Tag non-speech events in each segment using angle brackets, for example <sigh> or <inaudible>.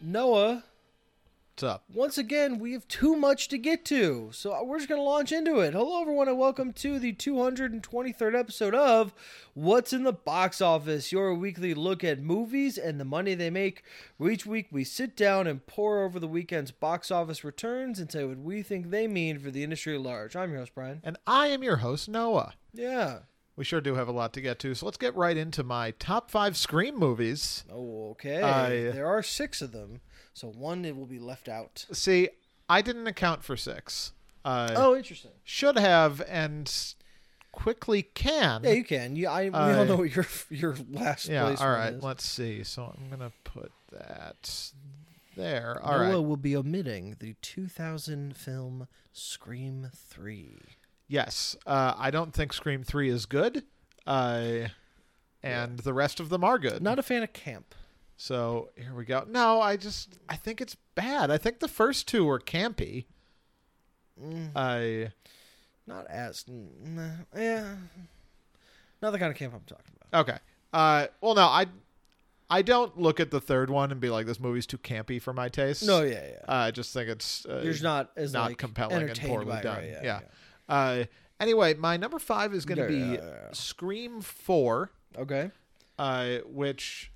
Noah, What's up? once again, we have too much to get to, so we're just going to launch into it. Hello, everyone, and welcome to the 223rd episode of What's in the Box Office, your weekly look at movies and the money they make. Where each week, we sit down and pour over the weekend's box office returns and say what we think they mean for the industry at large. I'm your host, Brian. And I am your host, Noah. Yeah. We sure do have a lot to get to, so let's get right into my top five Scream movies. Oh, okay. I- there are six of them, so one it will be left out. See, I didn't account for six. Uh, Oh, interesting. Should have and quickly can. Yeah, you can. You, I, we I- all know what your your last Yeah, place. all one right. is. Let's see. So I'm going to put that there. All Noah right. will be omitting the 2000 film Scream 3. Yes. Uh, I don't think Scream 3 is good. Uh, and the rest of them are good. Not a fan of camp. So here we go. No, I just I think it's bad. I think the first two were campy. I Mm, Not as. mm, Nah, yeah. Not the kind of camp I'm talking about. okay. Uh, well, no, I I don't look at the third one and be like this movie's too campy for my taste. No, yeah, yeah. uh, I just think it's uh, You're just not as not like, compelling and entertained poorly by it, done. right, yeah. Uh, anyway, my number five is going to Yeah, be yeah, yeah. Scream Four. Okay. Uh, which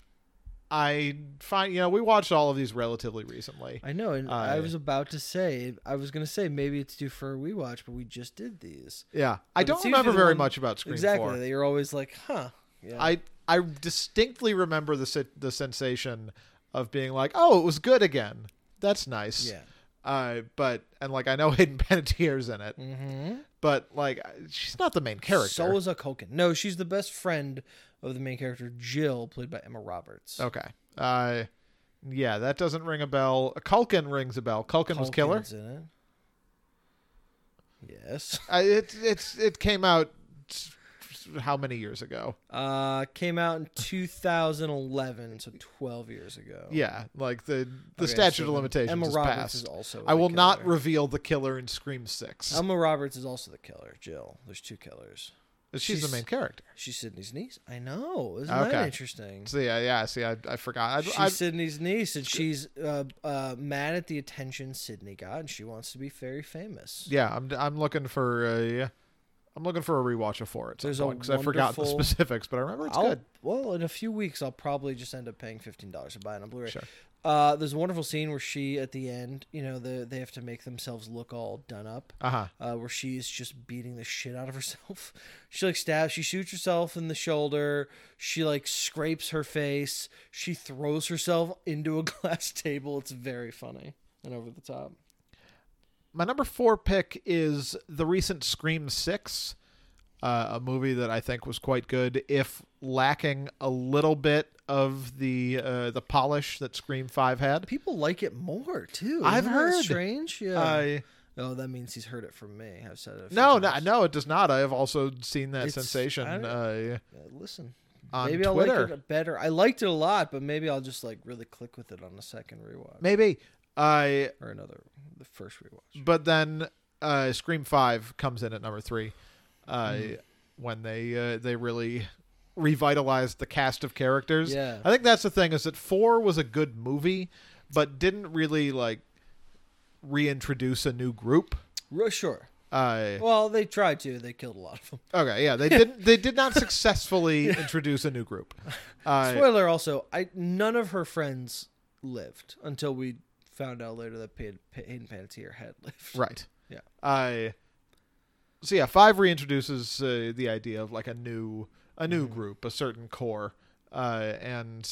I find you know we watched all of these relatively recently. I know, and I I- was about to say, I was gonna say maybe it's due for a rewatch, but we just did these. yeah, But I it seems don't to be remember the very one- much about Scream exactly, Four. that you're always like, huh? Yeah. I I distinctly remember the se- the sensation of being like, oh, it was good again. That's nice. yeah. Uh, but and like I know <laughs> Hayden Panettiere's in it, Mm-hmm. but like she's not the main character. So is a Culkin. No, she's the best friend of the main character, Jill, played by Emma Roberts. okay. Uh, yeah, that doesn't ring a bell. Culkin rings a bell. Culkin, was killer. Culkin's in it. Yes. Uh, it it's it came out s- s- how many years ago? Uh, came out in 2011, so 12 years ago. Yeah, like the the Okay, statute so of then limitations Emma is Roberts passed. is also. I the will not killer. Um, reveal the killer in Scream Six. Emma Roberts is also the killer. Jill. There's two killers. she's the she's- main character. She's Sydney's niece. I know. Isn't Okay. that interesting? See, yeah, yeah. See, I, I forgot. She's I, I, Sydney's niece, and she's uh, uh, mad at the attention Sydney got, and she wants to be very famous. yeah, I'm, I'm looking for a, I'm looking for a rewatch of four at some There's a point because I forgot the wonderful- specifics, but I remember it's I'll- good. Well, in a few weeks, I'll probably just end up paying fifteen dollars and buy it on Blu-ray. Sure. Uh, there's a wonderful scene where she, at the end, you know, the, they have to make themselves look all done up. Uh huh. Uh, where she is just beating the shit out of herself. <laughs> She like stabs, she shoots herself in the shoulder. She like scrapes her face. She throws herself into a <laughs> glass table. It's very funny and over the top. My number four pick is the recent Scream Six, uh, a movie that I think was quite good, if lacking a little bit of the uh, the polish that Scream Five had. People like it more too. Isn't I've that heard. strange. Yeah. I oh, that means he's heard it from me. I've said it. a few no, no, times. no, it does not. I have also seen that It's- sensation I don't- uh, Uh, listen. on maybe Twitter. I'll like it better. I liked it a lot, but maybe I'll just like really click with it on a second rewatch Maybe I. or another, the first rewatch. But then uh, Scream Five comes in at number three, uh, Hmm. when they uh, they really revitalized the cast of characters. Yeah. I think that's the thing is that four was a good movie, but didn't really like reintroduce a new group. Ru- Sure. Uh, Well, they tried to. They killed a lot of them. okay, yeah, they didn't they did not <laughs> successfully introduce a <laughs> new group. Uh, Spoiler also, I none of her friends lived until we found out later that Pay- Pay- Hayden Panettiere had <laughs> lived. right. Yeah. I. So yeah, five reintroduces uh, the idea of like a new a new Mm-hmm. group, a certain core, uh, and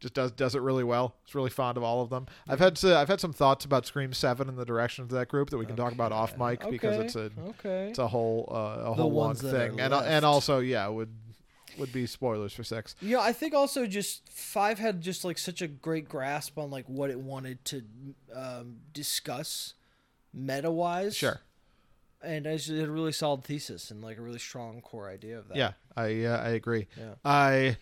just does does it really well. It's really fond of all of them. I've had uh, I've had some thoughts about Scream Seven and the direction of that group that we can talk about off mic because Okay, it's a Okay. it's a whole uh, a whole long ones that are thing, and left. and also yeah would would be spoilers for six. Yeah, I think also just five had just like such a great grasp on like what it wanted to um, discuss meta wise. Sure. and I just had a really solid thesis and like a really strong core idea of that. Yeah, I uh, I agree. Yeah. I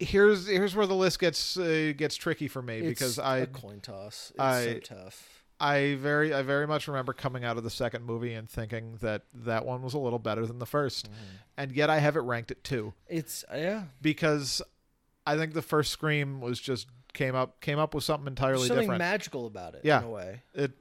here's here's where the list gets uh, gets tricky for me It's because a I coin toss. It's so I- tough. I very I very much remember coming out of the second movie and thinking that that one was a little better than the 1st Mm. and yet I have it ranked at two It's uh, yeah, because I think the first Scream was just came up came up with something there's entirely something different. magical about it. Yeah. in a way. it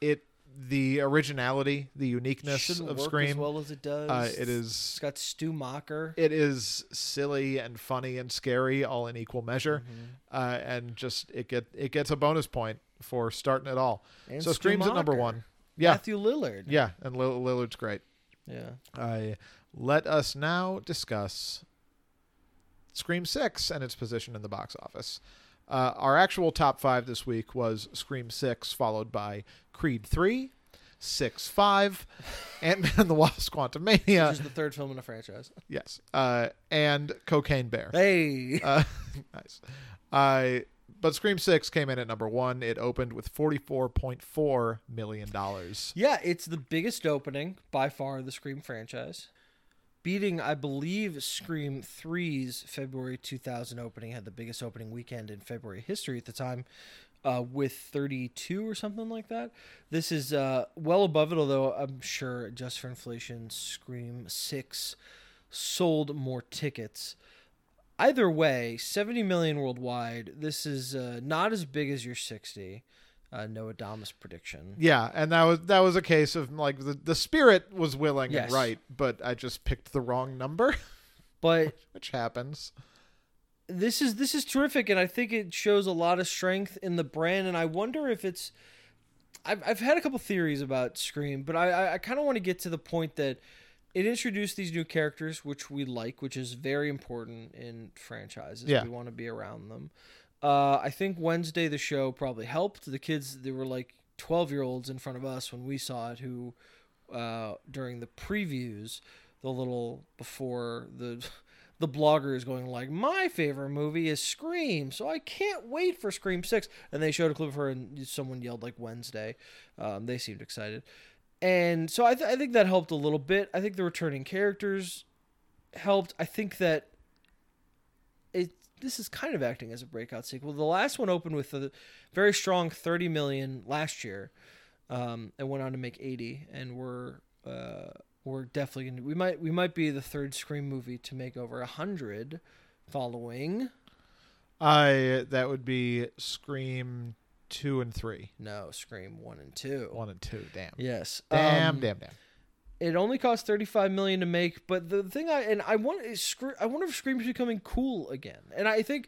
it the originality, the It uniqueness shouldn't of work as Scream. well as it does. uh, it It's is got Stu Mocker. it is silly and funny and scary all in equal measure, Mhm. uh, and just it get it gets a bonus point for starting it all. And so Stu Scream's at number Mocker. one. Yeah, Matthew Lillard. yeah, and Lil- Lillard's great. yeah. I let us now discuss Scream Six and its position in the box office. Uh, our actual top five this week was Scream Six, followed by Creed Three, Six Five, Ant Man and the Wasp: Quantumania. Which is the third film in the franchise. Yes. Uh, and Cocaine Bear. Hey, Uh, <laughs> nice. I but Scream Six came in at number one. It opened with forty four point four million dollars. yeah, it's the biggest opening by far of the Scream franchise, beating I believe Scream 3's February 2000 opening had the biggest opening weekend in February history at the time. Uh, with 32 or something like that. This is uh, well above it, although I'm sure just for inflation, Scream 6 sold more tickets. either way, 70 million worldwide. This is uh, not as big as your 60. Uh, Noah Damas prediction. Yeah, and that was that was a case of like the, the spirit was willing Yes. and right, but I just picked the wrong number, <laughs> But which happens. this is this is terrific, and I think it shows a lot of strength in the brand. And I wonder if it's. I've I've had a couple theories about Scream, but I I, I kind of want to get to the point that it introduced these new characters, which we like, which is very important in franchises. Yeah. We want to be around them. Uh, I think Wednesday the show probably helped. The kids they were like twelve year olds in front of us when we saw it, who uh, during the previews, the little before the <laughs> the blogger is going like, my favorite movie is Scream, so I can't wait for Scream Six. And they showed a clip of her, and someone yelled like Wednesday. Um, they seemed excited, and so I, th- I think that helped a little bit. I think the returning characters helped. I think that it this is kind of acting as a breakout sequel. The last one opened with a very strong 30 million last year, um, and went on to make 80. And we're uh, we're definitely gonna, we might we might be the third Scream movie to make over a hundred, following I that would be Scream two and three, no Scream one and two. one and two. Damn, Yes, damn, Um, damn, damn. it only cost 35 million to make but the thing i and i want is Scr- i wonder if scream's becoming cool again and i think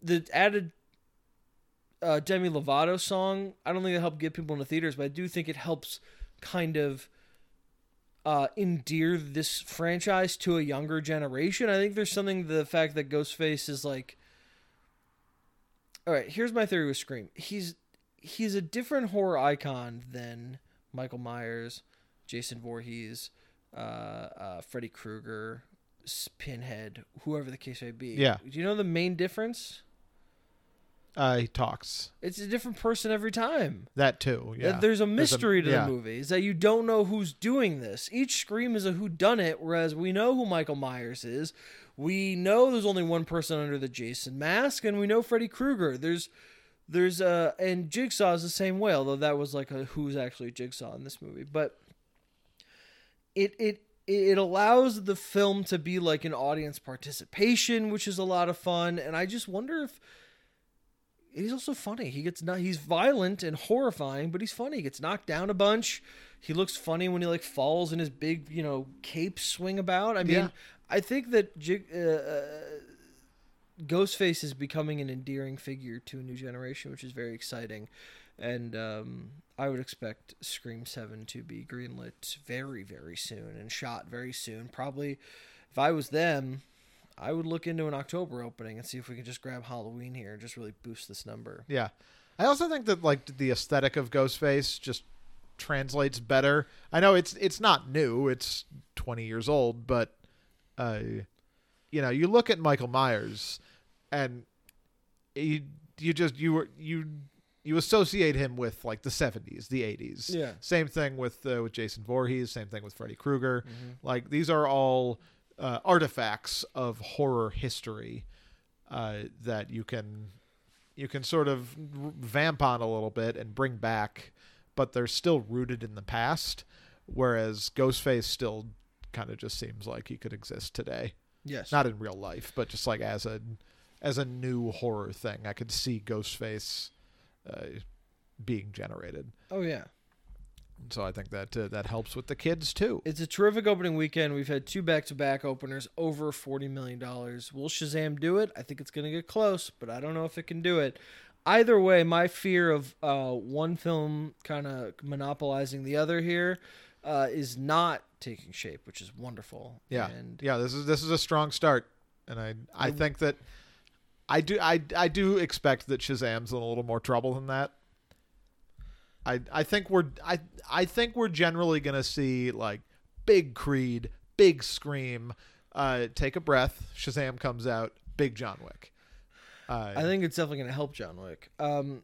the added uh, demi lovato song i don't think it helped get people into theaters but i do think it helps kind of uh, endear this franchise to a younger generation i think there's something to the fact that ghostface is like all right here's my theory with scream he's he's a different horror icon than michael myers Jason Voorhees, uh, uh, Freddy Krueger, S- Pinhead, whoever the case may be. Yeah. Do you know the main difference? Uh, he talks It's a different person every time. that too. Yeah, That There's a mystery to yeah. the movie. Is that you don't know who's doing this. Each scream is a whodunit, whereas we know who Michael Myers is. We know there's only one person under the Jason mask, and we know Freddy Krueger. There's there's uh and Jigsaw's the same way, although that was like a who's actually Jigsaw in this movie. But it it it allows the film to be like an audience participation, which is a lot of fun. And I just wonder if he's also funny. He gets not he's violent and horrifying, but he's funny. He gets knocked down a bunch. He looks funny when he like falls in his big you know cape swing about. I mean, Yeah. I think that Jig, uh, uh, Ghostface is becoming an endearing figure to a new generation, which is very exciting. And um, I would expect Scream Seven to be greenlit very very soon and shot very soon. Probably, if I was them, I would look into an October opening and see if we could just grab Halloween here and just really boost this number. Yeah. I also think that like the aesthetic of Ghostface just translates better. I know it's it's not new, it's 20 years old, but uh you know, you look at Michael Myers and you you just you were you you associate him with like the 70s, the 80s. Yeah. Same thing with uh, with Jason Voorhees. Same thing with Freddy Krueger. Like these are all uh, artifacts of horror history uh, that you can you can sort of vamp on a little bit and bring back, but they're still rooted in the past. Whereas Ghostface still kind of just seems like he could exist today, Yes. not in real life, but just like as a as a new horror thing. I could see Ghostface uh, being generated, oh yeah. so I think that uh, that helps with the kids too. It's a terrific opening weekend. We've had two back-to-back openers over forty million dollars. Will Shazam do it? I think it's going to get close, but I don't know if it can do it. Either way, my fear of uh, one film kind of monopolizing the other here uh, is not taking shape, which is wonderful. Yeah, and yeah. This is this is a strong start, and I I think that I do I I do expect that Shazam's in a little more trouble than that. I I think we're I I think we're generally gonna see like big Creed, big Scream, uh, take a breath. Shazam comes out, big John Wick. Uh, I think it's definitely going to help John Wick. Um,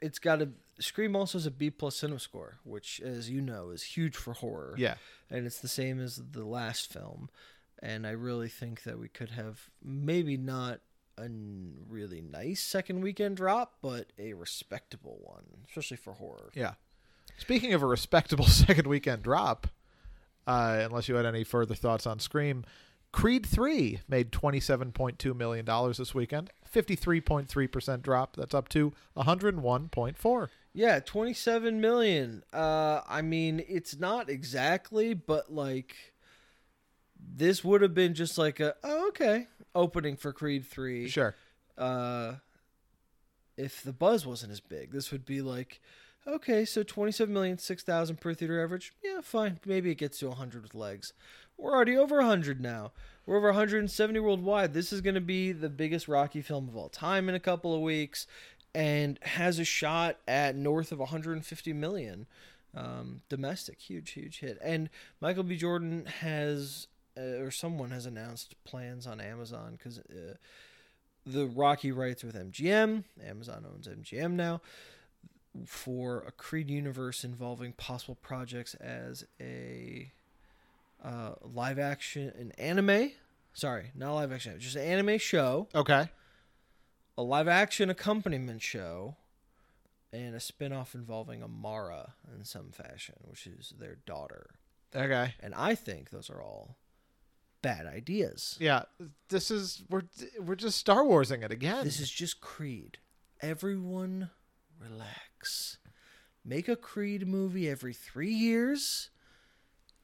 it's got a Scream also has a B plus cinema score, which, as you know, is huge for horror. yeah. and it's the same as the last film. And I really think that we could have maybe not a n- really nice second weekend drop, but a respectable one, especially for horror. Yeah. Speaking of a respectable <laughs> second weekend drop, uh, unless you had any further thoughts on Scream, Creed 3 made $27.2 million this weekend, 53.3% drop. That's up to 101.4. Yeah, 27 million. Uh I mean, it's not exactly, but like this would have been just like a oh okay, opening for Creed 3. Sure. uh, if the buzz wasn't as big, this would be like, okay, so 27 million, 6,000 per theater average. Yeah, fine. Maybe it gets to 100 with legs. We're already over 100 now. We're over 170 worldwide. This is going to be the biggest Rocky film of all time in a couple of weeks and has a shot at north of 150 million um, domestic. Huge, huge hit. And Michael B. Jordan has. Uh, or someone has announced plans on Amazon because uh, the Rocky rights with MGM. Amazon owns MGM now for a Creed universe involving possible projects as a uh, live action, an anime. Sorry, not live action, just an anime show, Okay. a live action accompaniment show, and a spin off involving Amara in some fashion, which is their daughter. Okay. And I think those are all bad ideas. Yeah. This is, we're, we're just Star Warsing it again. This is just Creed. Everyone relax. Make a Creed movie every three years,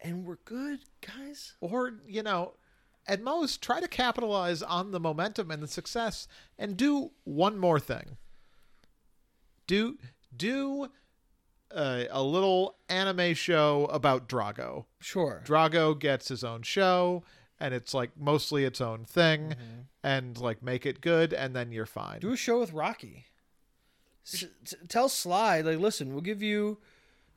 and we're good, guys. or, you know, at most, try to capitalize on the momentum and the success and do one more thing. do do uh, a little anime show about Drago. Sure. Drago gets his own show, and it's like mostly its own thing, and like make it good, and then you're fine. Mm-hmm. Do a show with Rocky. S- t- tell Sly, like, listen, we'll give you.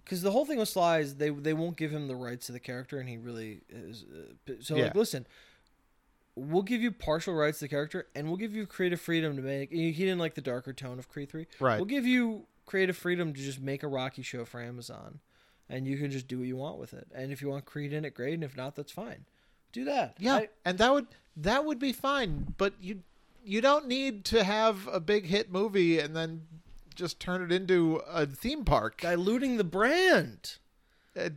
Because the whole thing with Sly is they, they won't give him the rights to the character, and he really is. Uh, p- so, Yeah. like, listen, we'll give you partial rights to the character, and we'll give you creative freedom to make. He he didn't like the darker tone of Creed 3. right. We'll give you creative freedom to just make a Rocky show for Amazon, and you can just do what you want with it. And if you want Creed in it, great. And if not, that's fine. Do that. yeah, I- and that would that would be fine, but you you don't need to have a big hit movie and then just turn it into a theme park. diluting the brand. Uh,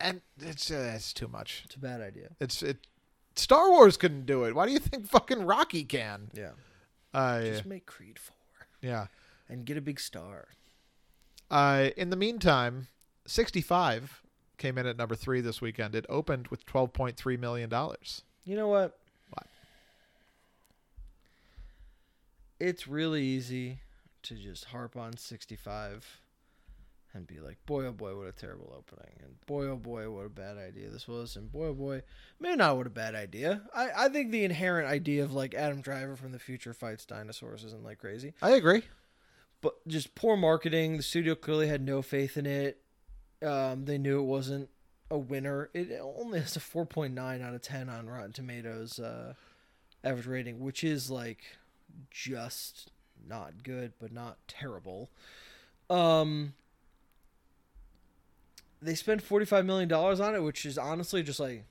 and it's uh, it's too much. It's a bad idea. It's it. Star Wars couldn't do it. Why do you think fucking Rocky can? Yeah. Uh, Just make Creed four yeah. and get a big star. Uh, in the meantime, 65 came in at number three this weekend. It opened with 12.3 million dollars. You know what? What? It's really easy to just harp on 65 and be like, boy, oh boy, what a terrible opening. And boy, oh boy, what a bad idea this was. And boy, oh boy, man, not what a bad idea. I, I think the inherent idea of like Adam Driver from the future fights dinosaurs isn't like crazy I agree. but just poor marketing. The studio clearly had no faith in it. Um, they knew it wasn't a winner. It only has a 4.9 out of 10 on Rotten Tomatoes uh, average rating, which is like just not good, but not terrible. Um, they spent $45 million on it, which is honestly just like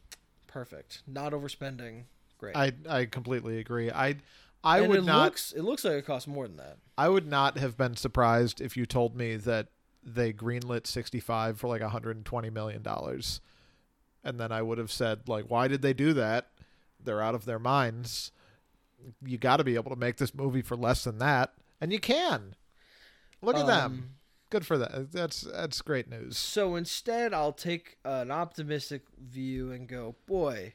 perfect. Not overspending. Great. I I completely agree. I I And would it not Looks, it looks like it costs more than that. I would not have been surprised if you told me that they greenlit 65 for like 120 million dollars. And then I would have said like why did they do that? They're out of their minds. You got to be able to make this movie for less than that, and you can. Look at them. Um, Good for that. That's that's great news. So instead, I'll take uh, an optimistic view and go, boy,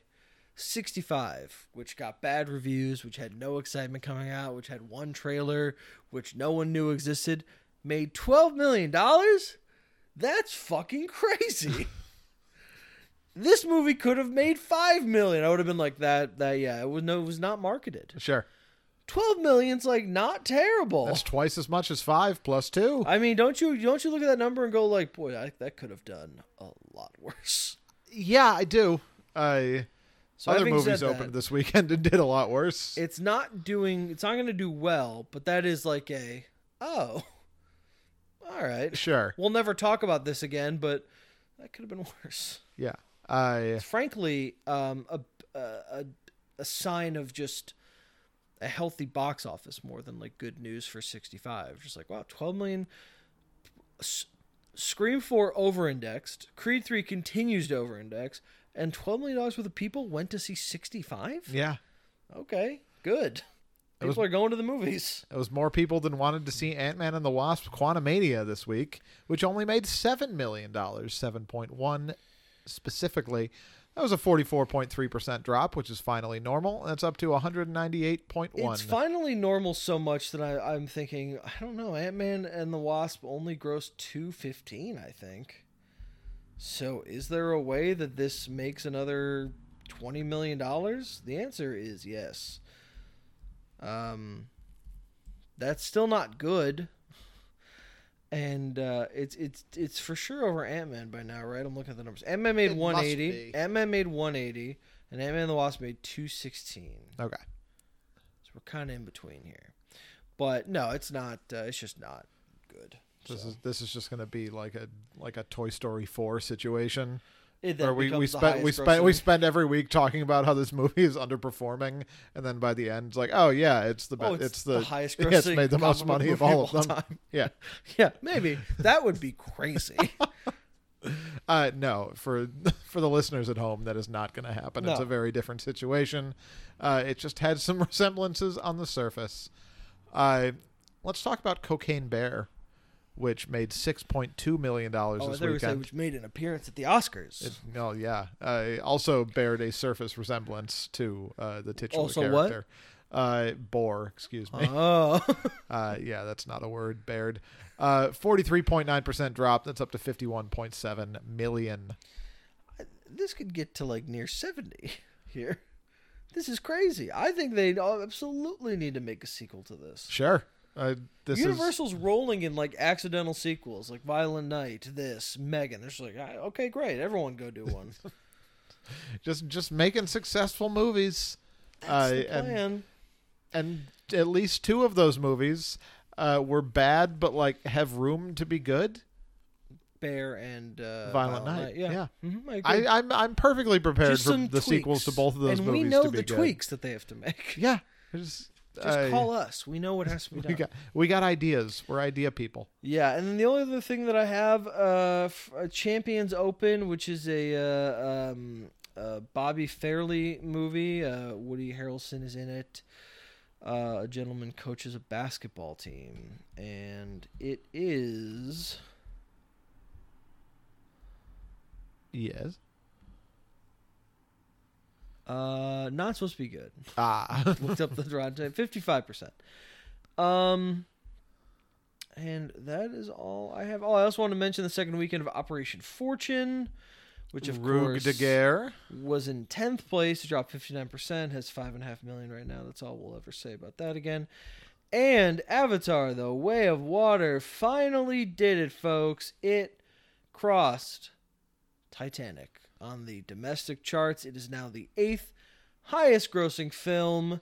65, which got bad reviews, which had no excitement coming out, which had one trailer, which no one knew existed, made $12 million? That's fucking crazy. <laughs> this movie could have made 5 million. I would have been like that that yeah, it was no it was not marketed. Sure. 12 million's like not terrible. That's twice as much as 5 plus 2. I mean, don't you don't you look at that number and go like, boy, I, that could have done a lot worse. yeah, I do. I So other having movies said opened that, this weekend and did a lot worse. It's not doing. It's not going to do well, but that is like a oh, <laughs> all right. sure. We'll never talk about this again, but that could have been <laughs> worse. Yeah. I It's frankly um, a, a a sign of just a healthy box office more than like good news for 65 just like wow 12 million S- scream 4 over indexed creed 3 continues to over index and 12 million dollars worth of people went to see 65 yeah. okay good It people was- are going to the movies It was more people than wanted to see Ant Man and the Wasp Quantumania this week, which only made $7 million, 7.1 specifically. That was a 44.3% drop, which is finally normal, and it's up to 198.1. it's finally normal so much that I, i'm thinking i don't know ant-man and the wasp only grossed 215 i think so is there a way that this makes another 20 million dollars the answer is yes um that's still not good and uh, it's it's it's for sure over Ant Man by now, right? I'm looking at the numbers. Ant Man made It must 180. be. Ant Man made 180, and Ant Man and the Wasp made 216. Okay. So we're kind of in between here. But no, it's not. Uh, it's just not good. This So is this is just going to be like a like a Toy Story 4 situation. it then Where we, we becomes the spent we highest spent we grossing- spend every week talking about how this <laughs> movie is underperforming, and then by the end, it's like, oh yeah, it's the best, Oh, it's the, the highest <laughs> yeah, it's grossing made the comic most book money of movie all of of all them. <laughs> Yeah, <laughs> yeah, maybe that would be <laughs> crazy. uh, no, for <laughs> for the listeners at home, that is not going to happen. It's No. a very different situation. Uh, it just had some <laughs> resemblances on the surface. Uh, let's talk about Cocaine Bear, which made six point two million dollars oh, this there was weekend. which made an appearance at the Oscars. It, oh yeah. Uh, also bared a surface resemblance to uh, the titular Also what? character. Uh, bore, excuse me. <laughs> oh, Uh, yeah, that's not a word. Bared. Uh, forty-three point nine percent drop. That's up to fifty-one point seven million. this could get to like near seventy <laughs> here. This is crazy. I think they absolutely need to make a sequel to this. Sure. Uh, this is Universal's rolling in like accidental sequels, like Violent Night, this Megan. They're just like, "Ah, okay, great, everyone go do <laughs> one. just just making successful movies. That's uh, the and- plan. and at least two of those movies uh, were bad, but like have room to be good. Bear and uh, Violent Night, Yeah, yeah. Mhm, I agree. I, I'm I'm perfectly prepared Just for some the sequels tweaks. to both of those and movies we know to be the good. tweaks that they have to <laughs> make. Yeah. Just, Just I- call us. We know what has to be <laughs> We done. got we got ideas. We're idea people. Yeah, and then the only other thing that I have, uh, f- uh, Champions Open, which is a uh, um, uh, Bobby Fairley movie. Uh, Woody Harrelson is in it. Uh, a gentleman coaches a basketball team, and it is Yes. uh, not supposed to be good. Ah. <laughs> <laughs> looked up the Rotten Tomato. Fifty-five percent. Um, and that is all I have. Oh, I also want to mention the second weekend of Operation Fortune, which of Rug course de Guerre. was in tenth place. It dropped fifty-nine percent. Has five and a half million right now. That's all we'll ever say about that again. And Avatar: The Way of Water finally did it, folks. It crossed Titanic on the domestic charts. It is now the eighth highest grossing film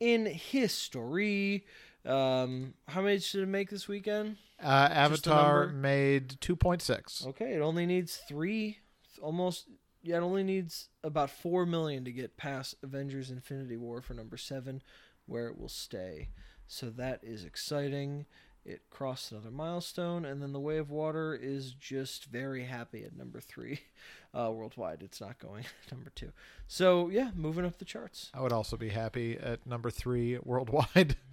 in history. Um, how many did it make this weekend? Uh, Avatar number? made two point six. Okay, it only needs three, almost. Yeah, it only needs about four million to get past Avengers: Infinity War for number seven, where it will stay. So that is exciting. It crossed another milestone, and then The Way of Water is just very happy at number three <laughs> uh, worldwide. It's not going <laughs> number two. So yeah, moving up the charts. I would also be happy at number three worldwide. <laughs>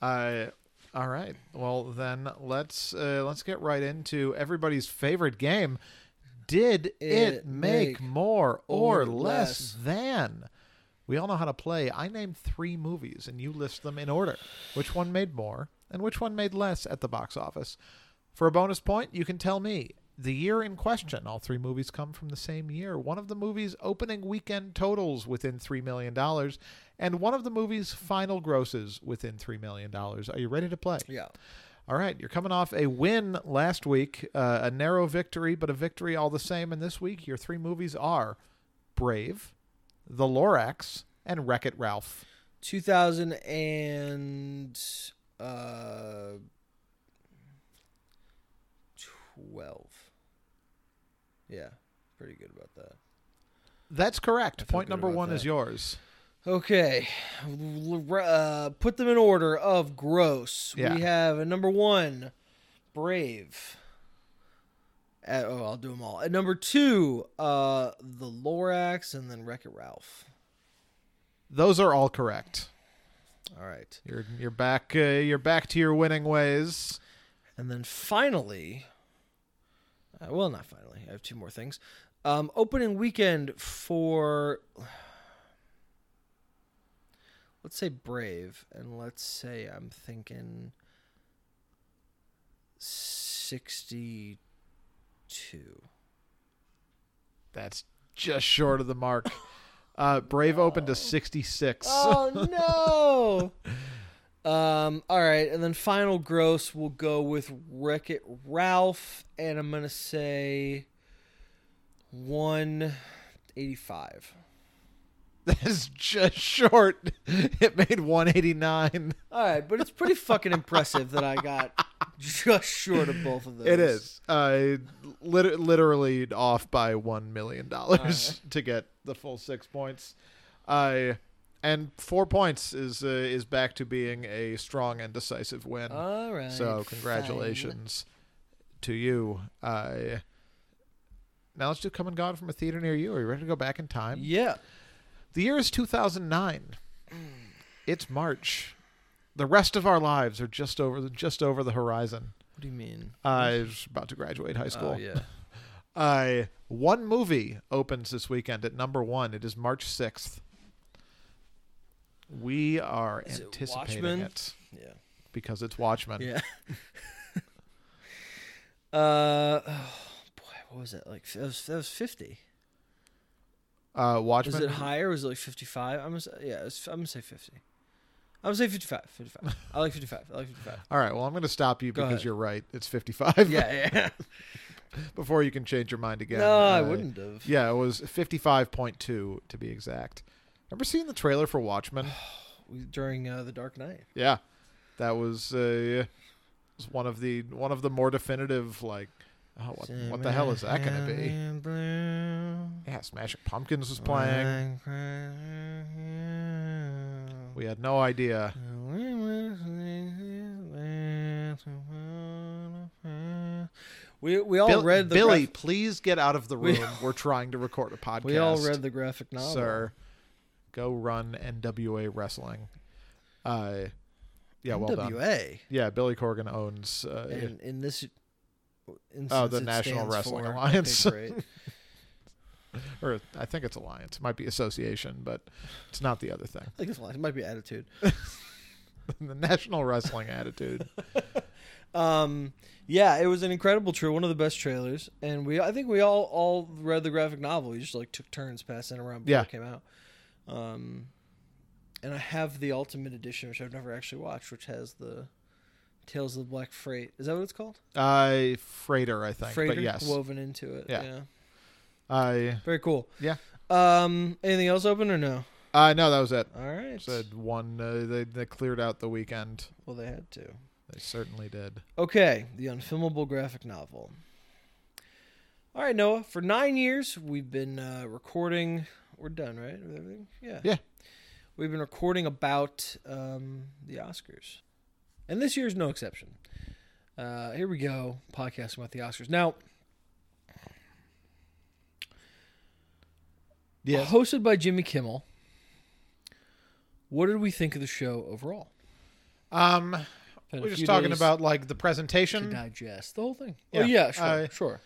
Uh, all right. Well, then let's uh, let's get right into everybody's favorite game. Did it, It make make, more or, or less less. than? We all know how to play. I named three movies, and you list them in order. Which one made more, and which one made less at the box office? For a bonus point, you can tell me the year in question. All three movies come from the same year. One of the movies' opening weekend totals within $3 million, and one of the movies' final grosses within $3 million. Are you ready to play? Yeah. All right, you're coming off a win last week, uh, a narrow victory, but a victory all the same. And this week, your three movies are Brave, The Lorax, and Wreck It Ralph. 2000 and uh 12 yeah pretty good about that That's correct. I feel Point good number about one that. is yours. okay L- r- uh, put them in order of gross Yeah. we have at number one brave at, oh i'll do them all at number two uh the lorax and then wreck it ralph Those are all correct. all right You're you're back. Uh, you're back to your winning ways. And then finally, uh, well, not finally. I have two more things. Um, opening weekend for, let's say Brave, and let's say I'm thinking sixty-two. That's just short of the mark. Uh, Brave opened to 66. <laughs> Oh no. um. All right, and then final gross we will go with Wreck It Ralph, and I'm gonna say one eighty-five. That's just short. It made 189. All right, but it's pretty fucking impressive that I <laughs> got just short of both of those. It is uh, lit- literally off by one million dollars <laughs> to get the full six points. Uh, and four points is uh, is back to being a strong and decisive win. All right. so fine. congratulations to you. Uh, now let's do Come and Gone from a theater near you. Are you ready to go back in time? Yeah. The year is 2009. Mm. It's March. The rest of our lives are just over the, just over the horizon. What do you mean? I was about to graduate high school. Oh yeah. Uh, one movie opens this weekend at number one. It is March 6th. We are Is it anticipating Watchmen? it Yeah. because it's Watchmen. Yeah. <laughs> uh, oh, boy, what was that like? That was, that was fifty. Uh, Was Watchmen. it higher? Was it like fifty-five? I'm gonna say, yeah. It was, I'm gonna say fifty. I'm gonna say 55. 55. I like 55. I like <laughs> 55. All right. Well, I'm going to stop you Go because ahead. you're right. It's 55 Yeah, yeah. <laughs> before you can change your mind <laughs> again. no, I Uh, wouldn't have. Yeah, it was 55.2 to be exact. Remember seeing the trailer for Watchmen? <sighs> During uh, the Dark Knight. Yeah, that was uh, was one of the one of the more definitive like, oh, what, what the hell is that going to be? Yeah, Smashing Pumpkins was playing. We had no idea. We we all Bill- read the Billy, graph- please get out of the We- room. We're trying to record a <laughs> podcast. we all read the graphic novel. sir. Go run NWA wrestling. Uh, yeah, well done. NWA. Yeah, Billy Corgan owns. Uh, And in this instance, Oh, the it National stands Wrestling for- Alliance. Okay, great. or I think it's alliance. It might be association, but it's not the other thing. <laughs> I think it's alliance. It might be attitude. the National <laughs> Wrestling Attitude. Um, yeah, it was an incredible trailer, one of the best trailers, and we I think we all all read the graphic novel. We just like took turns passing it around before Yeah. it came out. Um, and I have the Ultimate Edition, which I've never actually watched, which has the Tales of the Black Freight. Is that what it's called? Uh, freighter, I think. Freighter But yes, woven into it. Yeah. Yeah. I very cool. Yeah. Um, anything else open or no? Uh, no, that was it. All right. Said one. Uh, they they cleared out the weekend. Well, they had to. They certainly did. Okay, the unfilmable graphic novel. All right, Noah. For nine years, we've been uh, recording. We're done, right? With everything? Yeah. Yeah. We've been recording about um, the Oscars, and this year's no exception. Uh, here we go, podcasting about the Oscars. Now, Yes. hosted by Jimmy Kimmel. What did we think of the show overall? Um, Had a we're just few talking days about like the to presentation. digest the whole thing. Yeah. oh yeah, sure, Uh, sure.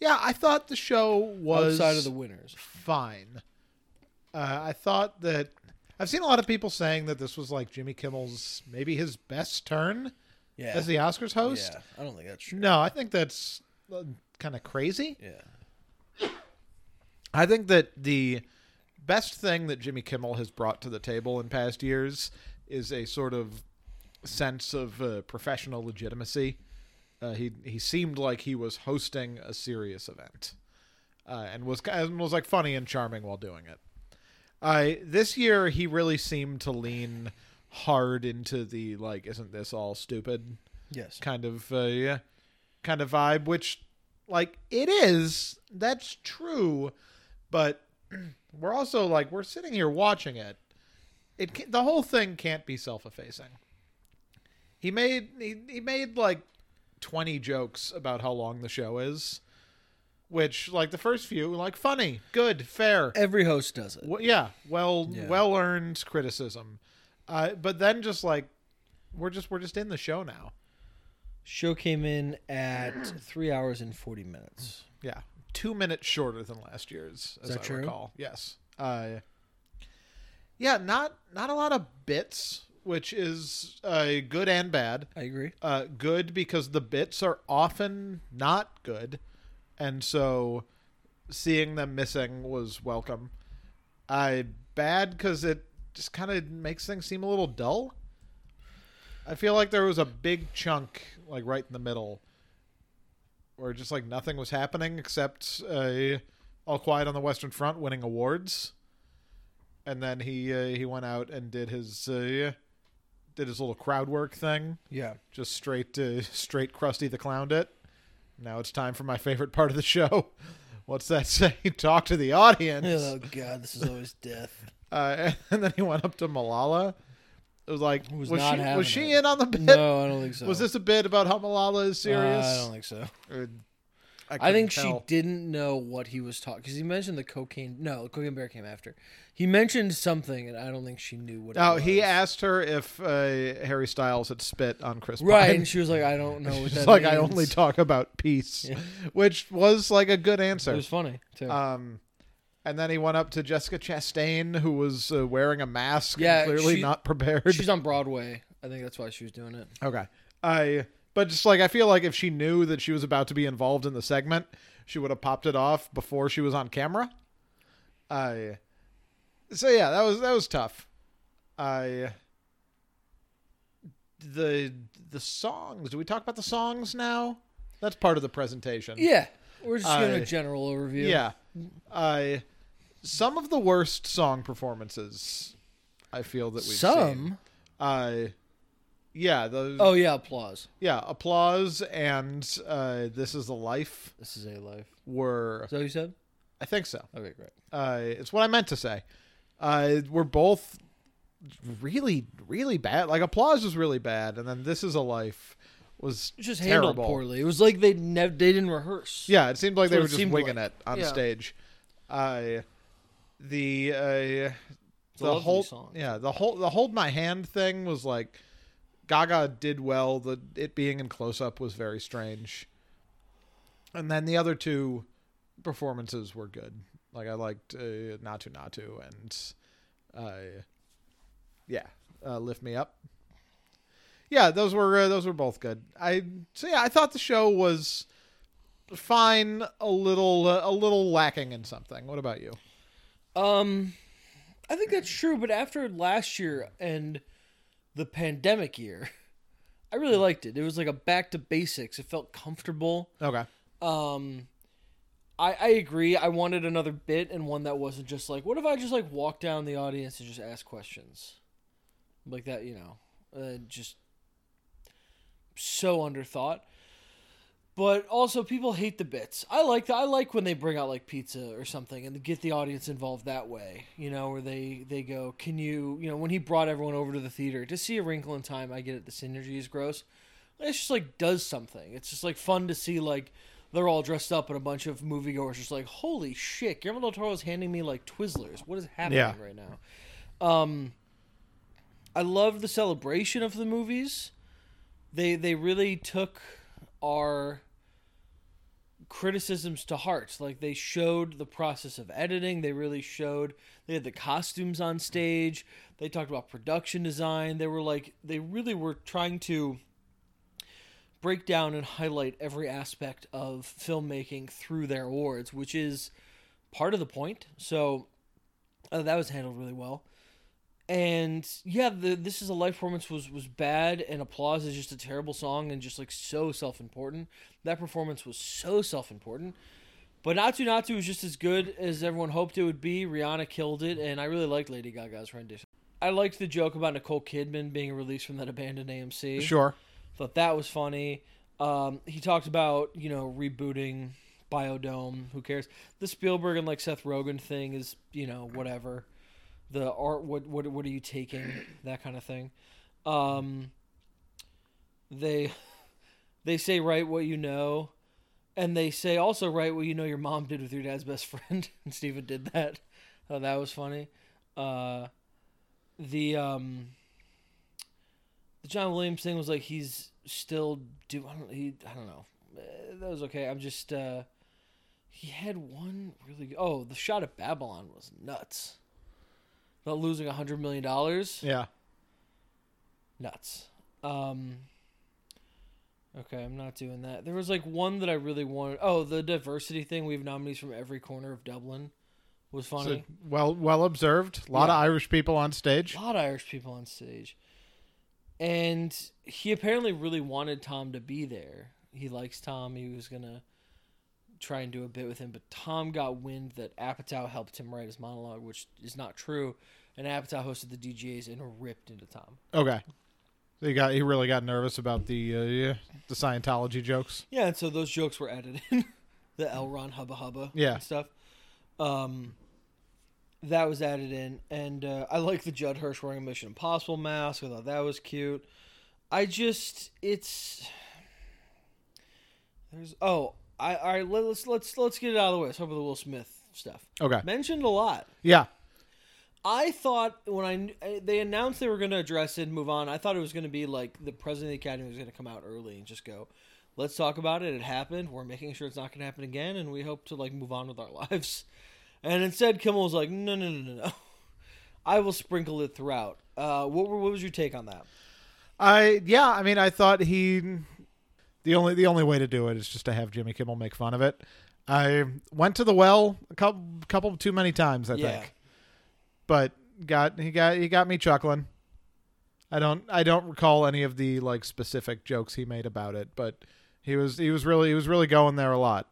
Yeah, I thought the show was Outside of the winners, fine. Uh, I thought that I've seen a lot of people saying that this was like Jimmy Kimmel's maybe his best turn yeah, as the Oscars host. yeah. I don't think that's true. No, I think that's kind of crazy. Yeah, I think that the best thing that Jimmy Kimmel has brought to the table in past years is a sort of sense of uh, professional legitimacy. Uh, he he seemed like he was hosting a serious event, uh, and was and was like funny and charming while doing it. Uh, this year, he really seemed to lean hard into the like, isn't this all stupid yes, kind of uh, yeah, kind of vibe, which like it is. That's true, but <clears throat> we're also like we're sitting here watching it. It can, the whole thing can't be self-effacing. He made he, he made like twenty jokes about how long the show is, which like the first few like funny, good, fair, every host does it. well, yeah, well, Yeah. well earned criticism. Uh, but then just like we're just we're just in the show now. Show came in at three hours and forty minutes. Yeah, two minutes shorter than last year's, as that I true? recall. Yes. Uh, yeah, not not a lot of bits, which is uh, good and bad. I agree. Uh, good because the bits are often not good, and so seeing them missing was welcome. I bad because it just kind of makes things seem a little dull. I feel like there was a big chunk like right in the middle where just like nothing was happening except uh, All Quiet on the Western Front winning awards, and then he uh, he went out and did his uh, did his little crowd work thing Yeah, just straight uh, <laughs> straight Krusty the Clown it. Now it's time for my favorite part of the show. <laughs> What's that say? Talk to the audience. <laughs> Oh God, this is always <laughs> death. Uh, and then he went up to Malala. It was like, Was was, not she having was she it. in on the bit? No, I don't think so. Was this a bit about how Malala is Uh, serious? I don't think so. Or- I think couldn't she tell. didn't know what he was talking because he mentioned the cocaine. No, the cocaine bear came after. He mentioned something, and I don't think she knew what. No, it was. Oh, he asked her if uh, Harry Styles had spit on Chris Right, Pine. and she was like, "I don't know what <laughs> She's that." like I means." only talk about peace, Yeah. which was like a good It answer. was funny too. Um, and then he went up to Jessica Chastain, who was uh, wearing a mask, Yeah, and clearly she- not prepared. She's on Broadway. I think that's why she was doing it. <laughs> Okay, I. But just like I feel like if she knew that she was about to be involved in the segment, she would have popped it off before she was on camera. I. So yeah, that was that was tough. I. The the songs. Do we talk about the songs now? That's part of the presentation. Yeah, we're just giving I- a general overview. Yeah. I some of the worst song performances I feel that we've seen. some. I yeah, the Oh yeah, applause. yeah, applause and uh this is the life This is a life. were Is that what you said? I think so. Okay, great. Uh it's what I meant to say. Uh we're both really really bad. Like applause was really bad and then this is a life was It was just terrible. handled poorly. It was like they nev- they didn't rehearse. Yeah, it seemed That's like they what were it just seemed winging like. it on Yeah. stage. Uh, the uh, a the lovely whole song. yeah the whole the hold my hand thing was like Gaga did well. The it being in close up was very strange, and then the other two performances were good. Like I liked uh, Natu Natu and uh, yeah, uh, lift me up. Yeah, those were uh, those were both good. I so yeah, I thought the show was fine, a little uh, a little lacking in something. What about you? Um, I think that's true. But after last year and the pandemic year, <laughs> I really liked it. It was like a back to basics. It felt comfortable. Okay, Um, I, I agree. I wanted another bit and one that wasn't just like, what if I just like walk down the audience and just ask questions, like that, you know, uh, just so underthought. But also, people hate the bits. I like that. I like when they bring out like pizza or something and get the audience involved that way. You know, where they they go, can you, you know, when he brought everyone over to the theater to see a Wrinkle in Time, I get it. The synergy is gross. It's just like does something. It's just like fun to see like they're all dressed up and a bunch of moviegoers just like, holy shit, Guillermo del Toro's handing me like Twizzlers. What is happening Yeah. right now? Um, I love the celebration of the movies. They they really took our criticisms to heart. Like they showed the process of editing. They really showed they had the costumes on stage. They talked about production design. They were like they really were trying to break down and highlight every aspect of filmmaking through their awards, which is part of the point. So uh, that was handled really well. And yeah, the this is a life performance was was bad, and applause is just a terrible song and just like so self important. That performance was so self important. But Natu Natu was just as good as everyone hoped it would be. Rihanna killed it, and I really liked Lady Gaga's rendition. I liked the joke about Nicole Kidman being released from that abandoned AMC Sure. thought that was funny. Um, he talked about you know rebooting Biodome. Who cares? The Spielberg and like Seth Rogen thing is you know whatever. The art. What what what are you taking? That kind of thing. Um, they <laughs> they say write what you know, and they say also write what you know your mom did with your dad's best <laughs> friend. and Steven did that. Oh, that was funny. Uh, the um the John Williams thing was like he's still do I don't he I don't know Uh, that was okay. I'm just uh he had one really good, oh the shot at Babylon was nuts. Not losing a hundred million dollars Yeah. nuts. Um, okay, I'm not doing that. There was like one that I really wanted. Oh, the diversity thing. We have nominees from every corner of Dublin. Was funny. So, well, well observed. A lot Yeah. of Irish people on stage. A lot of Irish people on stage. And he apparently really wanted Tom to be there. He likes Tom. He was going to try and do a bit with him. But Tom got wind that Apatow helped him write his monologue, which is not true. And Apatow hosted the DGAs and ripped into Tom. Okay. So he got he really got nervous about the uh, yeah, the Scientology jokes. Yeah, and so those jokes were edited. <laughs> the L. Ron Hubba Hubba Yeah. and stuff. Um, that was added in. And uh, I like the Judd Hirsch wearing a Mission Impossible mask. I thought that was cute. I just, it's. There's. Oh, I, all right, let, let's, let's, let's get it out of the way. Let's talk about the Will Smith stuff. Okay. Mentioned a lot. Yeah. I thought when I kn- they announced they were going to address it and move on, I thought it was going to be like the president of the academy was going to come out early and just go, "Let's talk about it. It happened. We're making sure it's not going to happen again, and we hope to like move on with our <laughs> lives." And instead, Kimmel was like, "No, no, no, no, no. I will sprinkle it throughout." Uh, what were, what was your take on that? I yeah, I mean I thought he the only the only way to do it is just to have Jimmy Kimmel make fun of it. I went to the well a couple couple too many times, I Yeah. think. But got he got he got me chuckling. I don't I don't recall any of the like specific jokes he made about it, but he was he was really he was really going there a lot.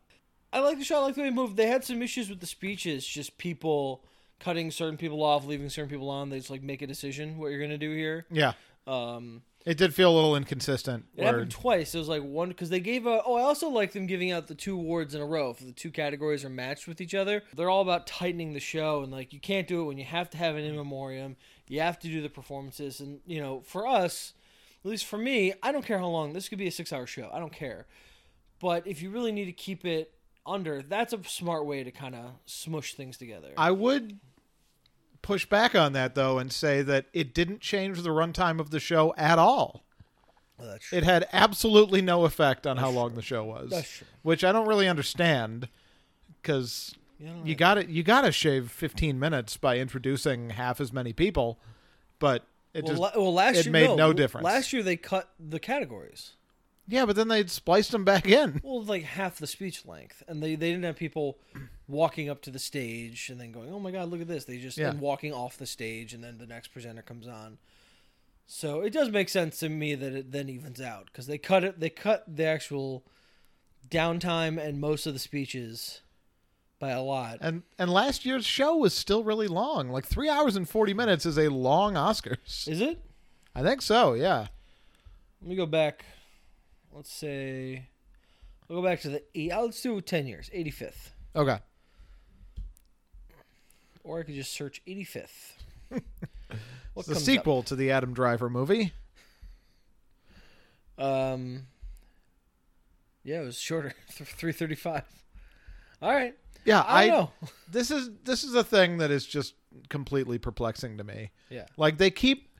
I like the shot. I like the way it moved. They had some issues with the speeches, just people cutting certain people off, leaving certain people on. They just like make a decision what you're going to do here. Yeah. Um, It did feel a little inconsistent. It where- happened twice. It was like one because they gave a. Oh, I also like them giving out the two awards in a row. If the two categories are matched with each other, they're all about tightening the show and like you can't do it when you have to have an in memoriam. You have to do the performances, and you know, for us, at least for me, I don't care how long. This could be a six-hour show. I don't care. But if you really need to keep it under, that's a smart way to kind of smush things together. I would push back on that though and say that it didn't change the runtime of the show at all. Oh, that's true. It had absolutely no effect on how long the show was, That's true. which I don't really understand because You know, you got to you got to shave 15 minutes by introducing half as many people, but it well, just la- well, last it year made no L- difference. Last year they cut the categories. yeah. But then they spliced them back in. well like half the speech length and they, they didn't have people walking up to the stage and then going oh my god look at this they just Yeah. and walking off the stage and then the next presenter comes on so it does make sense to me that it then evens out because they cut it they cut the actual downtime and most of the speeches by a lot. And and last year's show was still really long. Like three hours and forty minutes is a long Oscars. Is it? I think so. Yeah. Let me go back. Let's say, we'll go back to the eight. uh, Let's do ten years, eighty fifth, Okay. or I could just search eighty <laughs> fifth. It's the sequel to the Adam Driver movie. Um, yeah, it was shorter, <laughs> three thirty five. All right, Yeah, I, I, don't know. <laughs> this is this is a thing that is just completely perplexing to me. Yeah, Like they keep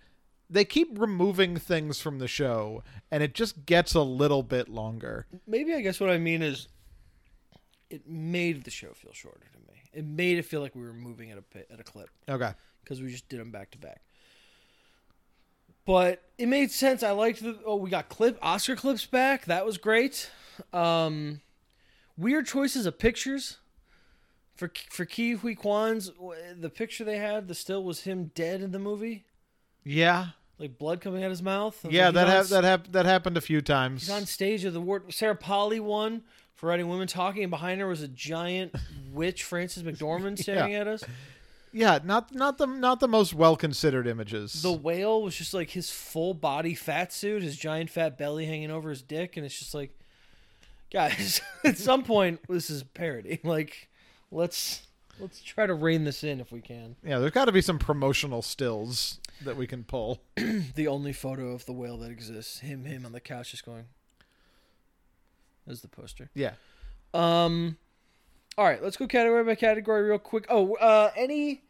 they keep removing things from the show and it just gets a little bit longer. maybe I guess what I mean is, it made the show feel shorter to me. It made it feel like we were moving at a pi- at a clip. Okay. because we just did them back to back. But it made sense. I liked the oh, we got clip Oscar clips back. That was great. Um, weird choices of pictures for for Ki Hui Kwan's. The picture they had, the still was him dead in the movie, Yeah. like blood coming out his mouth. I was Yeah, like, that he's on hap- that hap- that happened a few times. She's on stage of the award. Sarah Polly won for writing Women Talking, and behind her was a giant witch, Frances <laughs> McDormand, staring at us. Yeah, not not the not the most well considered images. The whale was just like his full body fat suit, his giant fat belly hanging over his dick, and it's just like, guys, <laughs> at some point this is parody. <laughs> Like, let's let's try to rein this in if we can. yeah, there's got to be some promotional stills that we can pull. <laughs> The only photo of the whale that exists, him him on the couch just going. Is the poster. Yeah. Um, all right, let's go category by category real quick. Oh, uh, any?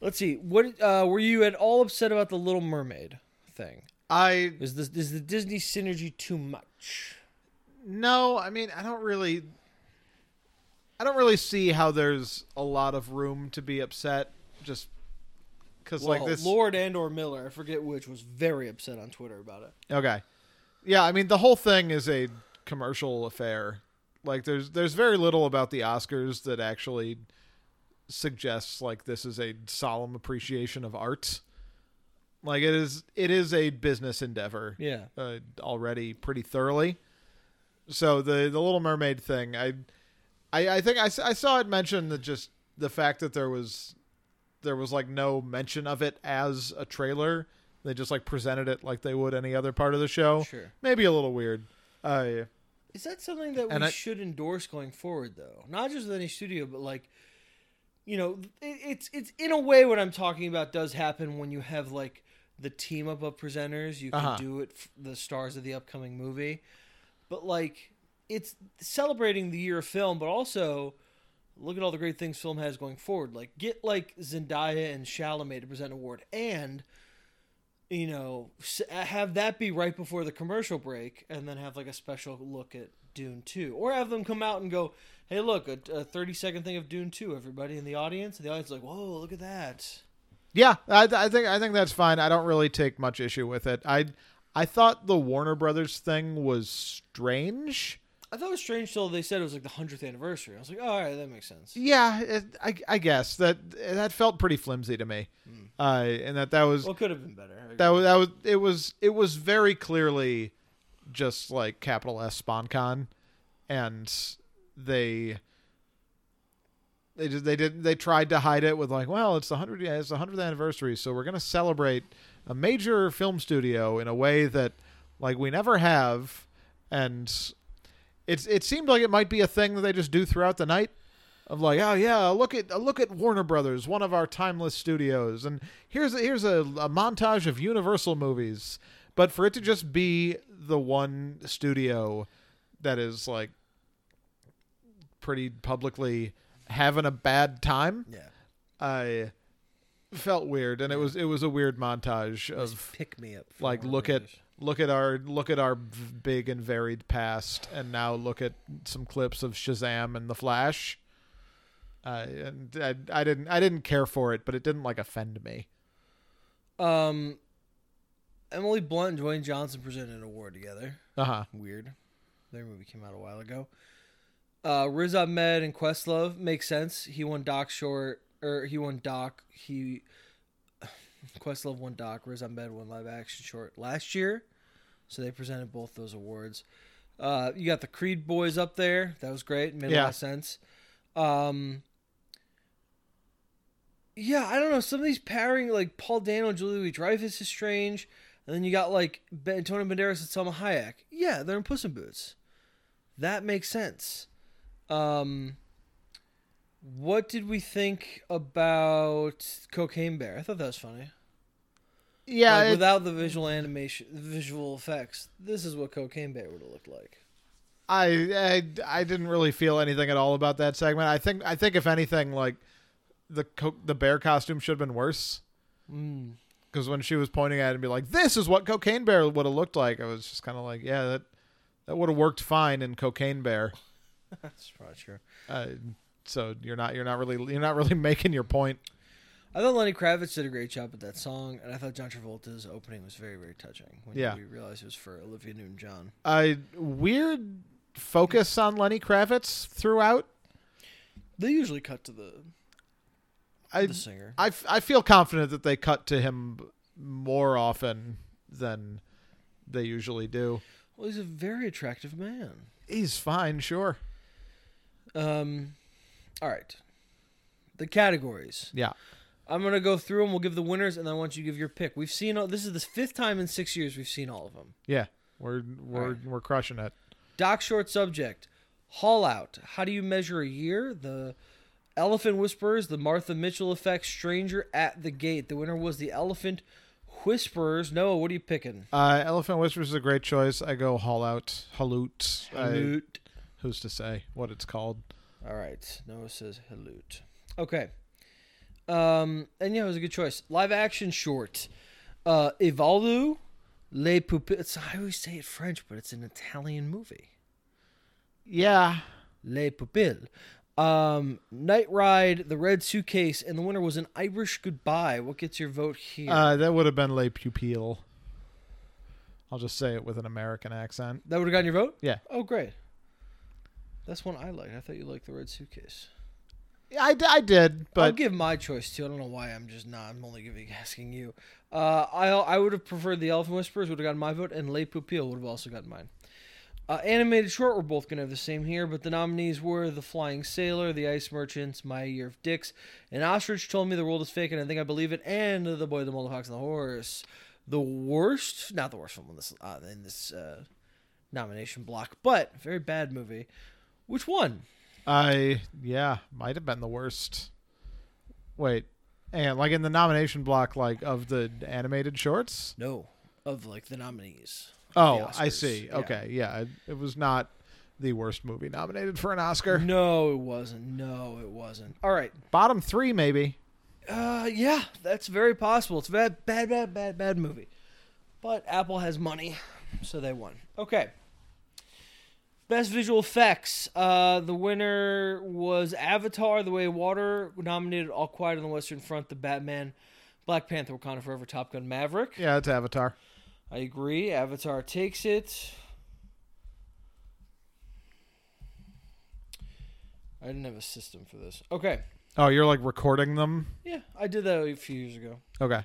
Let's see. What uh, were you at all upset about the Little Mermaid thing? I Is this is the Disney synergy too much? No, I mean, I don't really I don't really see how there's a lot of room to be upset just cuz Well, like this Lord and or Miller, I forget which, was very upset on Twitter about it. Okay. Yeah, I mean, the whole thing is a commercial affair. Like there's there's very little about the Oscars that actually suggests like this is a solemn appreciation of art. Like it is it is a business endeavor. Yeah, uh, already pretty thoroughly. So the the Little Mermaid thing, I I, I think I, s- I saw it mentioned that just the fact that there was there was like no mention of it as a trailer. They just like presented it like they would any other part of the show. sure. Maybe a little weird. Uh, Is that something that And we I- should endorse going forward, though? Not just with any studio, but like, you know, it, it's it's in a way what I'm talking about does happen when you have like the team up of presenters. You can Uh-huh. do it f- the stars of the upcoming movie, but like it's celebrating the year of film, but also. Look at all the great things film has going forward. Like get like Zendaya and Chalamet to present an award, and you know, s- have that be right before the commercial break, and then have like a special look at Dune Two, or have them come out and go, "Hey, look, a, a thirty second thing of Dune Two, everybody in the audience." And the audience is like, "Whoa, look at that!" yeah, I, I think I think that's fine. I don't really take much issue with it. I I thought the Warner Brothers thing was strange. I thought it was strange till they said it was like the hundredth anniversary. I was like, oh, "All right, that makes sense." Yeah, it, I, I guess that that felt pretty flimsy to me, uh, and that that was Well, it could have been better. that was that was it was it was very clearly just like capital S SponCon, and they they just, they did they tried to hide it with like, well, it's the hundred it's the hundredth anniversary, so we're gonna celebrate a major film studio in a way that like we never have, and it's it seemed like it might be a thing that they just do throughout the night of like oh yeah look at look at Warner Brothers one of our timeless studios and here's a, here's a, a montage of Universal movies but for it to just be the one studio that is like pretty publicly having a bad time yeah, I felt weird and it was it was a weird montage Nice of pick me up. for like Warner look at Brothers. look at our look at our v- big and varied past and now look at some clips of Shazam and the Flash. Uh, and I, I didn't I didn't care for it, but it didn't like offend me. um, Emily Blunt and Dwayne Johnson presented an award together. Uh huh. weird. Their movie came out a while ago. Uh, Riz Ahmed and Questlove makes sense. He won Doc Short, or he won Doc. He <sighs> Questlove won Doc. Riz Ahmed won Live Action Short last year, so they presented both those awards. Uh, you got the Creed boys up there. That was great. Made a lot Yeah. of sense. Um, yeah, I don't know. Some of these pairing, like Paul Dano and Julie Louis Dreyfus, is strange. And then you got like Be- Antonio Banderas and Selma Hayek. Yeah, they're in Puss in Boots. That makes sense. Um, what did we think about Cocaine Bear? I thought that was funny. Yeah, Like, it- without the visual animation, visual effects, this is what Cocaine Bear would have looked like. I, I I didn't really feel anything at all about that segment. I think I think if anything, like the co- the bear costume should have been worse Mm. because when she was pointing at it and be like, "This is what Cocaine Bear would have looked like," I was just kind of like, "Yeah, that that would have worked fine in Cocaine Bear." That's probably true. Uh, so you're not you're not really you're not really <laughs> making your point. I thought Lenny Kravitz did a great job with that song, and I thought John Travolta's opening was very, very touching. When Yeah. we realized it was for Olivia Newton-John. I weird focus on Lenny Kravitz throughout. They usually cut to the I the singer. I, f- I feel confident that they cut to him more often than they usually do. Well, he's a very attractive man. He's fine, sure. Um, all right. The categories. Yeah. I'm gonna go through them. We'll give the winners, and then I want you to give your pick. We've seen all, this is the fifth time in six years we've seen all of them. Yeah. We're we're Alright. we're crushing it. Doc short subject. Haul out. How do you measure a year? The Elephant Whisperers, the Martha Mitchell effect, Stranger at the Gate. The winner was the Elephant Whisperers. Noah, what are you picking? Uh, Elephant Whispers is a great choice. I go haul out, halute. I- Halut. who's to say what it's called? All right. Noah says Halut. Okay. Um, and yeah, it was a good choice. Live action short. Uh, Evaldu, Les Poupées. I always say it French, but it's an Italian movie. Yeah. Les Pupilles. Um, Night Ride, The Red Suitcase, and the winner was an Irish Goodbye. What gets your vote here? Uh, that would have been Les Pupilles. I'll just say it with an American accent. that would have gotten your vote? yeah. Oh, great. That's one I liked. I thought you liked The Red Suitcase. Yeah, I, d- I did, I'll but give my choice too. I don't know why I'm just not. I'm only giving asking you. Uh, I I would have preferred the Elephant Whisperers would have gotten my vote, and Les Pupilles would have also gotten mine. Uh, animated short, we're both gonna have the same here, but the nominees were The Flying Sailor, The Ice Merchants, My Year of Dicks, An Ostrich Told Me the World Is Fake, and I Think I Believe It, and The Boy, the Mole, the Fox, and the Horse. The worst, not the worst film in this uh, in this uh, nomination block, but very bad movie. Which one? I yeah might have been the worst. Wait, and like in the nomination block, like of the animated shorts. No, of like the nominees. Oh, The I Oscars, see. yeah. Okay, yeah, it, it was not the worst movie nominated for an Oscar. No, it wasn't. No, it wasn't. All right. Bottom three, maybe. Uh, yeah, that's very possible. It's a bad, bad, bad, bad, bad movie. But Apple has money, so they won. Okay. Best visual effects. Uh, the winner was Avatar: The Way of Water. Nominated All Quiet on the Western Front, The Batman, Black Panther: Wakanda Forever, Top Gun: Maverick. Yeah, it's Avatar. I agree. Avatar takes it. I didn't have a system for this. Okay. Oh, you're like recording them. Yeah, I did that a few years ago. Okay.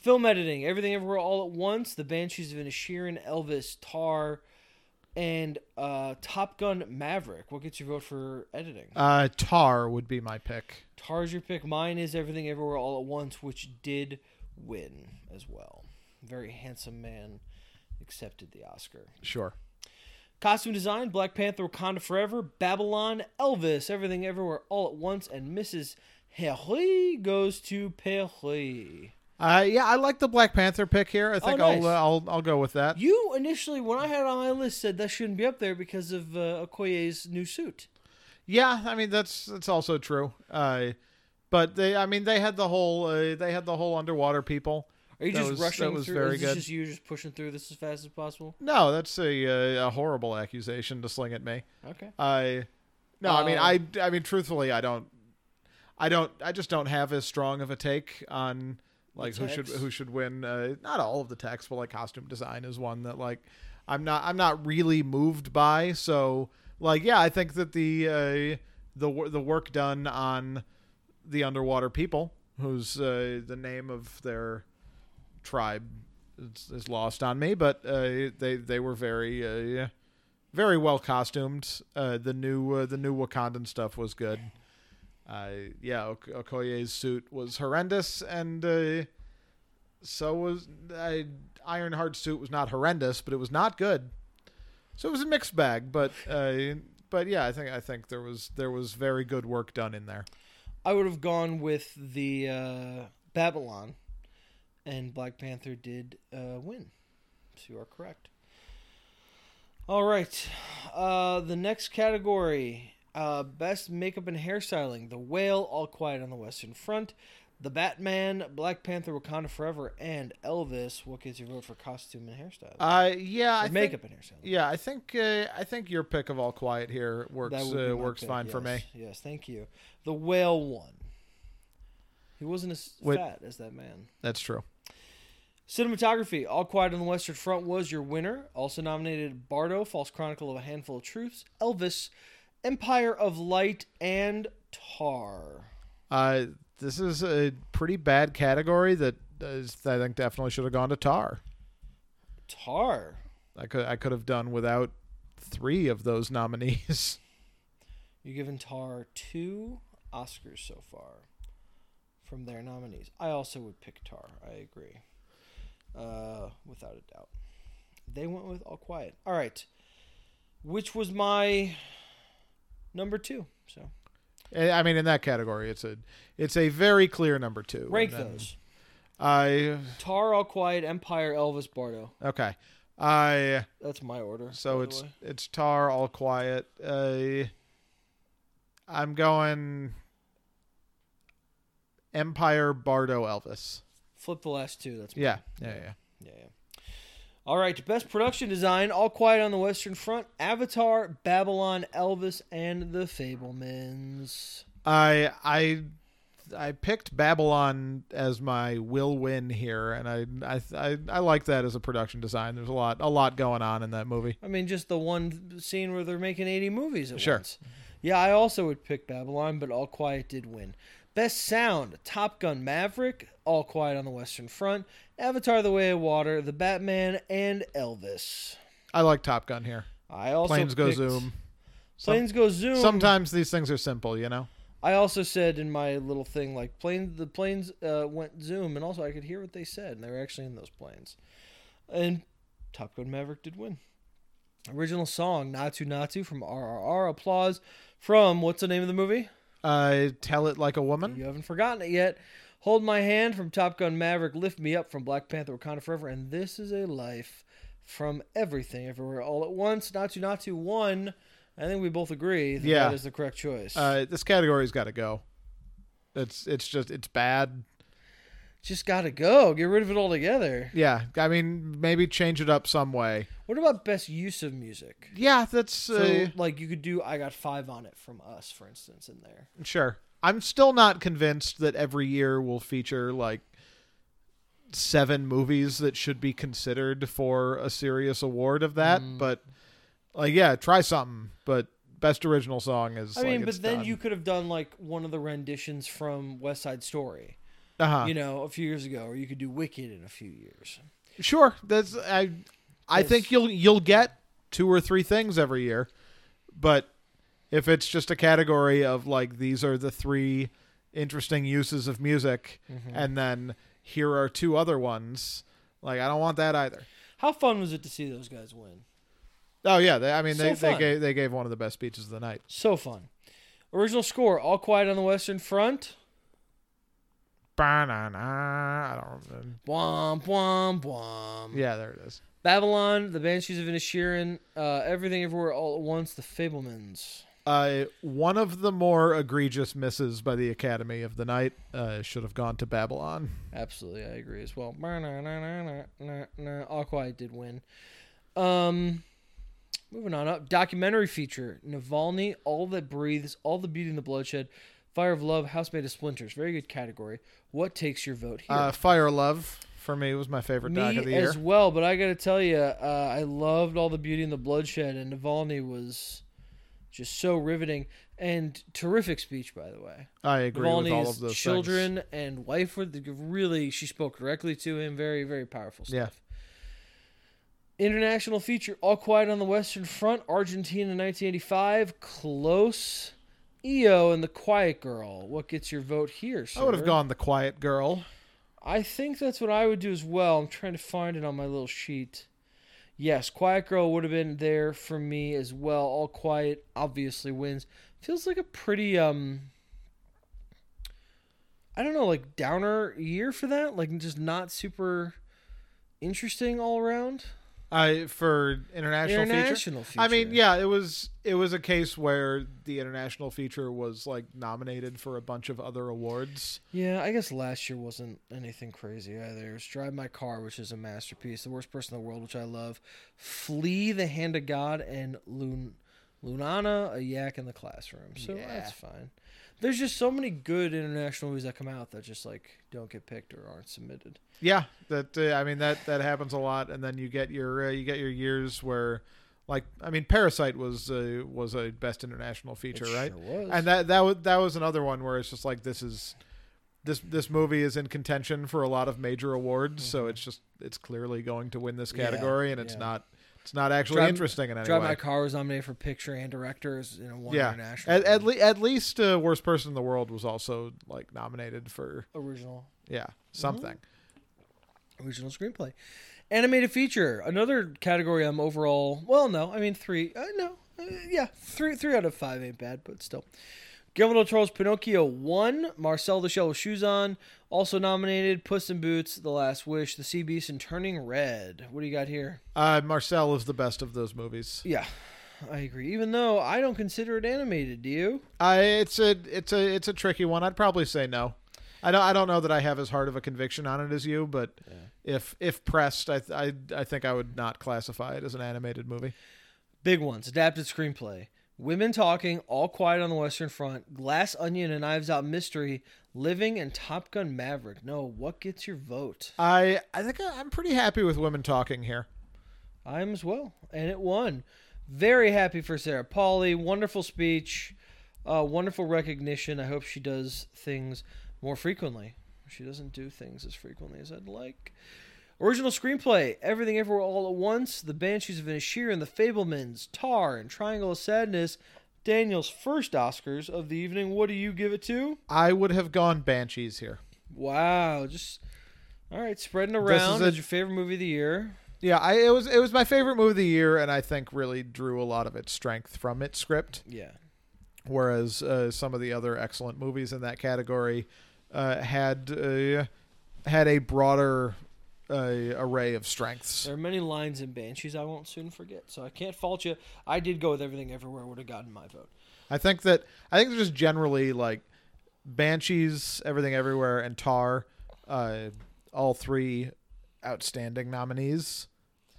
Film editing, Everything Everywhere All at Once, The Banshees of Inisherin, Elvis, Tar, and uh, Top Gun Maverick. What gets your vote for editing? Uh, Tar would be my pick. Tar's your pick. Mine is Everything Everywhere All at Once, which did win as well. Very handsome man accepted the Oscar. Sure. Costume design, Black Panther, Wakanda Forever, Babylon, Elvis, Everything Everywhere All at Once, and Mrs. Herry goes to Perry. Uh, yeah, I like the Black Panther pick here. I think Oh, nice. I'll uh, I'll I'll go with that. You initially, when I had it on my list, said that shouldn't be up there because of uh, Okoye's new suit. Yeah, I mean that's that's also true. Uh, but they, I mean, they had the whole uh, they had the whole underwater people. Are you That just was- rushing that was through? very is this good. just you just pushing through this as fast as possible? No, that's a uh, a horrible accusation to sling at me. Okay. I no, I mean, Uh, I I mean, truthfully, I don't, I don't, I just don't have as strong of a take on like The who should text? who should win. Uh, not all of the text, but like costume design is one that like I'm not I'm not really moved by. So like yeah, I think that the uh, the wor- the work done on the underwater people, whose uh, the name of their tribe is, is lost on me, but uh, they they were very uh, very well costumed. Uh, the new uh, the new Wakandan stuff was good. Uh, yeah, Ok- Okoye's suit was horrendous, and uh, so was uh, Ironheart's suit was not horrendous, but it was not good. So it was a mixed bag, but uh, but yeah, I think I think there was there was very good work done in there. I would have gone with the uh, Babylon, and Black Panther did uh, win. So you are correct. All right, uh, the next category: uh, best makeup and hairstyling. The Whale, All Quiet on the Western Front, The Batman, Black Panther, Wakanda Forever, and Elvis. What gets your vote for costume and hairstyling? Uh, yeah, I Or think- makeup and hairstyling. Yeah, I think uh, I think your pick of all quiet here works That would be uh, my works pick, fine for me. yes. Yes, thank you. The whale won. He wasn't as Wait. fat as that man. That's true. Cinematography, All Quiet on the Western Front was your winner. Also nominated Bardo, False Chronicle of a Handful of Truths, Elvis, Empire of Light, and Tar. Uh, this is a pretty bad category that is, I think definitely should have gone to Tar. Tar. I could I could have done without three of those nominees. <laughs> You've given Tar two Oscars so far from their nominees. I also would pick Tar. I agree. Uh, without a doubt. They went with All Quiet. All right. Which was my number two. So Eh, I mean, in that category, it's a it's a very clear number two. rank And then those I Tar, All Quiet, Empire, Elvis, Bardo. okay. I That's my order. so by the it's way. it's Tar all quiet. Uh, I'm going Empire Bardo Elvis. flip the last two. That's Yeah, yeah, yeah. Yeah, yeah. All right, best production design: All Quiet on the Western Front, Avatar, Babylon, Elvis, and The Fablemans. I I I picked Babylon as my will win here, and I I I, I like that as a production design. There's a lot a lot going on in that movie. I mean, just the one scene where they're making eighty movies at Sure. once. Yeah, I also would pick Babylon, but All Quiet did win. Best sound: Top Gun: Maverick, All Quiet on the Western Front, Avatar: The Way of Water, The Batman, and Elvis. I like Top Gun here. I also Planes go picked- zoom. Some- Planes go zoom. Sometimes these things are simple, you know. I also said in my little thing like plane the planes uh, went zoom and also I could hear what they said and they were actually in those planes. And Top Gun Maverick did win. Original song Natu Natu from RRR applause from what's the name of the movie? Uh, tell it like a woman. You haven't forgotten it yet. Hold my hand from Top Gun Maverick, lift me up from Black Panther Wakanda Forever and this is a life from everything everywhere all at once. Natu Natu won. I think we both agree that, Yeah. that is the correct choice. Uh, this category's got to go. It's it's just it's bad. Just got to go. Get rid of it altogether. Yeah, I mean maybe change it up some way. What about best use of music? Yeah, that's uh, So, like, you could do I Got Five on It from Us, for instance, in there. Sure. I'm still not convinced that every year will feature like seven movies that should be considered for a serious award of that, Mm. but like yeah, try something, but best original song is I like, mean, it's but then done. you could have done, like, one of the renditions from West Side Story, uh-huh. you know, a few years ago, or you could do Wicked in a few years. Sure. That's I I Yes. think you'll you'll get two or three things every year. But if it's just a category of like these are the three interesting uses of music and then here are two other ones, like I don't want that either. How fun was it to see those guys win? Oh yeah, they, I mean So they, they fun. gave they gave one of the best speeches of the night. So fun. Original score All Quiet on the Western Front. Ba-na-na, I don't remember. Bwomp, bwomp, bwomp. Yeah, there it is. Babylon, The Banshees of Inishirin, uh, Everything Everywhere All at Once, The Fablemans. Uh, one of the more egregious misses by the Academy of the night uh, should have gone to Babylon. Absolutely, I agree as well. All Quiet did win. Um, moving on up, documentary feature: Navalny, All That Breathes, All the Beauty and the Bloodshed, Fire of Love, House Made of Splinters. Very good category. What takes your vote here? Uh, Fire Love for me was my favorite doc of the Me year. as well, but I gotta tell you, uh, I loved All the Beauty and the Bloodshed, and Navalny was just so riveting and terrific speech, by the way. I agree with all Navalny's of those children and wife were the, really she spoke directly to him. Very very powerful Yeah. stuff. International feature All Quiet on the Western Front, Argentina 1985, Close, EO, and The Quiet Girl. What gets your vote here? I would have sir? gone the quiet girl. I think that's what I would do as well. I'm trying to find it on my little sheet. Yes, Quiet Girl would have been there for me as well. All Quiet obviously wins. Feels like a pretty um I don't know, like downer year for that, like just not super interesting all around. I for international, feature. International feature. I mean, yeah, it was it was a case where the international feature was like nominated for a bunch of other awards. Yeah, I guess last year wasn't anything crazy either. It was Drive My Car, which is a masterpiece. The Worst Person in the World, which I love. Flee the Hand of God and Lun- Lunana, a yak in the classroom. So Yeah. that's fine. There's just so many good international movies that come out that just like don't get picked or aren't submitted. Yeah, that uh, I mean that that happens a lot, and then you get your uh, you get your years where, like I mean, Parasite was uh, was a best international feature, It right? sure was. And that that was that was another one where it's just like this is this this movie is in contention for a lot of major awards, so it's just it's clearly going to win this Mm-hmm. Yeah, category, and it's yeah. not it's not actually Drive- interesting in any Drive way. My Car was nominated for picture and directors in a one yeah, international. at at, le- at least uh, worst person in the world was also like nominated for original yeah something. original screenplay animated feature another category i'm overall well no i mean three uh, no uh, yeah three three out of five ain't bad but still Guillermo del Toro's Pinocchio won. Marcel the Shell with Shoes on also nominated. Puss in Boots, The Last Wish, The Sea Beast, and Turning Red. What do you got here? Uh, Marcel is the best of those movies. Yeah, I agree. Even though I don't consider it animated, do you? Uh, it's a it's a it's a tricky one. I'd probably say no. I don't I don't know that I have as hard of a conviction on it as you, but if if pressed, I, th- I I think I would not classify it as an animated movie. Big ones. Adapted screenplay. Women Talking, All Quiet on the Western Front, Glass Onion and Knives Out Mystery, Living and Top Gun Maverick. No, what gets your vote? I I think I, I'm pretty happy with women talking here. I'm as well. And it won. Very happy for Sarah Pauly. Wonderful speech. Uh, wonderful recognition. I hope she does things more frequently. She doesn't do things as frequently as I'd like. Original screenplay Everything Everywhere All at Once, The Banshees of Inisherin, The Fablemans, Tar, and Triangle of Sadness. Daniel's first Oscars of the evening. What do you give it to? I would have gone Banshees here. Wow. Just, all right, spreading This is around a- as your favorite movie of the year. Yeah, I it was it was my favorite movie of the year, and I think really drew a lot of its strength from its script. Yeah. Whereas uh, some of the other excellent movies in that category uh, had uh, had a broader uh, array of strengths. There are many lines in Banshees I won't soon forget, so I can't fault you. I did go with everything everywhere would have gotten my vote. I think that I think just generally like Banshees, Everything Everywhere, and Tar, uh, all three outstanding nominees,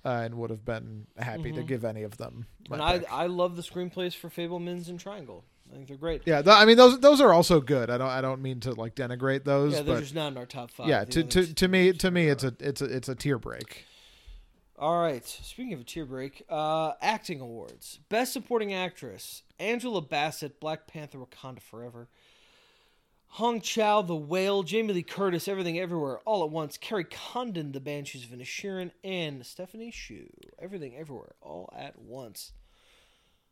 uh, and would have been happy to give any of them. my Mm-hmm. and I, pick. I love the screenplays for Fablemans and Triangle. I think they're great. yeah, th- I mean those those are also good. I don't I don't mean to like denigrate those, Yeah, they're but just not in our top five. yeah, The to, other to two- to me to me it's a it's a it's a tear break. All right. Speaking of a tear break, uh, acting awards: Best Supporting Actress, Angela Bassett, Black Panther: Wakanda Forever. Hong Chow, The Whale, Jamie Lee Curtis, Everything Everywhere, All at Once, Carrie Condon, The Banshees of Inisherin, and Stephanie Shu, Everything Everywhere, All at Once.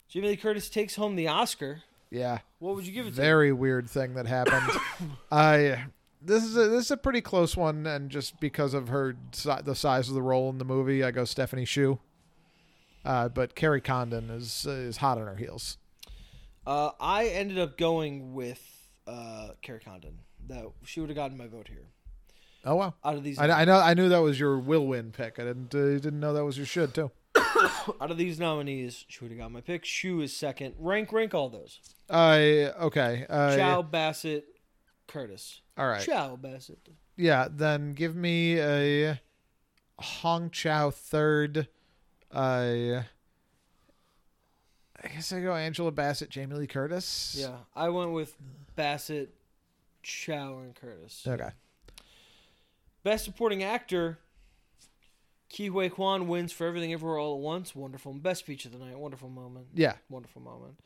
Jamie Lee Curtis takes home the Oscar. Yeah. What would you give it to? very weird thing that happened. I this is a, this is a pretty close one, and just because of her si- the size of the role in the movie, I go Stephanie Shu. Uh, but Carrie Condon is is hot on her heels. Uh, I ended up going with uh, Carrie Condon. That she would have gotten my vote here. Oh wow! Out of these, I, I know I knew that was your will win pick. I didn't uh, didn't know that was your should too. out of these nominees, she would have got my pick. Shu is second. Rank, rank all those. I okay. Uh, Chow, Bassett, Curtis. All right. Chow, Bassett. Yeah. Then give me a Hong Chow third. I I guess I go Angela Bassett, Jamie Lee Curtis. Yeah, I went with Bassett, Chow, and Curtis. Okay. Best Supporting Actor, Ki Hui Kwan wins for Everything Everywhere All at Once. Wonderful. Best speech of the night. Wonderful moment. Yeah. Wonderful moment.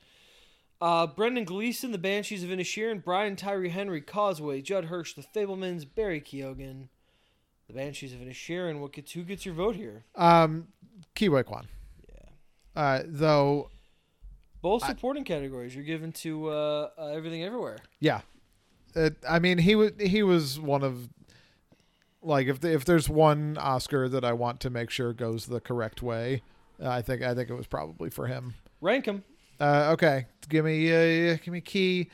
Uh, Brendan Gleeson, The Banshees of Inisherin, Brian Tyree Henry, Causeway, Judd Hirsch, The Fablemans, Barry Keoghan, The Banshees of Inisherin. What gets who gets your vote here? Um, Kiwi Kwan. Yeah. Uh, though, Both supporting categories you're given to uh, uh, everything everywhere. yeah, Uh I mean, he was he was one of like if the, if there's one Oscar that I want to make sure goes the correct way, uh, I think I think it was probably for him. Rank them. Uh, okay, give me uh, give me key.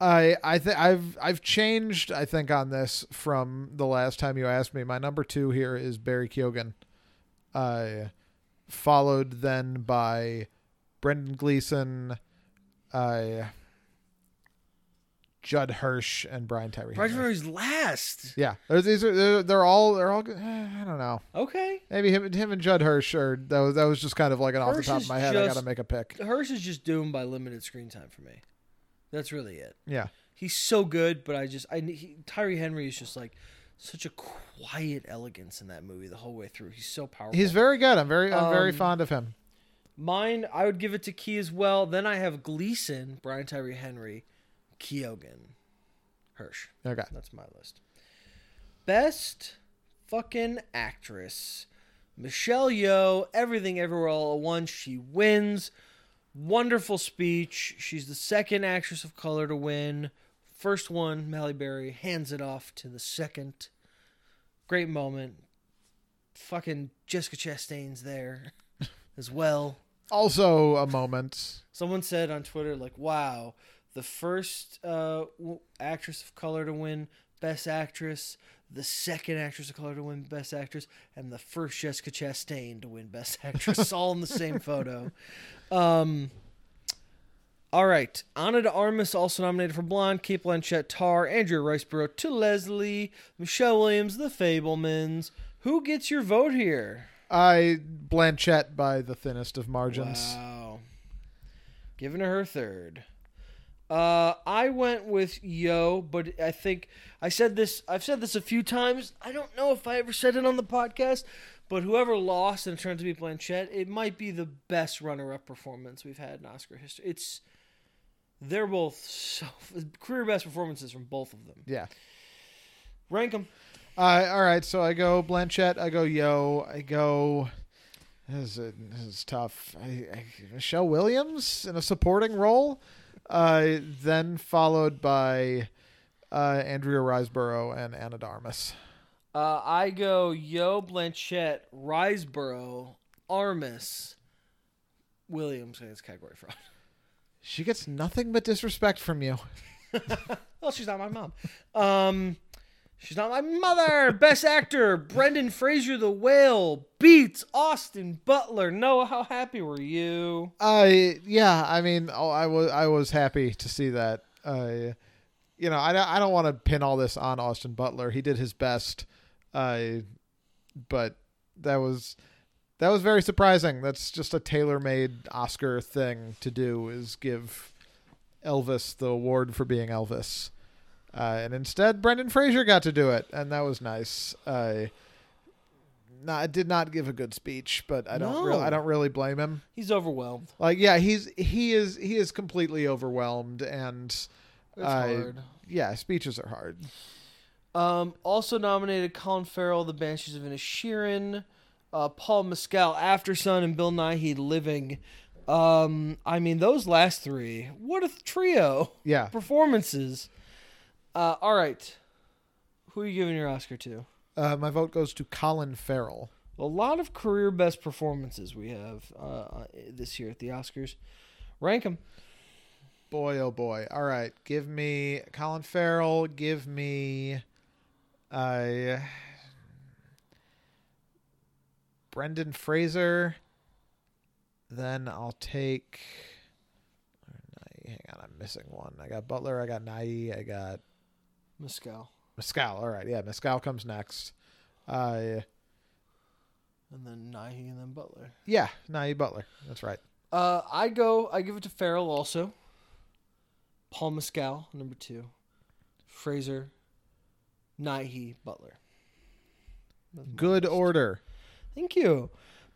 I I think I've I've changed I think on this from the last time you asked me. My number two here is Barry Keoghan, uh, followed then by Brendan Gleeson, uh, Judd Hirsch, and Brian Tyree. Brian Henry. Ferry's last. Yeah, They're- these are they're, they're all they're all. good. Eh, I don't know. Okay. Maybe him him and Judd Hirsch are that was, that was just kind of like an off Hirsch the top is of my head. I just- got to make a pick. Hirsch is just doomed by limited screen time for me. That's really it. Yeah. He's so good, but I just I he, Tyree Henry is just like such a quiet elegance in that movie the whole way through. He's so powerful. He's very good. I'm very I'm very Um, fond of him. Mine, I would give it to Key as well. Then I have Gleason, Brian Tyree Henry, Keoghan, Hirsch. Okay. That's my list. Best fucking actress. Michelle Yeoh, Everything Everywhere All at Once. She wins. Wonderful speech. She's the second actress of color to win. First one, Halle Berry hands it off to the second. Great moment. Fucking Jessica Chastain's there as well. Also a moment. Someone said on Twitter, like, wow, the first uh, w- actress of color to win Best Actress, the second actress of color to win Best Actress, and the first Jessica Chastain to win Best <laughs> Actress, all in the same photo. Um, all right. Anna de Armas, also nominated for Blonde, Kate Blanchett, Tar, Andrea Riceborough, to Leslie, Michelle Williams, The Fablemans. Who gets your vote here? I Blanchett by the thinnest of margins. Wow. Giving her her third. Uh, I went with Yo, but I think I said this. I've said this a few times. I don't know if I ever said it on the podcast, but whoever lost and it turned to be Blanchett, it might be the best runner-up performance we've had in Oscar history. It's they're both so <laughs> career best performances from both of them. Yeah. Rank them. Uh, all right. So I go Blanchett. I go Yo. I go. This is, this is tough. I, I, Michelle Williams in a supporting role, uh, then followed by uh, Andrea Riseborough and Anna Darmus. Uh, I go Yo Blanchett, Riseborough, Armis, Williams. I think it's category fraud. She gets nothing but disrespect from you. Well, she's not my mom. Um, she's not my mother. Best actor, Brendan Fraser, The Whale, beats Austin Butler. Noah, how happy were you? I yeah, I mean, oh, I was I was happy to see that. Uh, you know, I don't- I don't want to pin all this on Austin Butler. He did his best, uh, but that was that was very surprising. That's just a tailor-made Oscar thing to do is give Elvis the award for being Elvis, uh, and instead Brendan Fraser got to do it, and that was nice. Uh, no, I did not give a good speech, but I don't. No. Really, I don't really blame him He's overwhelmed. like yeah he's he is he is completely overwhelmed and That's I- hard. yeah speeches are hard Um, also nominated Colin Farrell, The Banshees of Inisherin, uh, Paul Mescal, After Sun, and Bill Nighy, Living. Um, I mean, those last three, what a trio yeah performances. Uh, all right, who are you giving your Oscar to? uh, my vote goes to colin farrell a lot of career best performances we have uh, this year at the Oscars. Rank them. boy oh boy all right give me colin farrell give me uh brendan fraser then i'll take hang on i'm missing one i got butler i got nye i got Mescal. mescal all right yeah mescal comes next uh And then Nighy and then Butler. Yeah, Nye Butler. That's right. Uh, I go, I give it to Farrell also. Paul Mescal, number two. Fraser, Nighy, Butler. Good order. Thank you.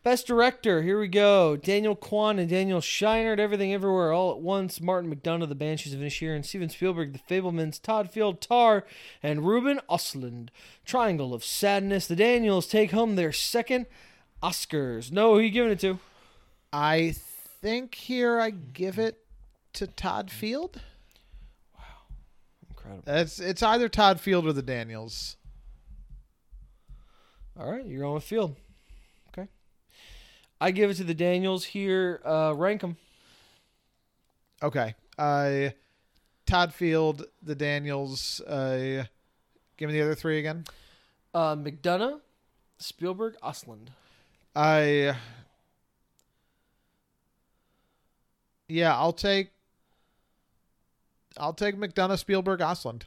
Best director, here we go. Daniel Kwan and Daniel Scheinert, Everything Everywhere All at Once, Martin McDonough, The Banshees of Inisherin, Steven Spielberg, The Fablemans, Todd Field, Tar, and Ruben Ostlund. Triangle of Sadness. The Daniels take home their second Oscars. No, who you giving it to? I think here I give it to Todd Field. Incredible. It's it's either Todd Field or the Daniels. All right, you're on with Field. Okay. I give it to the Daniels here. Uh, rank them. Okay. Uh, Todd Field, the Daniels. Uh, give me the other three again. Uh, McDonough, Spielberg, Ostlund. I. Yeah, I'll take. I'll take McDonough, Spielberg, Osland.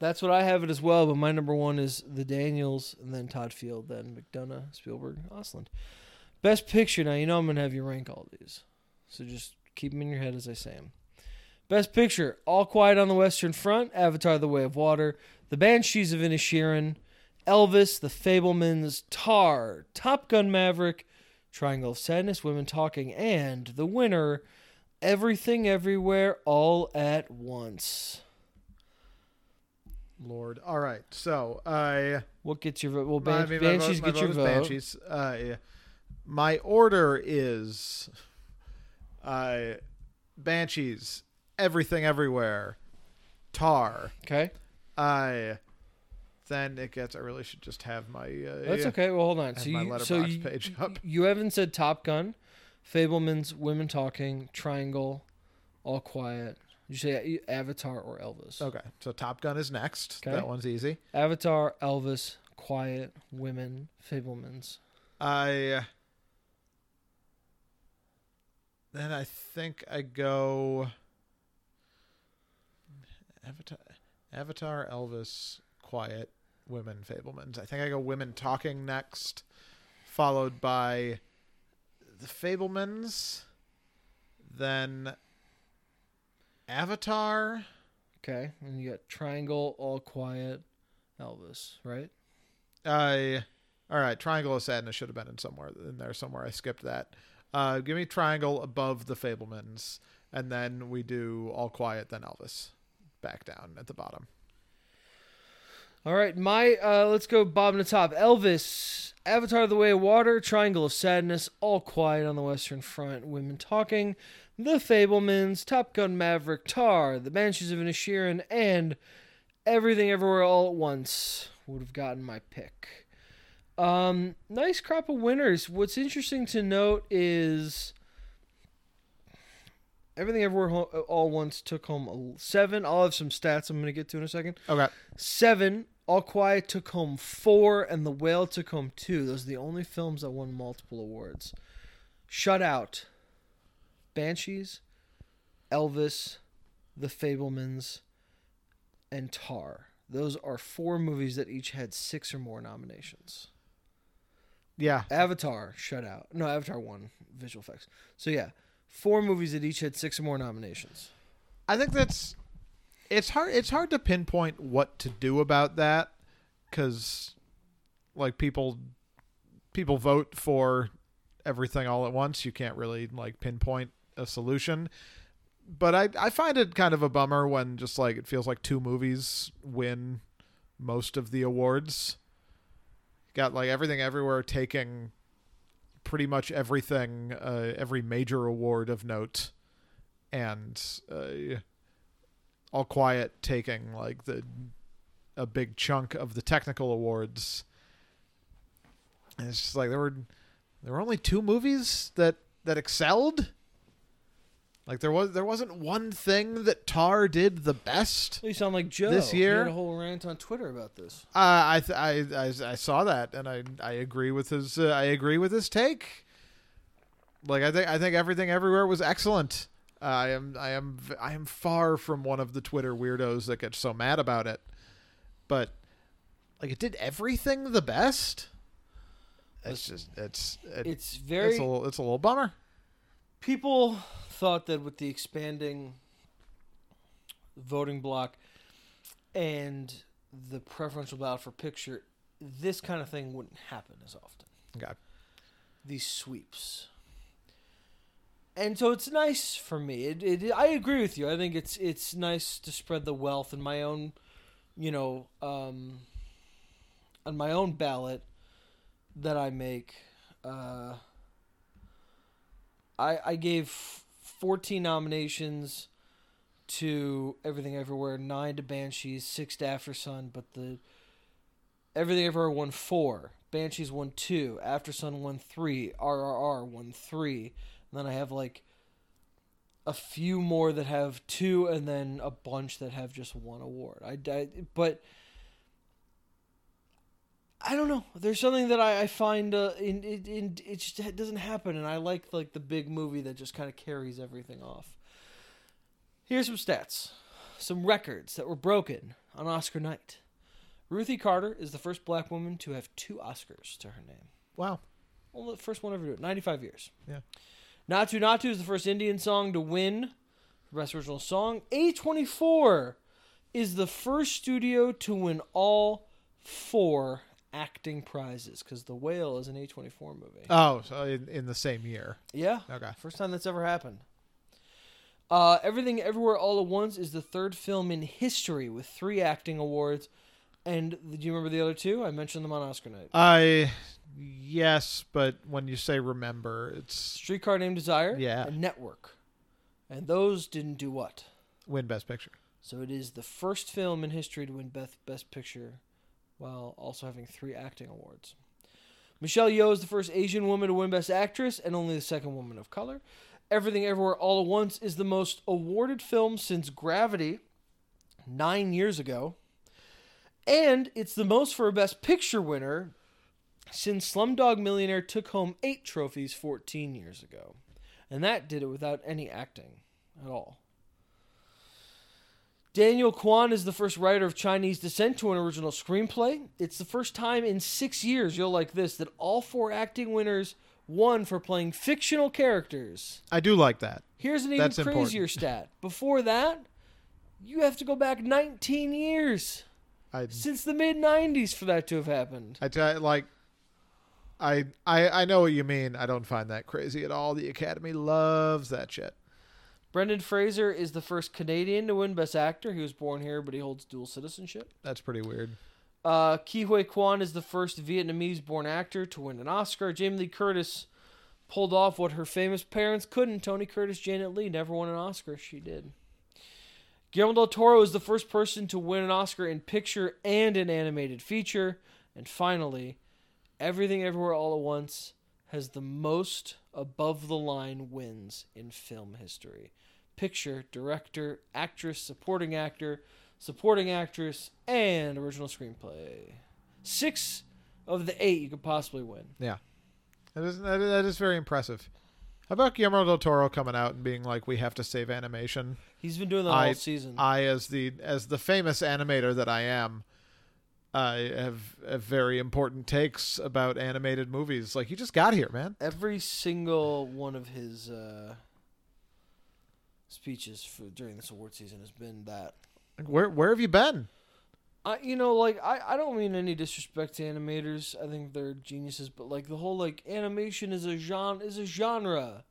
That's what I have it as well, but my number one is the Daniels and then Todd Field, then McDonough, Spielberg, Osland. Best picture. Now, you know I'm going to have you rank all these. So just keep them in your head as I say them. Best picture All Quiet on the Western Front, Avatar The Way of Water, The Banshees of Inishirin, Elvis, The Fablemans, Tar, Top Gun Maverick, Triangle of Sadness, Women Talking, and the winner, Everything Everywhere All at Once. Lord. All right. So, uh, What gets your vote? Well, my- I Ban- mean, my vote- Banshees my get your is vote. Banshees. Uh, my order is uh, Banshees, Everything Everywhere, Tar. Okay. I then it gets. I really should just have my. Uh, That's okay. Well, hold on. Have So my you, so Letterboxd you, page up. you haven't said Top Gun, Fableman's Women Talking, Triangle, All Quiet. You say Avatar or Elvis. Okay, so Top Gun is next. Okay. That one's easy. Avatar, Elvis, Quiet, Women, Fableman's. I then I think I go Avatar, Avatar, Elvis, Quiet, Women, Fablemans. I think I go Women Talking next, followed by the Fablemans, then Avatar. Okay, and you got Triangle, All Quiet, Elvis. Right? I all right. Triangle of Sadness should have been in somewhere in there somewhere. I skipped that. Uh, give me Triangle above the Fablemans, and then we do All Quiet, then Elvis, back down at the bottom. All right, my uh, let's go Bob to top. Elvis, Avatar: The Way of Water, Triangle of Sadness, All Quiet on the Western Front, Women Talking, The Fablemans, Top Gun: Maverick, Tar, The Banshees of Inisherin, and Everything Everywhere All at Once would have gotten my pick. Um, nice crop of winners. What's interesting to note is Everything Everywhere Ho- All at Once took home a seven. I'll have some stats I'm going to get to in a second Okay. seven. All Quiet took home four, and The Whale took home two. Those are the only films that won multiple awards. Shutout, Banshees, Elvis, The Fablemans, and Tar. Those are four movies that each had six or more nominations. Yeah. Avatar, Shutout. No, Avatar won visual effects. So yeah, four movies that each had six or more nominations. I think that's it's hard it's hard to pinpoint what to do about that cuz like people people vote for everything all at once you can't really like pinpoint a solution but I I find it kind of a bummer when just like it feels like two movies win most of the awards got like everything everywhere taking pretty much everything uh, every major award of note and uh, all quiet taking like the a big chunk of the technical awards and it's just like there were there were only two movies that that excelled like there was there wasn't one thing that tar did the best You sound like Joe. This He had year? a whole rant on Twitter about this. Uh, I, th- I I I saw that, and I I agree with his uh, I agree with his take. Like I think I think everything everywhere was excellent. Uh, I am I am v- I am far from one of the Twitter weirdos that get so mad about it, but like it did everything the best. It's just it's it, it's It's very a little, it's a little bummer. people thought that with the expanding voting block and the preferential ballot for picture, this kind of thing wouldn't happen as often. Okay. these sweeps. And so it's nice for me. It, it, I agree with you. I think it's it's nice to spread the wealth in my own, you know, um, on my own ballot that I make. Uh, I I gave fourteen nominations to Everything Everywhere, nine to Banshees, six to After Sun, but the Everything Everywhere won four. Banshees won two. After Sun won three. RRR won three. And then I have like a few more that have two, and then a bunch that have just one award. I, I but I don't know. There's something that I, I find uh, in, in, in it just it doesn't happen, and I like like the big movie that just kind of carries everything off. Here's some stats, some records that were broken on Oscar night. Ruthie Carter is the first black woman to have two Oscars to her name. Wow. Well, the first one ever to do it. 95 years. Yeah. Natu Natu is the first Indian song to win Best Original Song. A24 is the first studio to win all four acting prizes because The Whale is an A24 movie. Oh, so in, in the same year. yeah. Okay. First time that's ever happened. Uh, Everything Everywhere All at Once is the third film in history with three acting awards. And do you remember the other two? I mentioned them on Oscar night. I yes, but when you say remember, it's Streetcar Named Desire Yeah. and Network. And those didn't do what? win best picture. So it is the first film in history to win Best Best Picture while also having three acting awards. Michelle Yeoh is the first Asian woman to win Best Actress and only the second woman of color. Everything Everywhere All at Once is the most awarded film since Gravity 9 years ago. And it's the most for a Best Picture winner since Slumdog Millionaire took home 8 trophies 14 years ago. And that did it without any acting at all. Daniel Kwan is the first writer of Chinese descent to an original screenplay. It's the first time in six years, you'll like this, that all four acting winners won for playing fictional characters. I do like that. Here's an even That's important. crazier stat. Before that, you have to go back 19 years I since the mid 90s for that to have happened. I tell like I I I know what you mean. I don't find that crazy at all. The Academy loves that shit. Brendan Fraser is the first Canadian to win Best Actor. He was born here, but he holds dual citizenship. That's pretty weird. Uh, Ki Huy Quan is the first Vietnamese born actor to win an Oscar. Jamie Lee Curtis pulled off what her famous parents couldn't. Tony Curtis, Janet Lee never won an Oscar. She did. Guillermo del Toro is the first person to win an Oscar in picture and an animated feature. And finally, Everything Everywhere All at Once has the most above the line wins in film history picture, director, actress, supporting actor, supporting actress, and original screenplay. Six of the eight you could possibly win. That is that is, that is very impressive. How about Guillermo del Toro coming out and being like, "We have to save animation." He's been doing that I- all season. I, as the as the famous animator that I am, I have, have very important takes about animated movies. Like you just got here, man. Every single one of his uh, speeches for during this award season has been that. Like, where where have you been? I, you know, like I, I don't mean any disrespect to animators. I think they're geniuses, but like the whole like animation is a genre is a genre.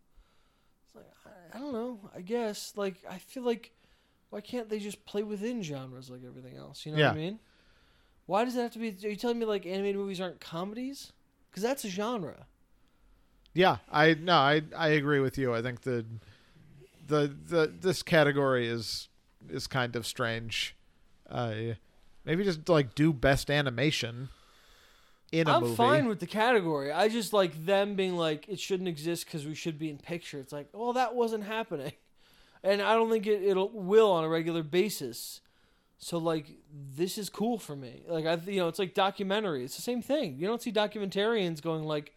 It's like I, I don't know. I guess like I feel like why can't they just play within genres like everything else? You know Yeah. what I mean? Why does it have to be? Are you telling me like animated movies aren't comedies? Because that's a genre. Yeah, I no, I I agree with you. I think the the the this category is is kind of strange. Uh, maybe just like do best animation in a I'm movie. fine with the category. I just like them being like it shouldn't exist because we should be in picture. It's like, well, that wasn't happening, <laughs> and I don't think it it'll will on a regular basis. So like this is cool for me. Like I you know it's like documentary. It's the same thing. You don't see documentarians going like,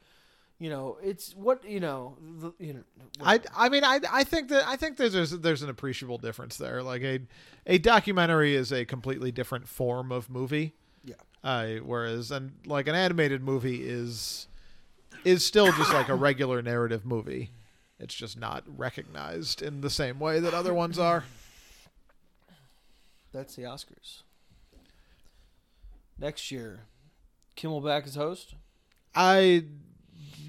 you know, it's what you know, the, you know. I, whatever. I mean I, I think that I think there's there's, there's an appreciable difference there. Like a a documentary is a completely different form of movie. Yeah. Uh, whereas and like an animated movie is is still just like a regular narrative movie. It's just not recognized in the same way that other ones are. that's the Oscars. Next year, Kimmel back as host. I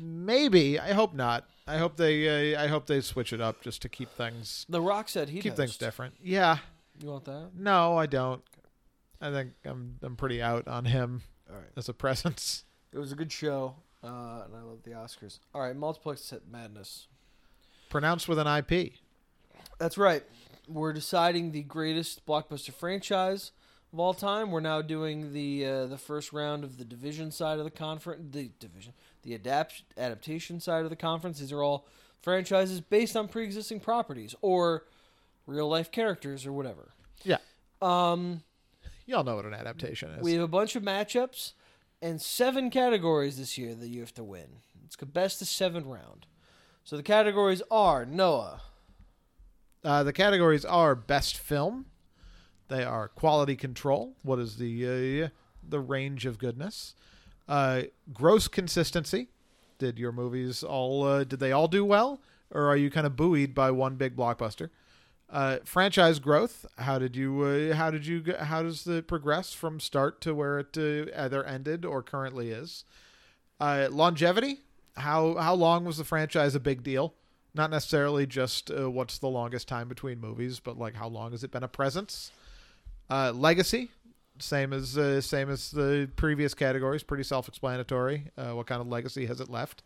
Maybe. I hope not. I hope they. Uh, I hope they switch it up just to keep things The Rock said he keep things does. different. Yeah. You want that? No, I don't. I think I'm I'm pretty out on him All right. as a presence. <laughs> It was a good show, uh, and I love the Oscars. All right, multiplex hit madness. Pronounced with an IP. That's right. We're deciding the greatest blockbuster franchise of all time. We're now doing the uh, the first round of the division side of the conference. The division, the adapt adaptation side of the conference. These are all franchises based on pre-existing properties or real life characters or whatever. Yeah. Um, Y'all know what an adaptation is. we have a bunch of matchups and seven categories this year that you have to win. It's the best of seven round. So the categories are Noah, Uh, the categories are best film. They are quality control. What is the uh, the range of goodness? Uh, gross consistency. Did your movies all? Uh, did they all do well, or are you kind of buoyed by one big blockbuster? Uh, franchise growth. How did you? Uh, how did you? How does the progress from start to where it uh, either ended or currently is? Uh, longevity. How how long was the franchise a big deal? Not necessarily just uh, what's the longest time between movies, but like how long has it been a presence? Uh, legacy, same as uh, same as the previous categories, pretty self-explanatory. Uh, what kind of legacy has it left?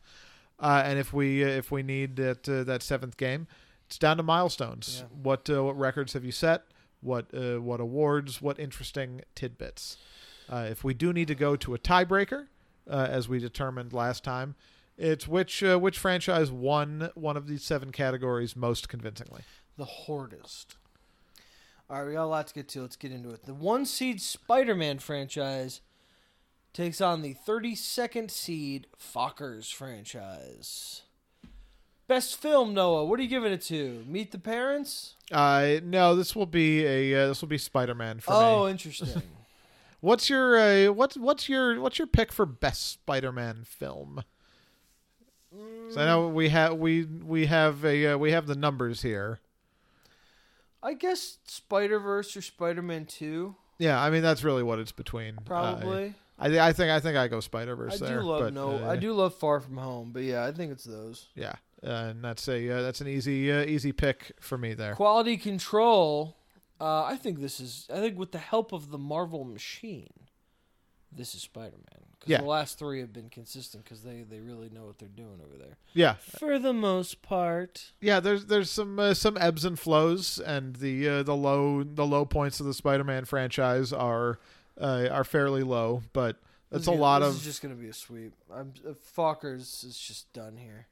Uh, and if we uh, if we need that uh, that seventh game, it's down to milestones. Yeah. What uh, what records have you set? What uh, what awards? What interesting tidbits? Uh, if we do need to go to a tiebreaker, uh, as we determined last time, it's which uh, which franchise won one of these seven categories most convincingly. the hordest. All right, we got a lot to get to. Let's get into it. The one seed Spider Man franchise takes on the 32nd seed Fockers franchise. Best film, Noah. What are you giving it to? Meet the Parents? Uh, no, this will be a uh, this will be Spider Man for oh, me. interesting. <laughs> What's your uh, what's what's your what's your pick for best Spider Man film? Mm. So I know we have we we have a uh, we have the numbers here. I guess Spider Verse or Spider Man 2, Yeah, I mean that's really what it's between. Uh, probably. I thi- I think I think I go Spider Verse. I do there, love but, no. uh, I do love Far From Home, but yeah, I think it's those. Yeah, uh, and that's a uh, that's an easy uh, easy pick for me there. Quality Control. Uh, I think this is. I think with the help of the Marvel machine, this is Spider Man. Because Yeah. the last three have been consistent because they they really know what they're doing over there. Yeah, For the most part, yeah. There's there's some uh, some ebbs and flows, and the uh, the low the low points of the Spider-Man franchise are uh, are fairly low, but that's This a is- lot this of Is just gonna be a sweep. I'm uh, Fockers is just done here.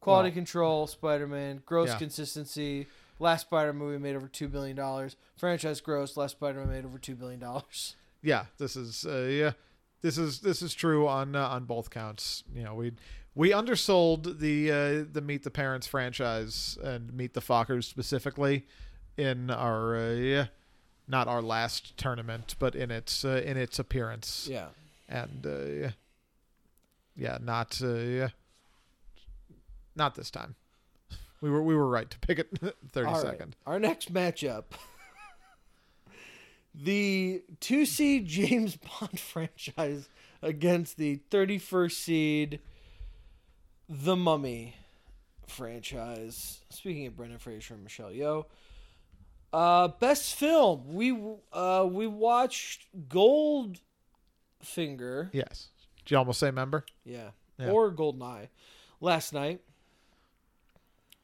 Quality Well- Control, Spider Man, gross Yeah. consistency. Last Spider movie made over two billion dollars. Franchise gross. Last Spider Man made over two billion dollars. <laughs> yeah. This is uh, yeah. This is this is true on uh, on both counts. You know we we undersold the uh, the Meet the Parents franchise and Meet the Fockers specifically in our uh, yeah, not our last tournament, but in its uh, in its appearance. Yeah. and uh, yeah, not uh, not this time. We were we were right to pick it <laughs> thirty All second. right. Our next matchup. <laughs> the 2 seed James Bond <laughs> franchise against the 31st seed The Mummy franchise. Speaking of Brendan Fraser and Michelle Yeoh, uh, best film. We uh, we watched Goldfinger. Yes, did you almost say member? Yeah. Yeah. Or Goldeneye last night.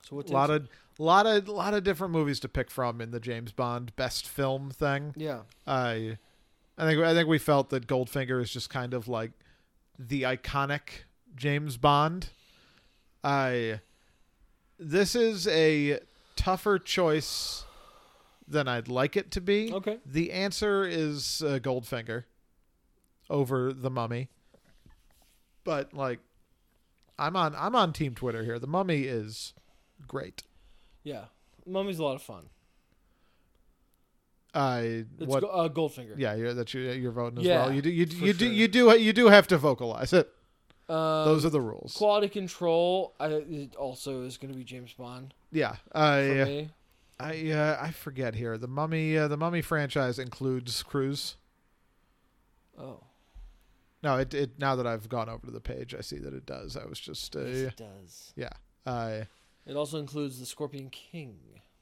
So what A lot takes- of lot of lot of different movies to pick from in the James Bond best film thing. yeah. I I think I think we felt that Goldfinger is just kind of like the iconic James Bond. I this is a tougher choice than I'd like it to be. Okay. The answer is uh, Goldfinger over the Mummy. But like I'm on I'm on team Twitter here. The Mummy is great. Yeah. Mummy's a lot of fun. I It's what Go- uh, Goldfinger. Yeah, you're, that's your you're voting as Yeah, well. You do you, do- for you do sure. you do you do have to vocalize it. Um, Those are the rules. quality control. I, it also is going to be James Bond yeah, for I me. I uh, I forget here. The Mummy uh, the Mummy franchise includes Cruise. Oh, No, it, it now that I've gone over to the page, I see that it does. I was just uh, Yes, it does. yeah. Uh, It also includes the Scorpion King.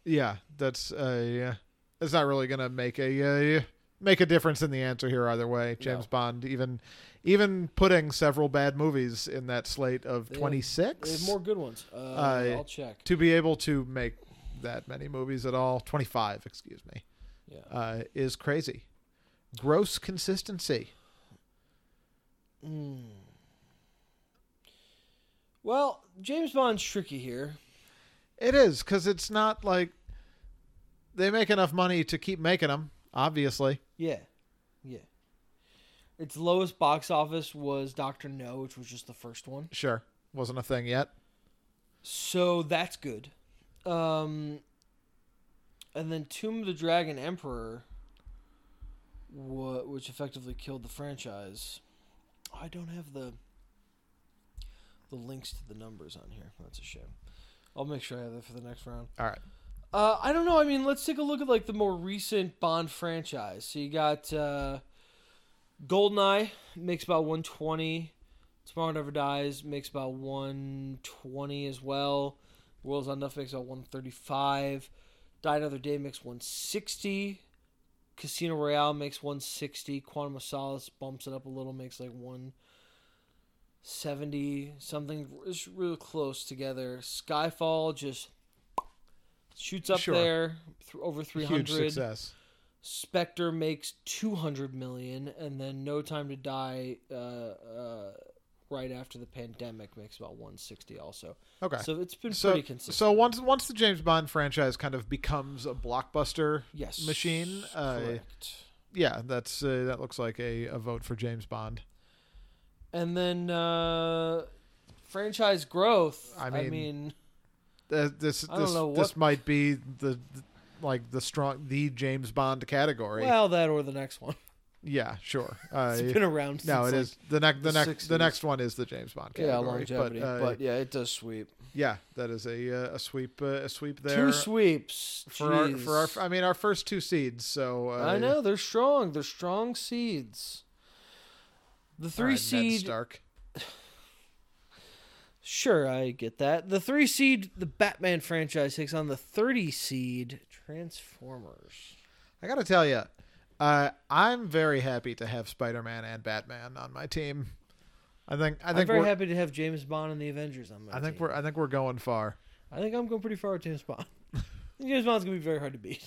yeah, that's uh yeah. It's not really going to make a uh, make a difference in the answer here either way. James No. Bond even even putting several bad movies in that slate of They have- They have 26 more good ones. Uh, Uh, I'll check. to be able to make that many movies at all, 25, excuse me, Yeah. uh, is crazy. Gross consistency. Mm. Well, James Bond's tricky here. It is because it's not like they make enough money to keep making them. Obviously, Yeah. Yeah. Its lowest box office was Doctor No, which was just the first one. sure, wasn't a thing yet. So that's good. Um and then Tomb of the Dragon Emperor wha- which effectively killed the franchise. Oh, I don't have the the links to the numbers on here. That's a shame. I'll make sure I have that for the next round. All right, Uh, I don't know. I mean, let's take a look at like the more recent Bond franchise. So you got uh, Goldeneye makes about 120. Tomorrow Never Dies makes about 120 as well. World's Enough makes about 135. Die Another Day makes 160. Casino Royale makes 160. Quantum of Solace bumps it up a little, makes like 170. Something is real close together. Skyfall just shoots up Sure. there, th- over huge 300. success. Spectre makes 200 million, and then No Time to Die, uh, uh, right after the pandemic, makes about 160 also. Okay, so So it's been so, pretty consistent. once once the James Bond franchise kind of becomes a blockbuster, yes, machine, uh, correct. yeah, that's uh, that looks like a, a vote for James Bond. And then uh, franchise growth. I I mean, mean, Uh, this I don't this know this what- might be the, the like the strong the James Bond category. well, that or the next one. <laughs> yeah, sure. It's Uh, been around. no, since like, it is the next the the next the 60s. next one is the James Bond Yeah, category. longevity, but, uh, yeah, it does sweep. Yeah, that is a uh, a sweep uh, a sweep there Two sweeps for our, for our Jeez. I mean our first two seeds. So uh, I know they're strong. They're strong seeds. The all three right, Ned seed Stark. Sure, I get that. The three seed, the Batman franchise takes on the thirty seed Transformers. I gotta tell you, uh, I'm very happy to have Spider Man and Batman on my team. I think I I am think very we're happy to have James Bond and the Avengers on my I think team. we're I think we're going far. I think I'm going pretty far with James <laughs> Bond. <laughs> James Bond's gonna be very hard to beat.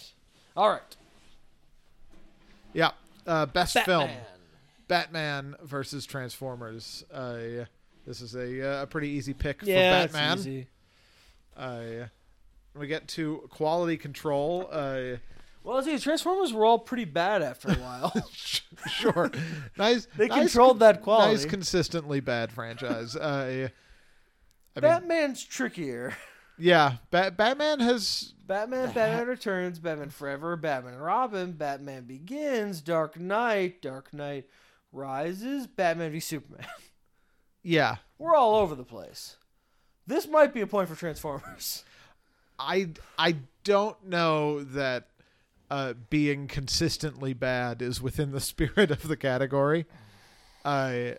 All right, Yeah, uh, best Batman. film. Batman versus Transformers. Uh, this is a uh, a pretty easy pick Yeah, for Batman. It's easy. Uh, we get to quality control. Uh, <laughs> Well, let's see, Transformers were all pretty bad after a while. sure, nice. they nice controlled that quality. Nice, consistently <laughs> bad franchise. Uh, I mean, Batman's trickier. yeah, Bat- Batman has Batman, Batman Returns, Batman Forever, Batman and Robin, Batman Begins, Dark Knight, Dark Knight Rises, Batman v Superman. <laughs> yeah. We're all over the place. This might be a point for Transformers. <laughs> I I don't know that uh, being consistently bad is within the <laughs> spirit of the category. I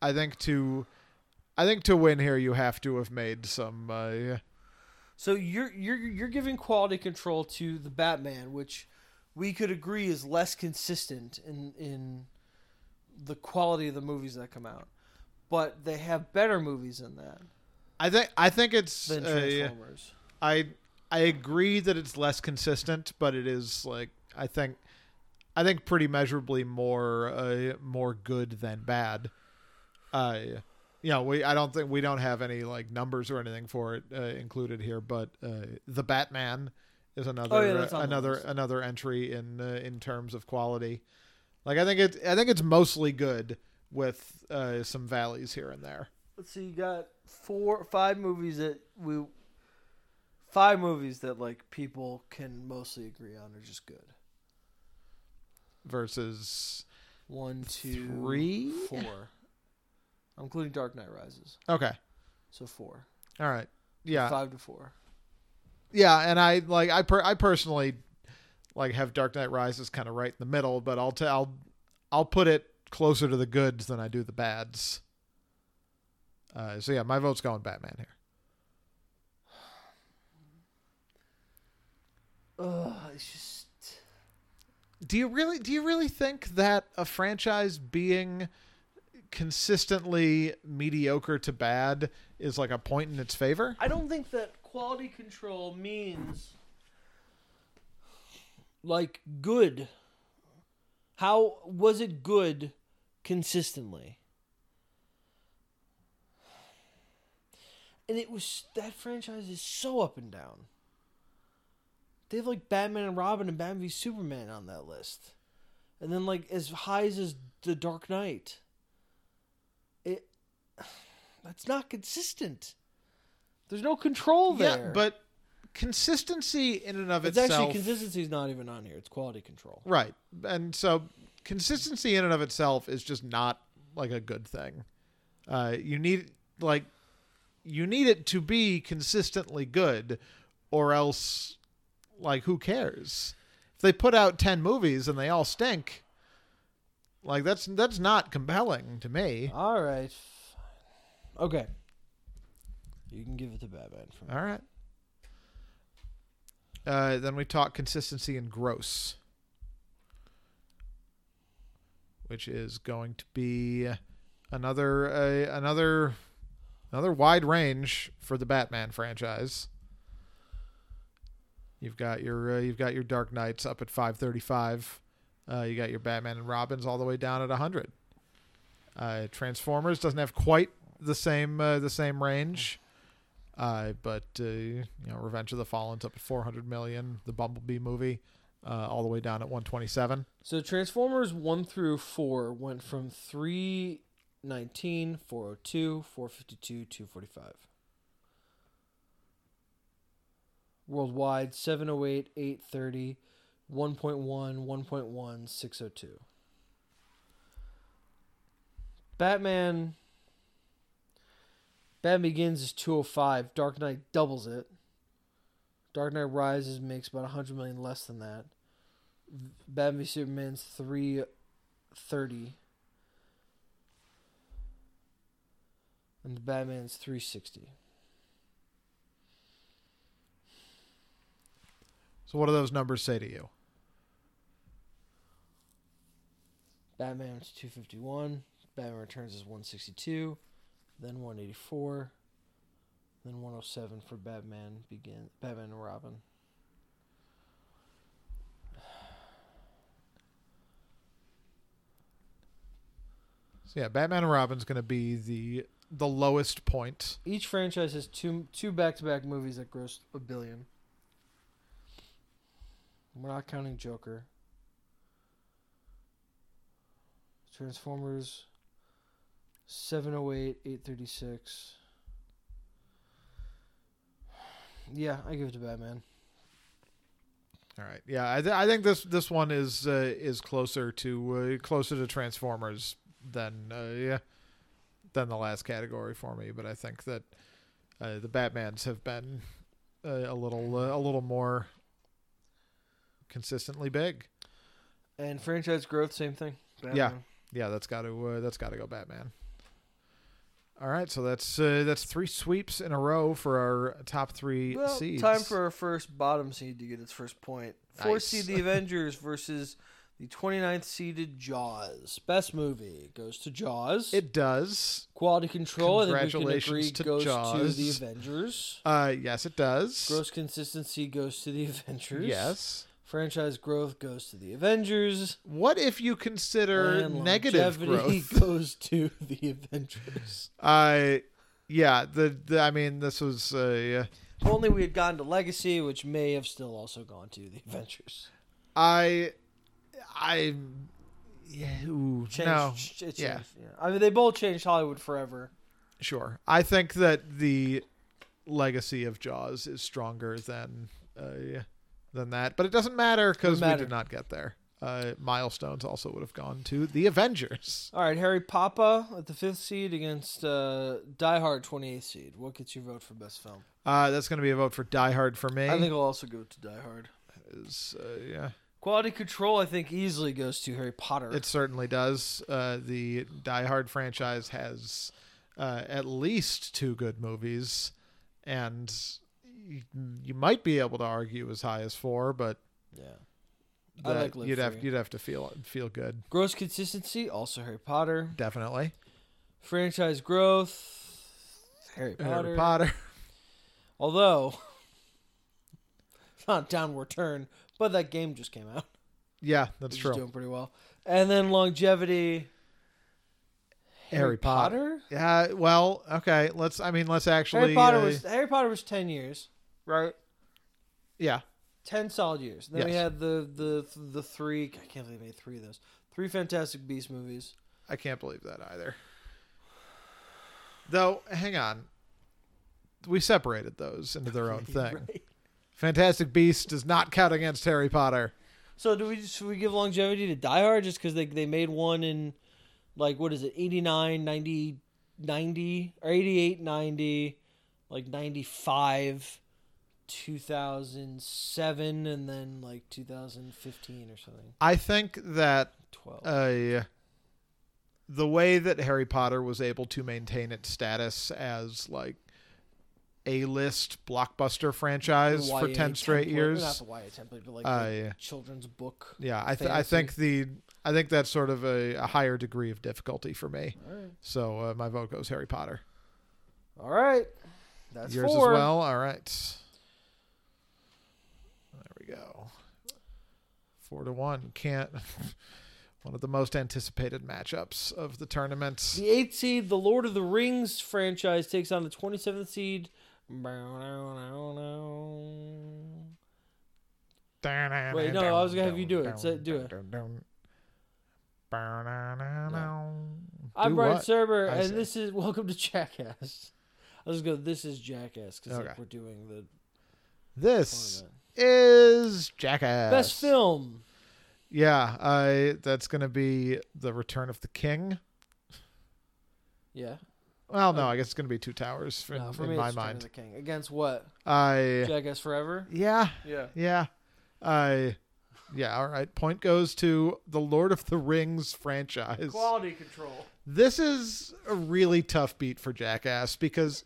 I think to I think to win here you have to have made some uh, So you're you're you're giving quality control to the Batman, which we could agree is less consistent in in the quality of the movies that come out. But they have better movies in that I think I think it's than uh, Transformers. I I agree that it's less consistent, but it is like I think I think pretty measurably more uh, more good than bad. Uh, you know, we I don't think we don't have any like numbers or anything for it uh, included here, but uh, the Batman is another Oh, yeah, that's on the another list. another entry in uh, in terms of quality. Like I think it I think it's mostly good with uh, some valleys here and there. Let's see, you got four, five movies that we, five movies that like people can mostly agree on are just good. Versus One, two, three. four. I'm including Dark Knight Rises, Okay. so four, All right. Yeah. five to four. Yeah, and I like I per- I personally like have Dark Knight Rises kind of right in the middle, but I'll t- I'll I'll put it closer to the goods than I do the bads. Uh, so yeah, my vote's going Batman here. Ugh, it's just Do you really do you really think that a franchise being consistently mediocre to bad is like a point in its favor? I don't think that quality control means like good. How was it good consistently? And it was that franchise is so up and down. They have like Batman and Robin and Batman v Superman on that list, and then like as high as is the Dark Knight. It <sighs> that's not consistent. There's no control there. Yeah, but consistency in and of it's itself actually consistency is not even on here. It's quality control. Right. And so consistency in and of itself is just not like a good thing. Uh, you need like you need it to be consistently good or else like who cares? If they put out 10 movies and they all stink, like that's that's not compelling to me. All right. fine. Okay. You can give it to Batman. For me. All right. Uh, then we talk consistency and gross, which is going to be another uh, another another wide range for the Batman franchise. You've got your uh, you've got your Dark Knights up at 535. Uh, you got your Batman and Robins all the way down at 100. Uh, Transformers doesn't have quite the same uh, the same range. Uh, but uh, you know, Revenge of the Fallen's up at 400 million. The Bumblebee movie, uh, all the way down at 127. So Transformers 1 through 4 went from 319, 402, 452, 245. Worldwide 708, 830, 1.1, 1.1, 602. Batman. Batman Begins is 205. Dark Knight doubles it. Dark Knight Rises makes about 100 million less than that. Batman v Superman's 330. And the Batman's 360. So what do those numbers say to you? Batman's 251. Batman Returns is 162. Then 184. Then 107 for Batman begin Batman and Robin. So yeah, Batman and Robin's going to be the the lowest point. Each franchise has two two back to back movies that grossed a billion. We're not counting Joker. Transformers 708, 836. Yeah, I give it to Batman. All right. Yeah, I, th- I think this this one is uh, is closer to uh, closer to Transformers than uh, yeah, than the last category for me. But I think that uh, the Batman's have been uh, a little uh, a little more consistently big. And franchise growth, same thing. Yeah. Yeah, that's got to uh, that's got to go Batman. All right, so that's uh, that's three sweeps in a row for our top three Well, seeds. time for our first bottom seed to get its first point. Four Nice. <laughs> seed the Avengers versus the 29th seeded Jaws. Best movie goes to Jaws. it does. Quality control, I think we can Congratulations agree, to goes to Jaws. the Avengers. Uh, yes, it does. Gross consistency goes to the Avengers. Yes. Franchise growth goes to the Avengers. What if you consider and Er, negative longevity <laughs> growth? goes to the Avengers. Uh, yeah. The, the I mean, this was uh, If only we had gotten to Legacy, which may have still also gone to the Avengers. I I yeah. Ooh, Changed, no. ch- it yeah. changed, yeah. I mean, they both changed Hollywood forever. Sure. I think that the legacy of Jaws is stronger than uh, than that, but it doesn't matter because Doesn't we matter. did not get there. Uh, milestones also would have gone to the Avengers. <laughs> All right, Harry Papa at the fifth seed against uh, Die Hard 28th seed. What gets your vote for best film? Uh, that's going to be a vote for Die Hard for me. I think I'll also go to Die Hard. Is, uh, yeah. Quality control, I think, easily goes to Harry Potter. It certainly does. Uh, the Die Hard franchise has uh, at least two good movies, and you, you might be able to argue as high as four, but yeah. I that like Live you'd have Free. you'd have to feel feel good. Gross consistency, also Harry Potter. Definitely, Franchise growth, Harry Potter. Harry Potter. Although, <laughs> it's not a downward turn, but that game just came out. <laughs> yeah, that's It's true. doing pretty well. And then longevity. Harry Potter. Yeah. Well, okay. Let's. I mean, let's actually. Harry Potter uh, was Harry Potter was ten years, right? Yeah. Ten solid years. Then we Yes. had the the the three. I can't believe they made three of those. Three Fantastic Beast movies. I can't believe that either. Though, hang on. We separated those into <laughs> their own thing. Right. Fantastic Beast does not count against Harry Potter. So do we should we give longevity to Die Hard just because they they made one in like what is it 89, 90, 90 or 88, 90, like 95, 2007 and then like 2015 or something. I think that 12. uh, the way that Harry Potter was able to maintain its status as like a list blockbuster franchise for YA ten straight template- Not years. the YA template, but like Uh, the yeah. children's book. Yeah, I, th- I fantasy. think the I think that's sort of a, a higher degree of difficulty for me. All right. So uh, my vote goes Harry Potter. All right. That's Yours four. as well. All right. There we go. Four to one. Can't. <laughs> One of the most anticipated matchups of the tournament. The eighth seed, the Lord of the Rings franchise, takes on the 27th seed. Wait, no, I was gonna have you do it. So, do it. I'm Brian Do what? Serber, I and see. this is Welcome to Jackass. I was gonna go. This is Jackass because Okay. like, we're doing the This tournament. is Jackass. best film. Yeah, I. That's gonna be the Return of the King. Yeah, Well, no, I guess it's gonna be Two Towers in, no, for in me, my it's Return of mind. the King against what? I. Jackass Forever. Yeah, Yeah. yeah. I yeah, all right. Point goes to the Lord of the Rings franchise. Quality control. This is a really tough beat for Jackass because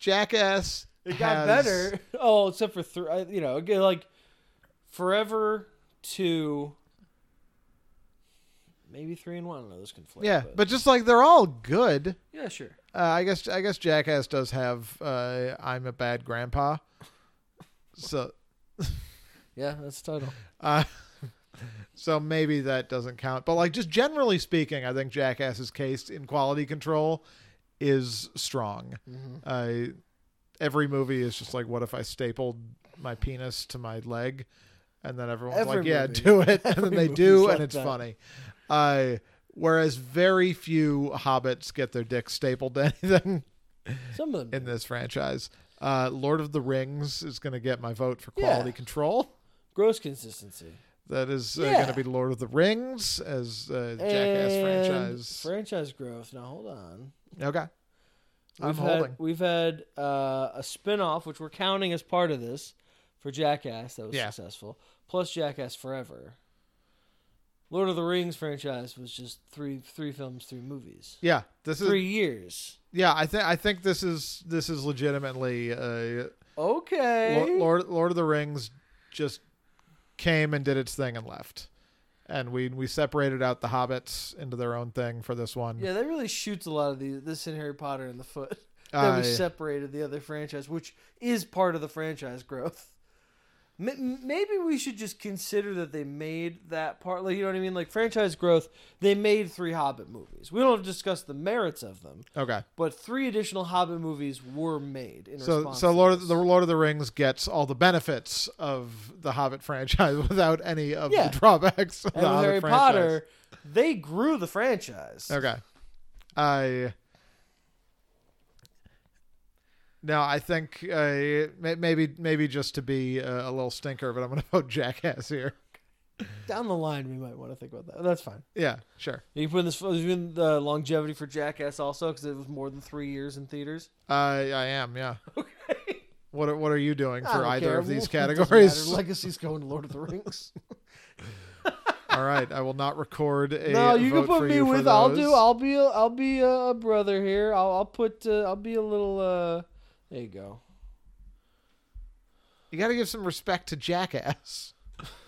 Jackass It got has- better. <laughs> Oh, except for three. You know, again, like Forever two, maybe three and one. I don't know those conflict. Yeah, but just like they're all good. yeah, sure. Uh, I guess I guess Jackass does have uh, I'm a bad grandpa. So Yeah, that's the <laughs> title. Uh, so maybe that doesn't count. But like just generally speaking, I think Jackass's case in quality control is strong. Mm-hmm. Uh, every movie is just like, what if I stapled my penis to my leg? And then everyone's Every like, yeah, movie. do it. And <laughs> then Every they movie's do, like and it's that. funny. Uh, whereas very few hobbits get their dicks stapled to <laughs> anything Some of them. in this franchise. Uh, Lord of the Rings is going to get my vote for Yeah. quality control. Gross consistency. That is uh, Yeah. going to be Lord of the Rings as uh, the Jackass And franchise. Franchise growth. Now hold on. okay. I'm We've had, holding. We've had uh, a spin-off, which we're counting as part of this, for Jackass that was Yeah. successful, plus Jackass Forever. Lord of the Rings franchise was just three three films, three movies, Yeah, this is three years. yeah. I think I think this is this is legitimately uh, Okay. Lord, Lord Lord of the Rings just came and did its thing and left, and we we separated out the hobbits into their own thing for this one. Yeah, that really shoots a lot of these. This in Harry Potter in the foot. <laughs> That I- we separated the other franchise, which is part of the franchise growth. M- m- Maybe we should just consider that they made that part. Like you know what I mean? Like franchise growth. They made three Hobbit movies. We don't discuss the merits of them, Okay. but three additional Hobbit movies were made. In So response so to Lord this. of the Lord of the Rings gets all the benefits of the Hobbit <laughs> franchise without any of Yeah. the drawbacks. Of the and with Hobbit Harry franchise. Potter, they grew the franchise. Okay. I. No, I think uh, may- maybe maybe just to be uh, a little stinker, but I'm going to <laughs> vote jackass here. Down the line, we might want to think about that. That's fine. Yeah, sure. You put in this you in the longevity for Jackass also because it was more than three years in theaters. I I <laughs> am. Yeah. What are, what are you doing I for don't either care. of these <laughs> It doesn't categories? <laughs> matter. Legacy's going to Lord of the Rings. All right, I will not record a. No, you can vote for put me you for with. I'll those. do. I'll be. A, I'll be a, a brother here. I'll. I'll put. Uh, I'll be a little. uh There you go. You got to give some respect to Jackass,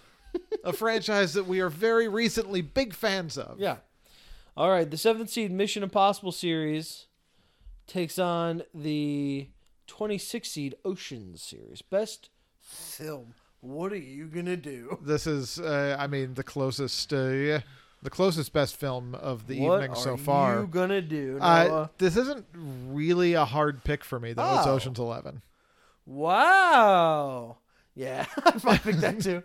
<laughs> a franchise that we are very recently big fans of. Yeah. All right. The seventh seed Mission Impossible series takes on the 26 seed Ocean series. Best film. What are you gonna do? This is, uh, I mean, the closest, uh, the closest best film of the what evening so are far. you gonna do? Uh, Noah? this isn't really a hard pick for me though. It's Oh. Ocean's Eleven. wow. Yeah, <laughs> I picked that <laughs> too.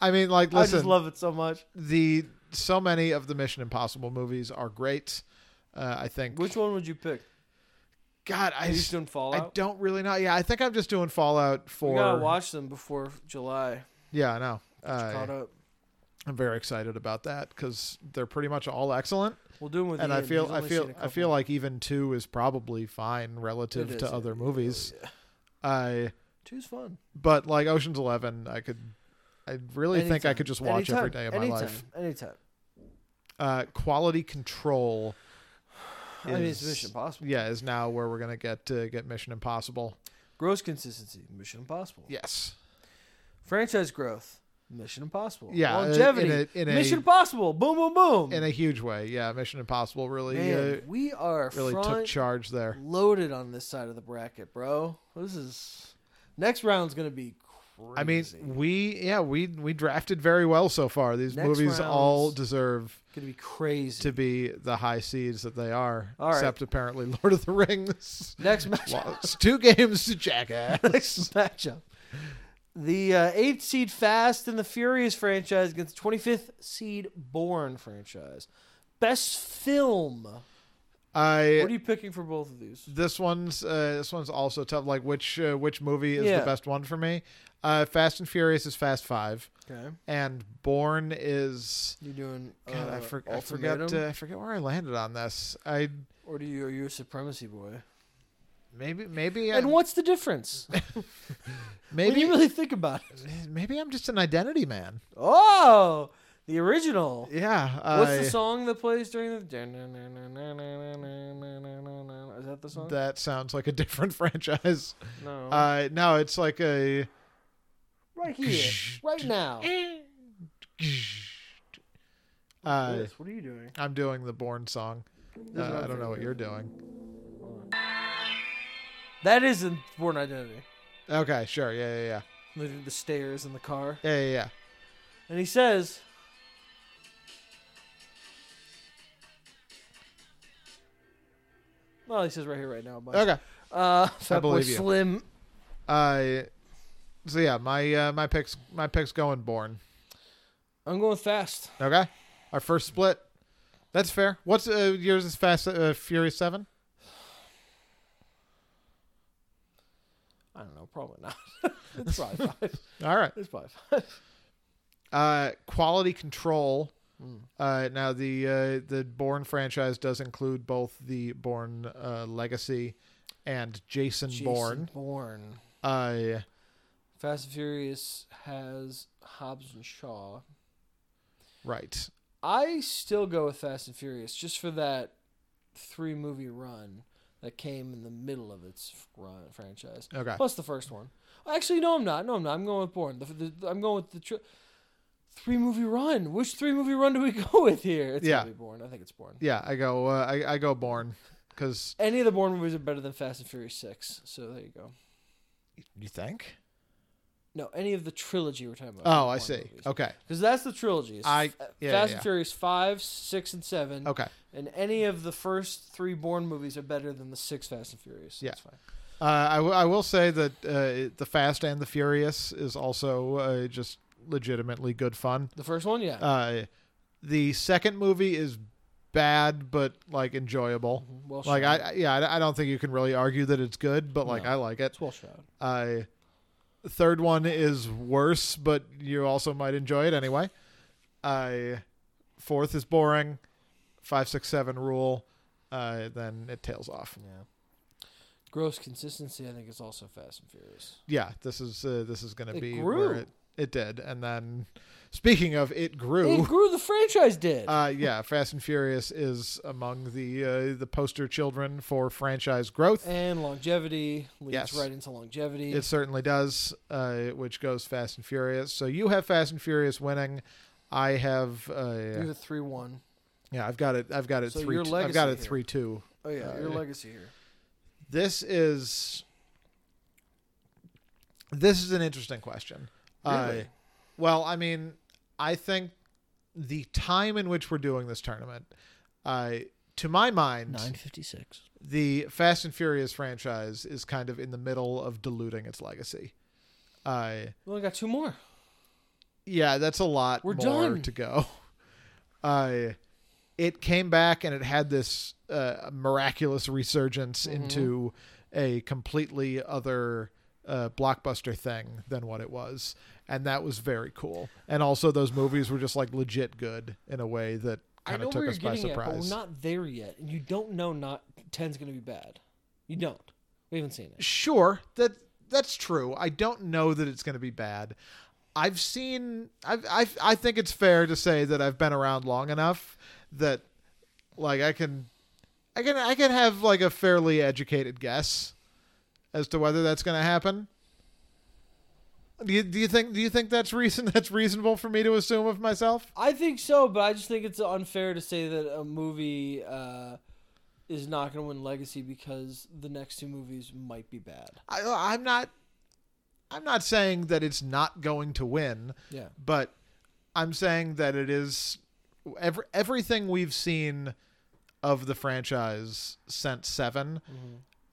I mean, like, I listen, just love it so much. the so many of the Mission Impossible movies are great. Uh, I think. Which one would you pick? God, Are I you s- doing I Fallout? don't really know. Yeah, I think I'm just doing Fallout we gotta for. watch them before July. Yeah, I know. Caught Uh, up. I'm very excited about that because they're pretty much all excellent, We'll do them with and I Ian. feel He's I only feel seen a I feel couple. like even two is probably fine relative It is, to yeah, other yeah, movies. yeah. I Two's fun. but like Ocean's Eleven, I could. I really think I Anytime. could just watch Anytime. every day of my Anytime. life. Anytime. Uh, quality control. I mean, it's is- Mission Impossible. Yeah, is now where we're gonna get uh, get Mission Impossible. Gross consistency, Mission Impossible. Yes. Franchise growth, Mission Impossible. Yeah. uh, in- Longevity, In a, in a, Mission Impossible. Boom, boom, boom. in a huge way. Yeah, Mission Impossible really Man, uh, we are really took front charge there. loaded on this side of the bracket, bro. This is next round's gonna be crazy. I mean, we yeah we we drafted very well so far. These Next movies all rounds. deserve gonna be crazy. to be the high seeds that they are. All right. Except apparently, <laughs> Lord of <laughs> the Rings <laughs> next match. lost two games to next <laughs> Jackass. matchup. The uh, eighth seed Fast and the Furious franchise against the 25th seed Born franchise. Best film. What I are you picking for both of these? this one's uh, this one's also tough. Like which uh, which movie is Yeah. the best one for me? Uh, Fast and Furious is Fast Five, Okay. and Born is. You doing God, I, uh, for, I forgot. Ultimatum? Uh, I forget where I landed on this. I or do you are you a supremacy boy? maybe maybe I, And what's the difference? <laughs> maybe When you really think about it. maybe I'm just an identity man. Oh, the original. Yeah. I- What's the song that plays during the? Is that the song? That sounds like a <laughs> different franchise. no. Uh, no, it's like a. right <laughs> here, right now. Uh, Liz, what are you doing? I'm doing the Born song. Uh, what I'm I don't know what thinking. you're doing. That is in Born Identity. Okay, sure. Yeah, yeah, yeah. The, the stairs in the car, Yeah, yeah, yeah. and he says, "Well, he says right here, right now." But Okay. uh, Fatboy believe you. Slim. Uh, so yeah, my uh, my picks my picks going Born. I'm going fast. Okay, our first split. That's fair. What's uh, yours is Fast uh, Furious Seven? I don't know, probably not. <laughs> it's <laughs> probably five. All right. It's probably five. Uh, quality control. Mm. Uh, now the uh, the Born franchise does include both the Born uh, Legacy and Jason, Bourne. Born. Uh, Fast and Furious has Hobbs and Shaw. right. I still go with Fast and Furious just for that three movie run that came in the middle of its run franchise. Okay. Plus the first one. Actually, no, I'm not. No, I'm not. I'm going with Born. The, the, I'm going with the tri- three movie run. Which three movie run do we <laughs> go with here? It's Yeah. gotta be Born. I think it's Born. Yeah, I go. Uh, I I go Born because Any of the Born movies are better than Fast and Furious Six. So there you go. you think. No, any of the trilogy we're talking about. Oh, I see. Okay. Because that's the trilogy. It's I- F- yeah, Fast yeah. Oh. and Furious five, six, and seven. Okay. And any of the first three Bourne movies are better than the six Fast and Furious. Yeah. That's fine. Uh, I, w- I will say that uh, the Fast and the Furious is also uh, just legitimately good fun. The first one, yeah. Uh, the second movie is bad but like enjoyable. Mhm. well, like I, shot. I yeah I- I don't think you can really argue that it's good but like No. i like it it's well shot. i third one is worse but you also might enjoy it anyway i fourth is boring five six seven rule uh then it tails off Yeah. Gross consistency, I think, is also Fast and Furious. yeah this is uh, this is gonna It be grew. where it It did. And then, speaking of, it grew. It grew. The franchise did. <laughs> Uh, yeah, Fast and Furious is among the uh, the poster children for franchise growth. and longevity leads Yes. right into longevity. It certainly does, uh, which goes Fast and Furious. So you have Fast and Furious winning. I have, You're uh, the three one. yeah, I've got it. I've got it So three. your T- I've got it legacy here. three two. Oh yeah, Uh, your legacy here. This is this is an interesting question. Uh, Really? well, I mean, I think the time in which we're doing this tournament, uh, to my mind, fifty six. the Fast and Furious franchise is kind of in the middle of diluting its legacy. Uh, We only got two more. yeah, that's a lot We're more done. to go. <laughs> Uh, it came back and it had this uh, miraculous resurgence Mm-hmm. into a completely other uh, blockbuster thing than what it was, and that was very cool. And also, those movies were just like legit good in a way that I kind know of where took you're us by getting at, but we're surprise. not there yet, and you don't know not ten's going to be bad. You don't. We haven't seen it. sure that that's true i don't know that it's going to be bad i've seen I've, I've i think it's fair to say that i've been around long enough that like i can i can i can have like a fairly educated guess as to whether that's going to happen do you, do you think do you think that's reason <laughs> that's reasonable for me to assume of myself I think so, but I just think it's unfair to say that a movie uh, is not going to win legacy because the next two movies might be bad. I, i'm not i'm not saying that it's not going to win Yeah. but I'm saying that it is every, everything we've seen of the franchise since 7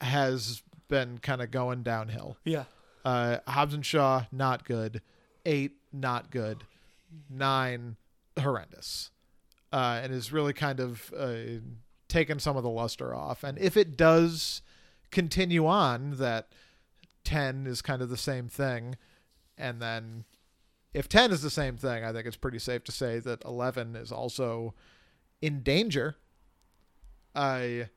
has been kind of going downhill. Yeah. Uh, Hobbs and Shaw, not good. Eight, not good. Nine, horrendous. Uh, and is really kind of uh, taken some of the luster off. And if it does continue on, that 10 is kind of the same thing. And then if 10 is the same thing, I think it's pretty safe to say that 11 is also in danger. I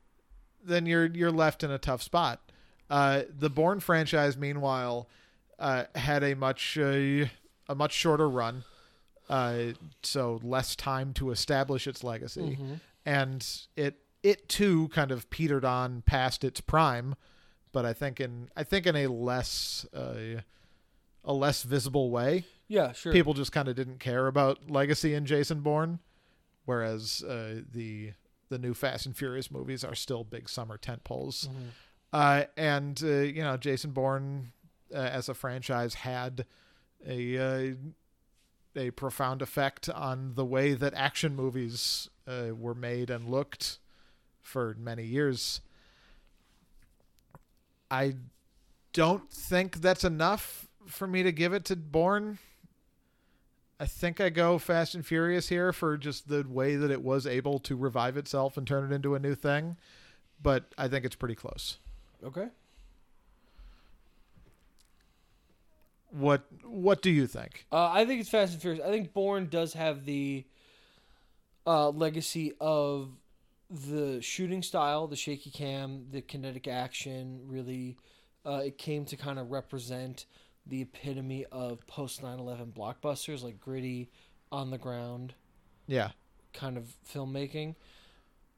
then you're you're left in a tough spot. Uh, the Bourne franchise, meanwhile, uh, had a much uh, a much shorter run, uh, so less time to establish its legacy, and it it too kind of petered on past its prime, but I think in I think in a less uh, a less visible way Yeah, sure. people just kind of didn't care about legacy and Jason Bourne, whereas uh, the the new Fast and Furious movies are still big summer tent poles. Mm-hmm. Uh, and uh, you know, Jason Bourne uh, as a franchise had a uh, a profound effect on the way that action movies uh, were made and looked for many years. I don't think that's enough for me to give it to Bourne. I think I go Fast and Furious here for just the way that it was able to revive itself and turn it into a new thing, but I think it's pretty close. Okay. What What do you think? Uh, I think it's Fast and Furious. I think Bourne does have the uh, legacy of the shooting style, the shaky cam, the kinetic action. Really, uh, it came to kind of represent the epitome of post 9/11 blockbusters, like gritty, on the ground Yeah, kind of filmmaking.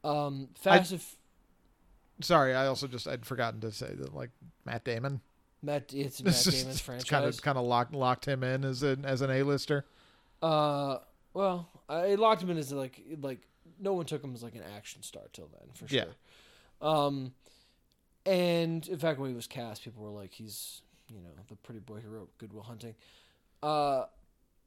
Um, Fast and F- sorry, I also just I'd forgotten to say that like Matt Damon. <laughs> Matt, it's Matt Damon's franchise. kind of kind of locked locked him in as an as an A lister. Uh, well, I it locked him in as like like no one took him as like an action star till then for sure. Yeah. Um, and in fact, when he was cast, people were like, "He's you know the pretty boy who wrote Goodwill Hunting." Uh,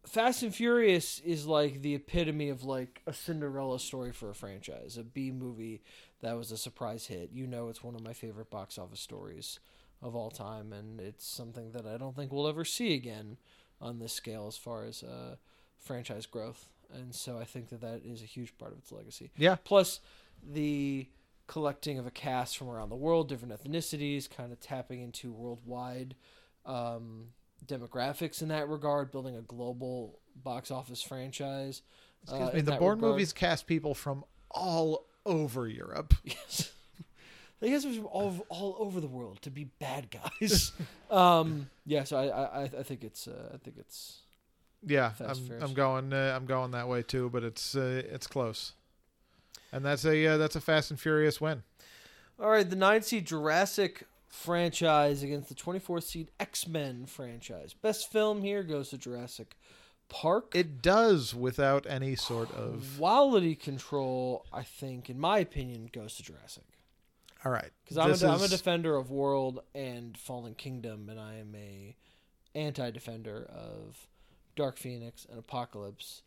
Fast and Furious is like the epitome of like a Cinderella story for a franchise, a B movie that was a surprise hit. You know, it's one of my favorite box office stories of all time, and it's something that I don't think we'll ever see again on this scale as far as uh, franchise growth. And so I think that that is a huge part of its legacy. Yeah. Plus, the collecting of a cast from around the world, different ethnicities, kind of tapping into worldwide um, demographics in that regard, building a global box office franchise. Excuse uh, me. in The that Bourne regard. movies cast people from all over Europe. Yes. They guys from all all over the <laughs> world to be bad guys. um, yeah, so I, I I think it's uh, I think it's Yeah, Fast I'm Furious. I'm going uh, I'm going that way too, but it's uh, it's close. And that's a uh, that's a Fast and Furious win. All right, the nine seed Jurassic franchise against the 24 seed X Men franchise. Best film here goes to Jurassic Park. It does without any sort of. Quality control, I think, in my opinion, goes to Jurassic. All right, Because I'm, this a- I'm a is- defender of World and Fallen Kingdom, and I am a anti-defender of Dark Phoenix and Apocalypse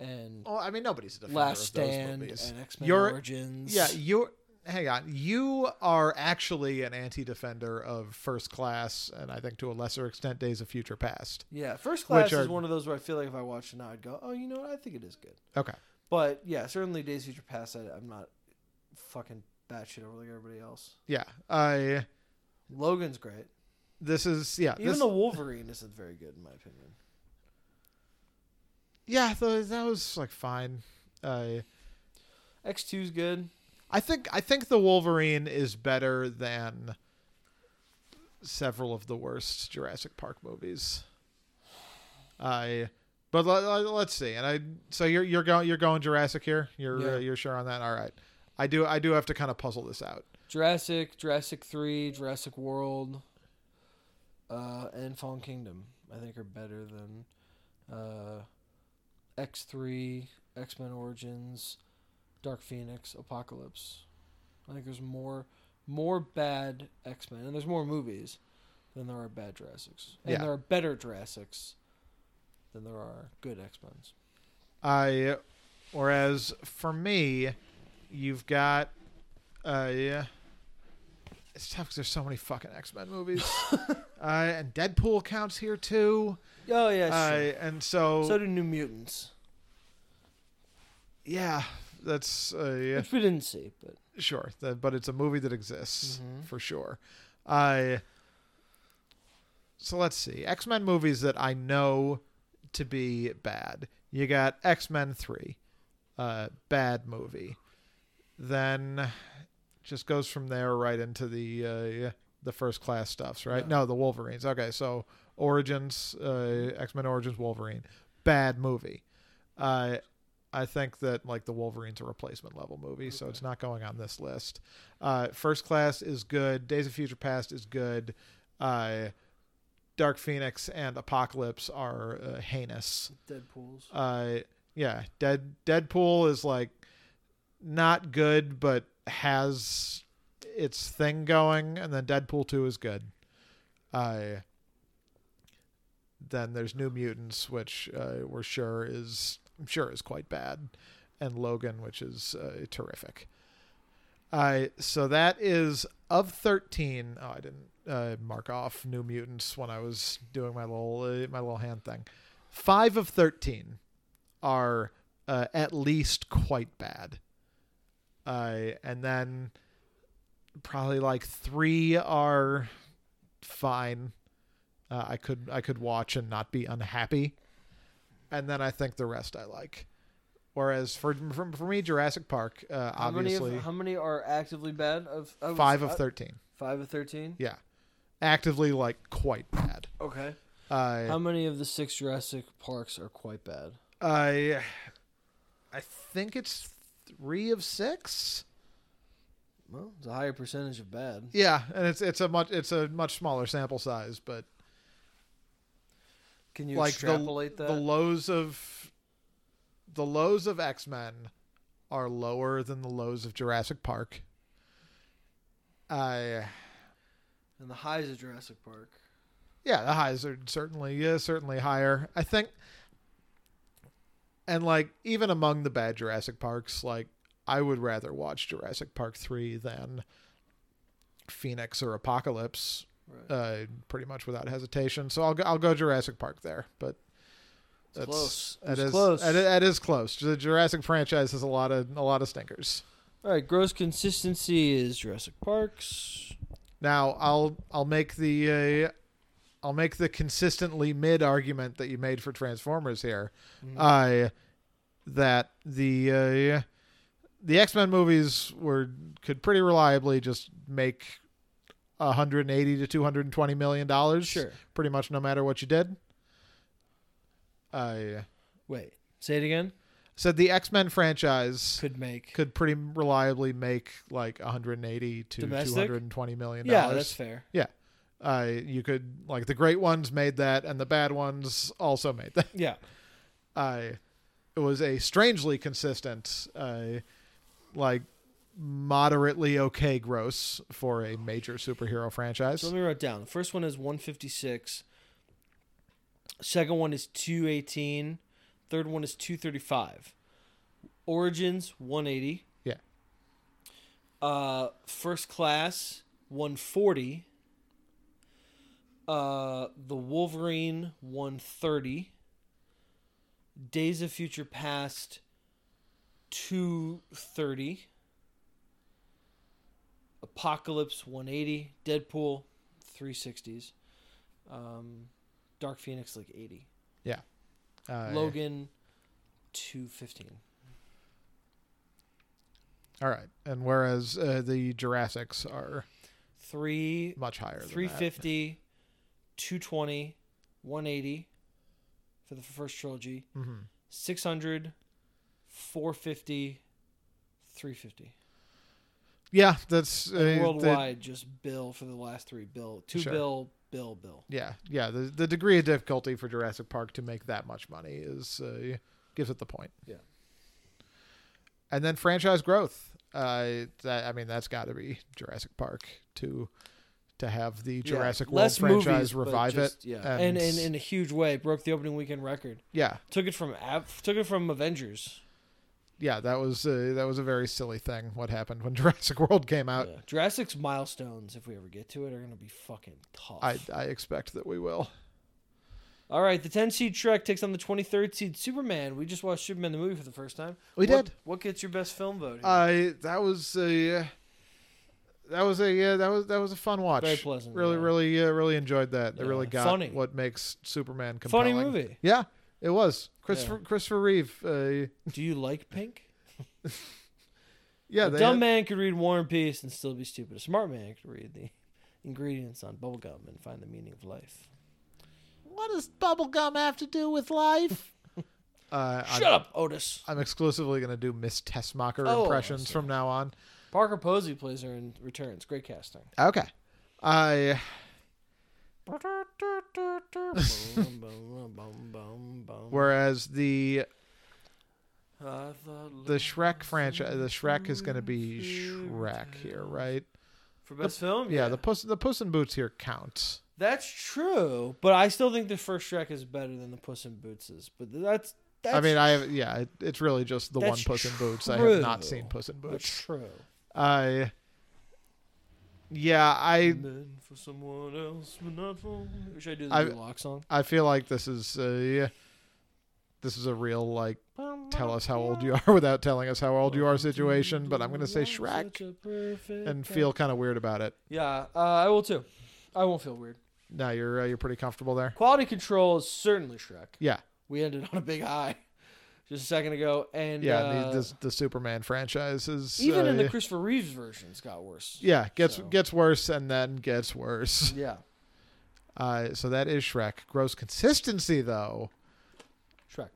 and Well, Oh, I mean, nobody's a defender Last of Stand those movies. and X-Men You're- Origins. Yeah, you're. Hang on, you are actually an anti-defender of First Class, and I think to a lesser extent, Days of Future Past. Yeah, First Class Which are- is one of those where I feel like if I watched it now, I'd go, oh, you know what? I think it is good. Okay, But yeah, certainly Days of Future Past, I, I'm not fucking batshit over like everybody else. yeah, I. Logan's great. This is yeah. Even Uh, this, the Wolverine isn't very good in my opinion. yeah, the, that was like fine. Uh, X2's good. I think I think the Wolverine is better than several of the worst Jurassic Park movies. I but let, let, us see. And I so you're you're going you're going Jurassic here. You're Yeah. uh, you're sure on that. All right. I do I do have to kind of puzzle this out. Jurassic, Jurassic Three, Jurassic World, uh, and Fallen Kingdom. I think are better than uh, X Three, X Men Origins, Dark Phoenix, Apocalypse. I think there's more more bad X Men, and there's more movies than there are bad Jurassics, and Yeah. there are better Jurassics than there are good X Men's. I whereas for me, you've got uh yeah. It's tough because there's so many fucking X Men movies, uh, and Deadpool counts here too. Oh yeah, Uh, sure. and so, so do New Mutants, Yeah, that's uh, yeah, which we didn't see, but sure. That, but it's a movie that exists Mhm. for sure. I. So let's see X Men movies that I know to be bad. You got X Men Three, uh, bad movie. Then, just goes from there right into the uh, the first class stuffs. Right? No. No, the Wolverines. Okay, so Origins, uh, X Men Origins Wolverine, bad movie. I I think that like the Wolverine's a replacement level movie, so it's not going on this list. Uh, First Class is good. Days of Future Past is good. Uh, Dark Phoenix and Apocalypse are uh, heinous. Deadpool's. Uh, yeah, Dead Deadpool is like not good, but has its thing going, and then Deadpool Two is good. Uh, then there's New Mutants, which uh, we're sure is I'm sure is quite bad, and Logan, which is uh, terrific. I so that is of thirteen. Oh, I didn't uh, mark off New Mutants when I was doing my little uh, my little hand thing. Five of thirteen are uh, at least quite bad. Uh, and then probably like three are fine. Uh, I could I could watch and not be unhappy. And then I think the rest I like. Whereas for for, for me, Jurassic Park, uh, How many, obviously of, how many are actively bad? Of I was- five of I- thirteen, Five of thirteen. yeah, actively like quite bad. Okay. Uh, How many of the six Jurassic parks are quite bad? I I think it's three of six. Well, it's a higher percentage of bad. Yeah, and it's it's a much it's a much smaller sample size, but Can you like the- extrapolate the that? lows of the lows of X Men are lower than the lows of Jurassic Park. I and the highs of Jurassic Park. yeah, the highs are certainly yeah certainly higher. I think, and like even among the bad Jurassic Parks, like I would rather watch Jurassic Park three than Phoenix or Apocalypse. Right. uh, pretty much without hesitation. So I'll go, I'll go Jurassic Park there, but It's close. It was That is close. That is, that is close. The Jurassic franchise has a lot of a lot of stinkers. All right. Gross consistency is Jurassic Parks. Now I'll I'll make the uh, I'll make the consistently mid argument that you made for Transformers here. Mhm. I that the uh, the X Men movies were could pretty reliably just make 180 to 220 million dollars. Sure. pretty much no matter what you did. I Wait, say it again. said the X Men franchise Could make. could pretty reliably make like 180 to Domestic? 220 million yeah, dollars. that's fair. yeah. Uh, you could like the great ones made that, and the bad ones also made that. <laughs> Yeah, I it was a strangely consistent, uh, like moderately okay gross for a major superhero franchise. so let me write it down. The first one is 156. Second one is 218. Third one is 235. Origins 180. Yeah. Uh, first class 140. Uh, the Wolverine 130. Days of Future Past 230. Apocalypse 180. Deadpool 360s. Um, Dark Phoenix like 80. Uh, Logan 215. All right, and whereas uh, the Jurassics are Three much higher, than that. 350, 220, 180 for the first trilogy, Mhm. 600, 450, 350. Yeah, that's uh, the- Worldwide, just bill for the last three bill, two Sure. bill, bill, bill. yeah, yeah. The the degree of difficulty for Jurassic Park to make that much money is uh, gives it the point. Yeah. And then franchise growth. Uh, that I mean, that's got to be Jurassic Park to to have the Jurassic World less franchise movies, but revive just- it. Yeah, and, and in a huge way, broke the opening weekend record. yeah, Took it from Av- took it from Avengers. yeah, that was uh, that was a very silly thing. What happened when <laughs> Jurassic World came out? Yeah. Jurassic's milestones, if we ever get to it, are going to be fucking tough. I I expect that we will. All right, the 10 seed Trek takes on the 23rd seed Superman. We just watched Superman the movie for the first time. We What- did. Uh, What gets your best film vote? Here? I that was a uh, that was a uh, that was that was a fun watch. Very pleasant, Really, yeah. really, uh, really enjoyed that. They Yeah. really got Funny. what makes Superman Funny compelling. movie. Yeah, it was Christopher Christopher Reeve. Uh, Do you like Pink? <laughs> yeah, a they dumb had- man could read War and Peace and still be stupid. A smart man could read the ingredients on bubblegum and find the meaning of life. what does bubblegum have to do with life? <laughs> uh, Shut I'm, up, Otis. I'm exclusively gonna do Miss Tessmacher Oh, I impressions see. from now on. Parker Posey plays her in Returns. Great casting. <laughs> Okay. I Bum, bum, bum, bum, bum. whereas the I thought the Shrek franchise, the Shrek is gonna be Shrek here, right? for best film, <laughs> Yeah, the puss the Puss in Boots here counts. That's true, but I still think the first Shrek is better than the Puss in Boots is. But that's that's I mean, I have yeah, it, it's really just the one That's Puss in Boots. I have not true. seen Puss in that's Boots. true. I yeah, I Meant for someone else, but not for me. Or should I do the I- Blue Lock song? I feel like this is a this is a real like tell us how old you are <laughs> without telling us how old you are situation. But I'm gonna say Shrek and feel kind of weird about it. Yeah, uh, I will too. I won't feel weird. No, you're uh, you're pretty comfortable there. Quality control is certainly Shrek. Yeah, We ended on a big high <laughs> just a second ago, and yeah. uh, the, this, the Superman franchise is even in uh, the Christopher Reeves versions got worse. yeah gets so. gets worse and then gets worse. Yeah, Uh, so that is Shrek. Gross consistency, though. Shrek.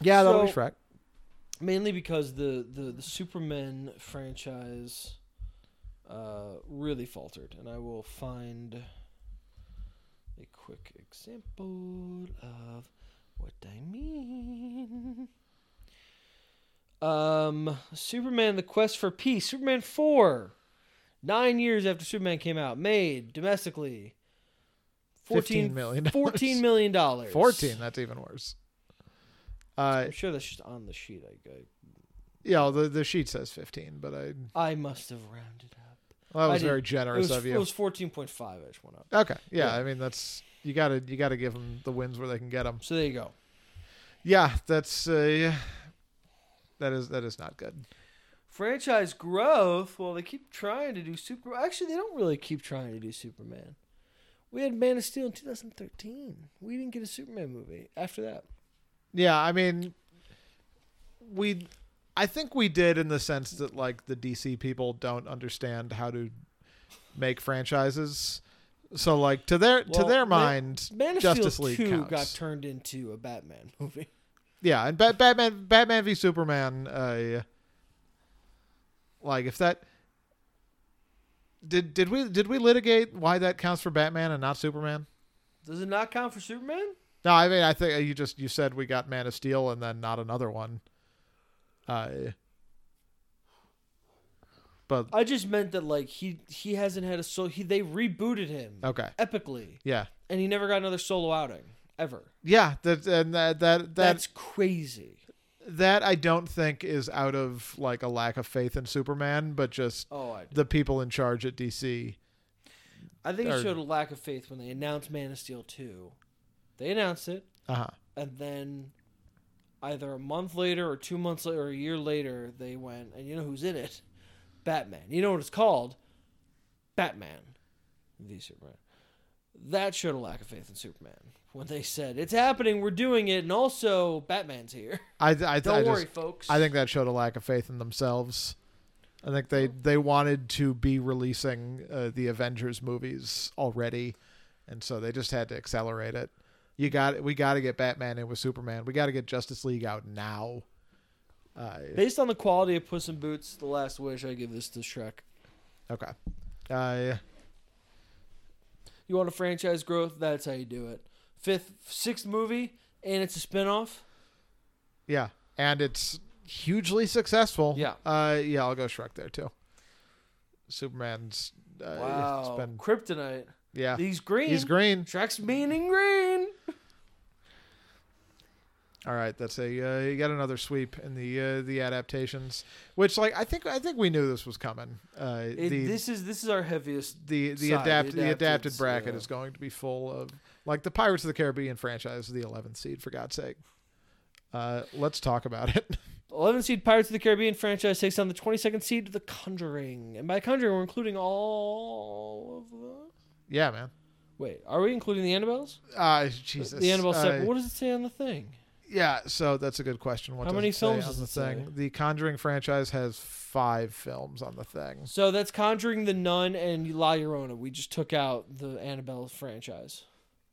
Yeah, that'll be So- Shrek. mainly because the the, the Superman franchise uh, really faltered, and I will find a quick example of what I mean. Um, Superman: The Quest for Peace, Superman four, nine years after Superman came out, made domestically. 15 million $14 million. dollars. Fourteen. That's even worse. Uh, I'm sure that's just on the sheet. I, I yeah, the the sheet says fifteen, but I I must have rounded up. well, that I was very didn't- generous It was, of it you. was 14.5. I just went up. Okay. Yeah, yeah. I mean that's you gotta you gotta give them the wins where they can get them. So there you go. Yeah, that's uh, that is that is not good. Franchise growth. Well, they keep trying to do Super. Actually, they don't really keep trying to do Superman. We had Man of Steel in 2013. We didn't get a Superman movie after that. Yeah, I mean we I think we did in the sense that like the DC people don't understand how to make franchises. So like to their Well, to their Man- mind, Man of Justice Steel League 2 counts. got turned into a Batman <laughs> movie. Yeah, and Bat- Batman, Batman v Superman. Uh, like if that did did we did we litigate why that counts for Batman and not Superman? Does it not count for Superman? No, I mean I think you just you said we got Man of Steel and then not another one. Uh, but I just meant that like he he hasn't had a so he they rebooted him okay, epically yeah, and he never got another solo outing ever. yeah, that and that that that That's crazy. that I don't think is out of like a lack of faith in Superman, but just Oh, I, the people in charge at DC. I think Or- it showed a lack of faith when they announced Man of Steel 2. They announced it Uh huh. and then either a month later or 2 months later or a year later they went and you know who's in it? Batman. You know what it's called? Batman. The Superman. That showed a lack of faith in Superman when they said it's happening, we're doing it, and also Batman's here. I I, I Don't just- worry, folks. I think that showed a lack of faith in themselves. I think Oh. they they wanted to be releasing uh, the Avengers movies already, and so they just had to accelerate it. You got we got to get Batman in with Superman. We got to get Justice League out now. Uh, based on the quality of Puss in Boots, The Last Wish, I give this to Shrek. okay. Uh, You want a franchise growth? That's how you do it. Fifth, sixth movie, and it's a spinoff. yeah, and it's hugely successful. Yeah. Uh, yeah, I'll go Shrek there too. Superman's uh, wow, It's been, Kryptonite. yeah, He's green. he's green. Shrek's meaning green. All right, that's a uh, you got another sweep in the uh, the adaptations, which like I think I think we knew this was coming. Uh, It- the, this is this is our heaviest. the the side, adapt the the adapted adapteds, bracket yeah. is going to be full of like the Pirates of the Caribbean franchise, is the eleventh seed for God's sake. Uh, let's talk about it. <laughs> 11 seed Pirates of the Caribbean franchise takes on the 22nd seed The Conjuring, and by Conjuring we're including all of the. yeah, man. Wait, are we including the Annabelles? Uh, Jesus. The Annabelle. Uh, sep- what does it say on the thing? Yeah, so that's a good question. What How does many it say films on does the it say? thing? The Conjuring franchise has five films on the thing. So that's Conjuring, The Nun, and La Llorona. We just took out the Annabelle franchise.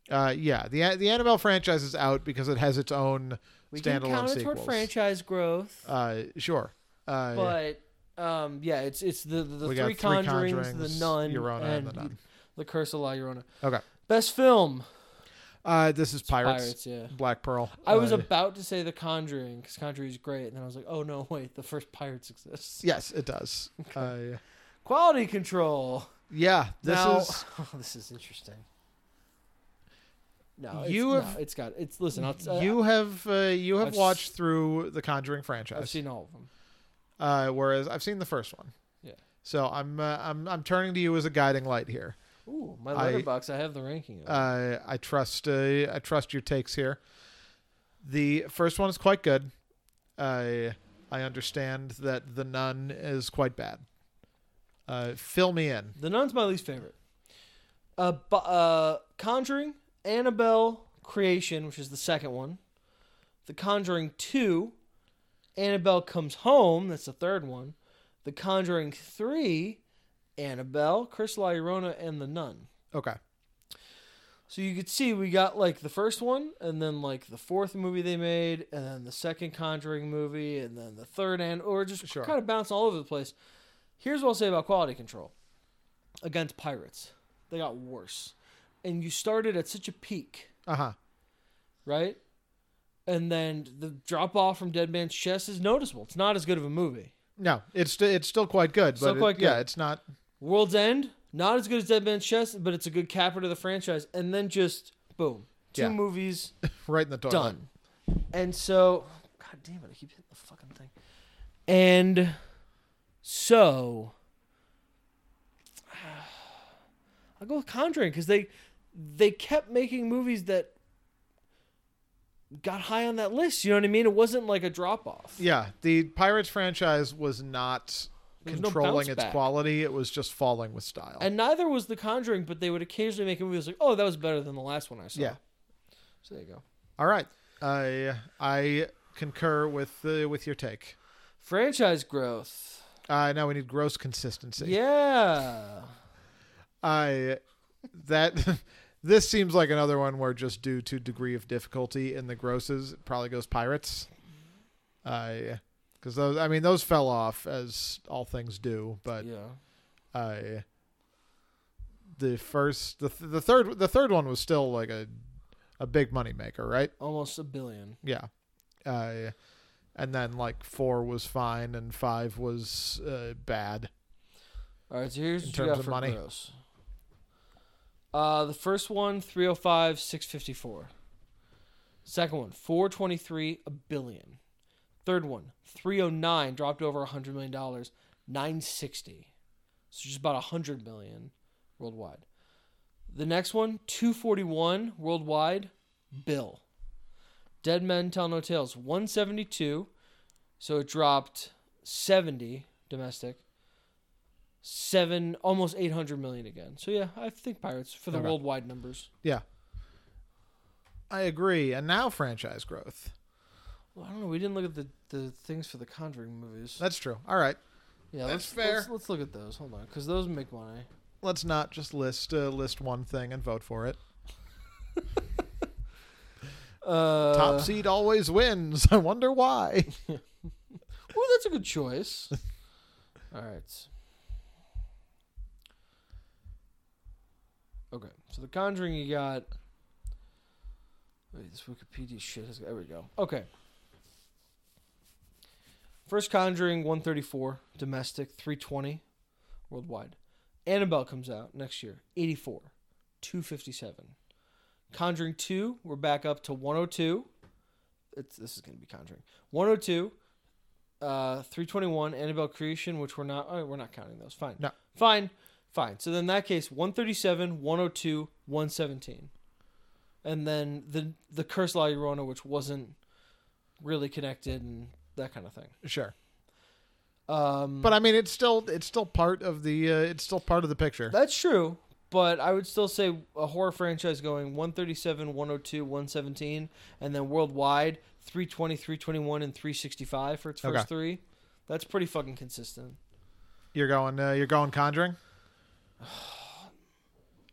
Uh, yeah, the the Annabelle franchise is out because it has its own We can standalone count it sequels. toward franchise growth, Uh, sure. Uh, but um, yeah, it's it's the the we got three Conjurings, the Nun, Llorona, and, and, the Nun. The Curse of La Llorona. Okay. Best film, Uh, this is Pirates, Pirates. yeah, Black Pearl. I was Uh, about to say The Conjuring because Conjuring is great, and then I was like, oh no, <laughs> wait, the first Pirates exists. Yes, <laughs> it does. Uh, Quality control. yeah, this now, <laughs> oh, is. this is interesting. No, it's, You no, have- it's got it's. Listen, I'll, I- you have uh, you have I've s- watched through the Conjuring franchise, I've seen all of them. uh, whereas I've seen the first one. Yeah. So I'm uh, I'm I'm turning to you as a guiding light here. Ooh, my I- letterbox. I, have the ranking. Of it. Uh, I trust uh, I trust your takes here. The first one is quite good. I I understand that the nun is quite bad. Uh, fill me in. the Nun's my least favorite. Uh, bu- uh, Conjuring, Annabelle, Creation, which is the second one. The Conjuring Two, Annabelle Comes Home. That's the third one. The Conjuring Three, Annabelle, Curse of La Llorona, and the Nun. Okay. So you could see we got like the first one, and then like the fourth movie they made, and then the second Conjuring movie, and then the third, and or just Sure. kind of bouncing all over the place. Here's what I'll say about quality control against pirates: they got worse, and you started at such a peak, Uh huh. right? And then the drop off from Dead Man's Chest is noticeable. It's not as good of a movie. No, it's st- it's still quite good, but Still it- quite yeah, good. it's not. <laughs> World's End, not as good as Dead Man's Chest, but it's a good capper to the franchise. And then just boom, two Yeah. movies. Right in the toilet. done. And so, God damn it, I keep hitting the fucking thing. And so, <sighs> I'll go with Conjuring because they they kept making movies that got high on that list. You know what I mean? It wasn't like a drop off. Yeah, the Pirates franchise was not There was no controlling bounce its back. quality. It was just falling with style. And neither was The Conjuring, but they would occasionally make a movie that's like, oh, that was better than the last one I saw. Yeah. So there you go. All right. I I concur with uh, with your take. Franchise growth. Uh, now we need gross consistency. Yeah. I that <laughs> this seems like another one where just due to degree of difficulty in the grosses, it probably goes pirates. I because those I mean those fell off as all things do, but yeah. I Uh, the first the th- the third the third one was still like a a big money maker, right? Almost a billion. Yeah. Uh, and then like four was fine and five was uh, bad. All right, so here's In what terms you got of for money. gross. Uh, the first one, 305, 654. Second one, 423, a billion. Third one, 309, dropped over $100 million, 960. So just about 100 million worldwide. The next one, 241 worldwide, bill. Dead Men Tell No Tales, 172. So it dropped 70 domestic seven, almost eight hundred million again. So yeah, I think Pirates for the Okay. worldwide numbers. Yeah. I agree. And now franchise growth. Well, I don't know. We didn't look at the, the things for the Conjuring movies. That's true. All right. yeah, that's let's, fair. Let's, let's look at those. Hold on, because those make money. Let's not just list uh, list one thing and vote for it. Uh, Top seed always wins. <laughs> I wonder why. Oh, that's a good choice. All right. Okay, so the Conjuring you got. Wait, this Wikipedia shit has. There we go. Okay. First Conjuring 134 domestic 320 worldwide. Annabelle comes out next year 84 257. Conjuring 2 we're back up to 102. It's this is going to be Conjuring 102 uh, 321 Annabelle Creation, which we're not oh, we're not counting those. Fine. No. Fine. Fine. So then in that case, 137, 102, 117. And then the the Curse La Llorona, which wasn't really connected and that kind of thing. Sure. Um, But I mean it's still it's still part of the uh, it's still part of the picture. that's true, but I would still say a horror franchise going 137, 102, 117, and then worldwide 320, 321, and 365 for its first Okay. three. That's pretty fucking consistent. You're going uh, you're going conjuring?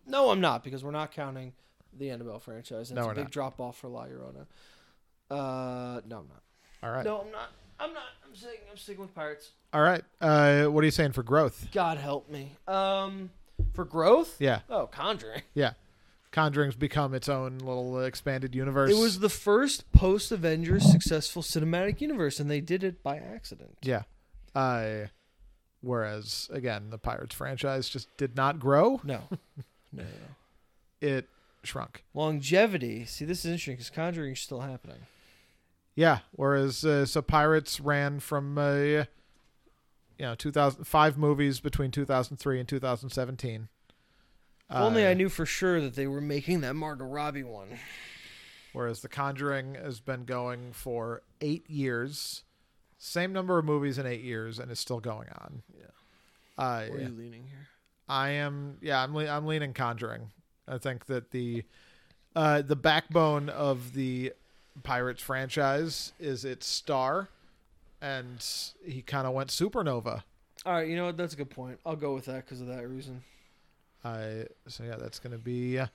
No, I'm not because we're not counting the Annabelle franchise. And No, it's we're a big not. drop off for La Llorona. Uh, no, I'm not. All right. No, I'm not. I'm not. I'm sticking. I'm sticking with Pirates. All right. Uh, what are you saying for growth? God help me. Um, for growth. Yeah. Oh, Conjuring. Yeah. Conjuring's become its own little uh, expanded universe. It was the first post Avengers successful cinematic universe, and they did it by accident. Yeah. Uh, whereas, again, the Pirates franchise just did not grow, <laughs> No. No. no, no. it shrunk. Longevity. See, this is interesting because Conjuring's still happening. Yeah. Whereas, uh, so Pirates ran from, uh, you know, 2000, five movies between 2003 and 2017. If only Uh, I knew for sure that they were making that Margot Robbie one. Whereas The Conjuring has been going for eight years, same number of movies in eight years, and is still going on. Yeah. Uh, Where are you leaning here? I am yeah, I'm le- I'm leaning Conjuring. I think that the uh the backbone of the Pirates franchise is its star and he kind of went supernova. All right, you know what? That's a good point. I'll go with that because of that reason. I so yeah, that's going to be uh,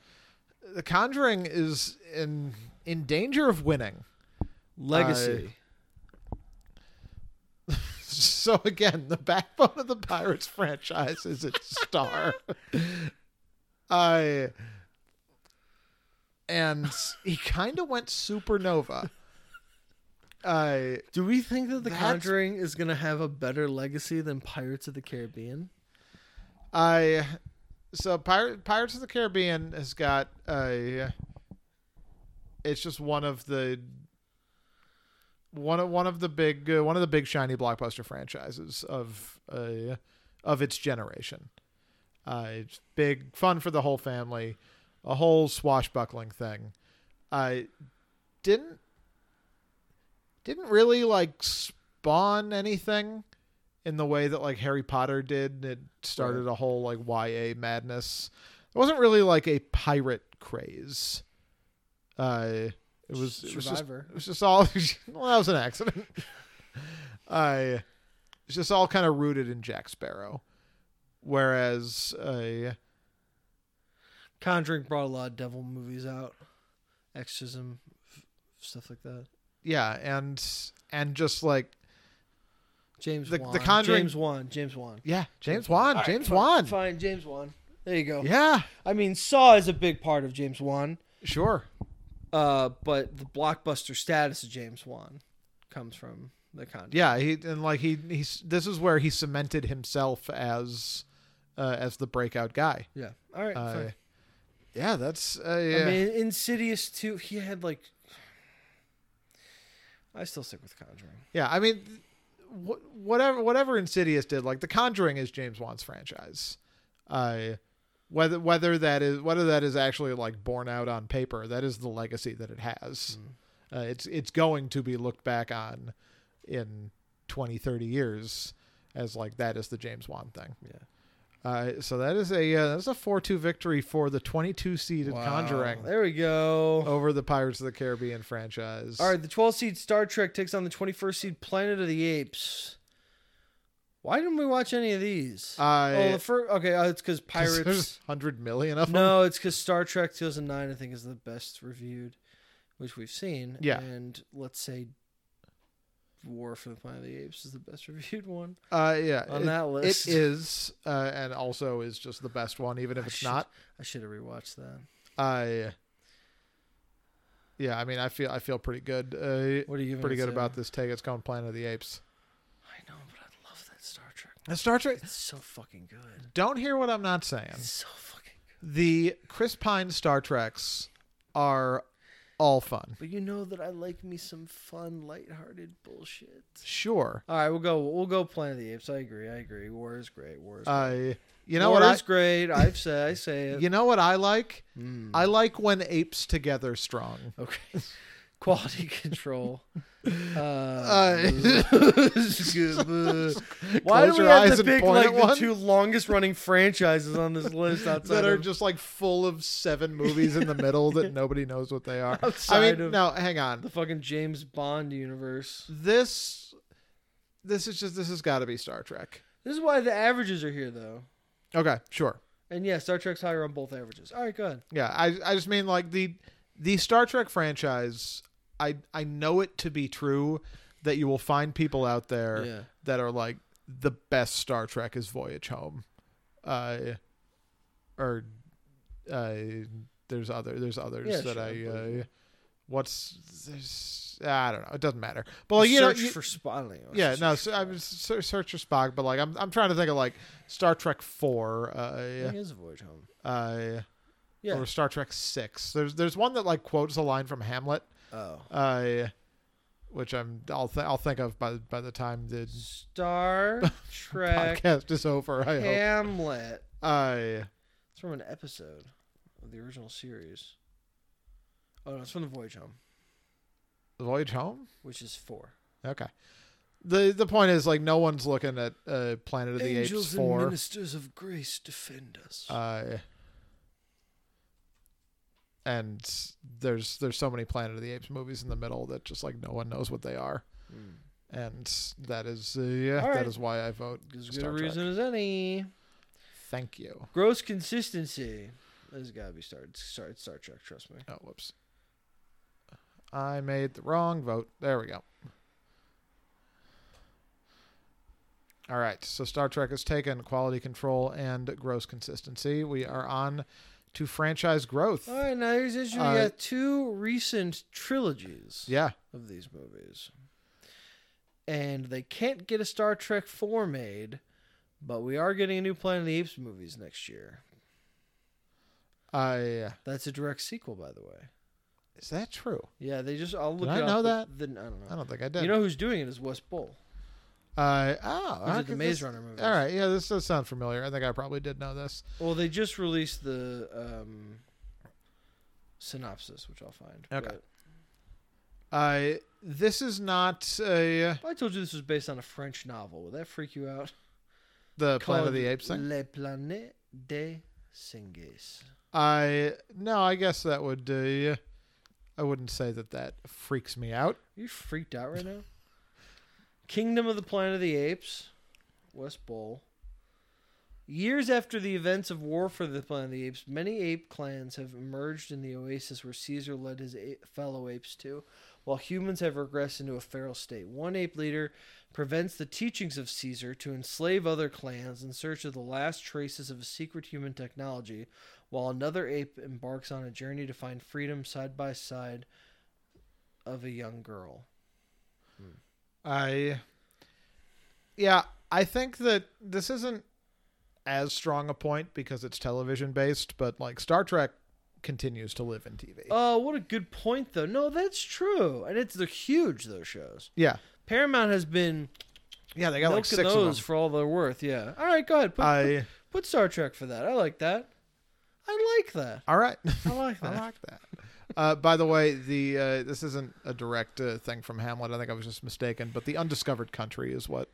The Conjuring is in in danger of winning. Legacy. <laughs> So again, the backbone of the Pirates franchise is its star. I and he kind of went supernova. I Do we think that The That's- Conjuring is going to have a better legacy than Pirates of the Caribbean? I so Pirate, Pirates of the Caribbean has got a. It's just one of the one of one of the big uh, one of the big shiny blockbuster franchises of uh, of its generation. Uh, it's big fun for the whole family, a whole swashbuckling thing. I didn't didn't really like spawn anything in the way that like Harry Potter did. It started a whole like YA madness. It wasn't really like a pirate craze. Uh, it was it was just Survivor. it was just all <laughs> well, that was an accident. <laughs> I it's just all kind of rooted in Jack Sparrow, whereas uh, Conjuring brought a lot of devil movies out, exorcism, f- stuff like that. Yeah, and and just like James The- the Wan. Conjuring- James Wan. James Wan. yeah, James Wan, All right, James fine- Wan. Fine, James Wan. There you go. Yeah, I mean, Saw is a big part of James Wan, sure. uh, but the blockbuster status of James Wan comes from the Conjuring. Yeah, he and like he he's this is where he cemented himself as uh, as the breakout guy. Yeah. All right. Uh, fine. yeah, that's uh, yeah. I mean, Insidious too. He had like. I still stick with Conjuring. Yeah, I mean, wh- whatever whatever Insidious did, like The Conjuring is James Wan's franchise. Uh, whether whether that is whether that is actually like borne out on paper, that is the legacy that it has. Mm. Uh, it's it's going to be looked back on in 20, 30 years as like that is the James Wan thing. Yeah. Uh, so that is a uh, that's a four two victory for the twenty two seeded Wow. Conjuring Oh, There we go. over the Pirates of the Caribbean franchise. All right, the 12 seed Star Trek takes on the 21st seed Planet of the Apes. Why didn't we watch any of these? Uh, oh, the first. Okay, uh, it's because <laughs> 'cause Pirates. there's hundred million of them. No, it's because Star Trek 2009, I think, is the best reviewed, which we've seen. Yeah. And let's say War for the Planet of the Apes is the best <laughs> reviewed one Uh, yeah, on it- that It list. Ah, is, uh, and also is just the best one, even if I it's should- not. I should have rewatched that. I, yeah, I mean, I feel I feel pretty good, uh, What are you giving pretty it good to? about this take. It's called Planet of the Apes. I know, but I love that Star Trek. And Star Trek. It's so fucking good. Don't hear what I'm not saying. It's so fucking good. The Chris Pine Star Treks are all fun. But you know that I like me some fun, lighthearted bullshit. Sure. All right, we'll go. We'll go Planet of the Apes. I agree. I agree. War is great. War is great. I, you know War what I, is great. I've said. I say <laughs> it. you know what I like. Mm. I like when apes together strong. Okay. <laughs> Quality <laughs> control. Uh, why do Close we your have to eyes and pick point like at the one? two longest running franchises on this <laughs> list outside that are of- just like full of seven movies <laughs> in the middle that nobody knows what they are. I Outside mean, of- no, hang the on. fucking James Bond universe? This, this is just this has got to be Star Trek. This is why the averages are here, though. Okay, sure. And yeah, Star Trek's higher on both averages. All right, go ahead. Yeah, I I just mean like the the Star Trek franchise. I I know it to be true that you will find people out there Yeah. that are like the best Star Trek is Voyage Home, uh, or uh, there's other there's others Yeah, that sure, I believe I uh, it. what's there's I don't know it doesn't matter but like you know search you, for spotting. yeah no so I'm ser- search for Spock but like I'm I'm trying to think of like Star Trek four uh, It is a voyage home. uh Yeah. or Star Trek six there's there's one that like quotes a line from Hamlet oh. uh which I'm I'll th- I'll think of by by the time the <laughs> Star Trek podcast is over I hope Hamlet. uh It's from an episode of the original series. Oh no, it's from the Voyage Home, Voyage Home. which is four. Okay. the The point is like no one's looking at uh, Planet of the Apes four. ministers of grace defend us. Uh, and there's there's so many Planet of the Apes movies in the middle that just like no one knows what they are, Mm. and that is uh, yeah, All right. that is why I vote. As good a Star Trek. reason as any. Thank you. Gross consistency. This has got to be started. Start Star Trek. Trust me. Oh, whoops. I made the wrong vote. There we go. All right. So Star Trek has taken quality control and gross consistency. We are on to franchise growth. All right, now here's the issue. Uh, we got two recent trilogies Yeah. of these movies, and they can't get a Star Trek four made, but we are getting a new Planet of the Apes movies next year. I That's a direct sequel, by the way. is that true? Yeah, they just. I'll look. I it up, know but Then I don't I know. don't think I did. You know who's doing it is Wes Bull. I oh, Who I did the could- Maze this- Runner movies. All right. Yeah, this does sound familiar. I think I probably did know this. Well, they just released the um, synopsis, which I'll find. Okay. but- I this is not a I told you this was based on a French novel. Would that freak you out? the Planet Called of the Apes thing. Le Planète des Singes. I no, I guess that would. Uh, I wouldn't say that that freaks me out. Are you freaked out right now? Kingdom of the Planet of the Apes, West Bowl. Years after the events of War for the Planet of the Apes, many ape clans have emerged in the oasis where Caesar led his a- fellow apes to, while humans have regressed into a feral state. One ape leader prevents the teachings of Caesar to enslave other clans in search of the last traces of a secret human technology, while another ape embarks on a journey to find freedom side by side of a young girl. I Yeah, I think that this isn't as strong a point because it's television based, but like Star Trek continues to live in TV. Oh, what a good point though. No, that's true. And it's they're huge those shows. yeah. Paramount has been Yeah, they got milking like six of those them. for all they're worth. Yeah. All right, go ahead. Put, <laughs> I put Star Trek for that. I like that. I like that. All right. I like that. <laughs> I like that. Uh, by the way, the uh, this isn't a direct uh, thing from Hamlet. I think I was just mistaken, but the undiscovered country is what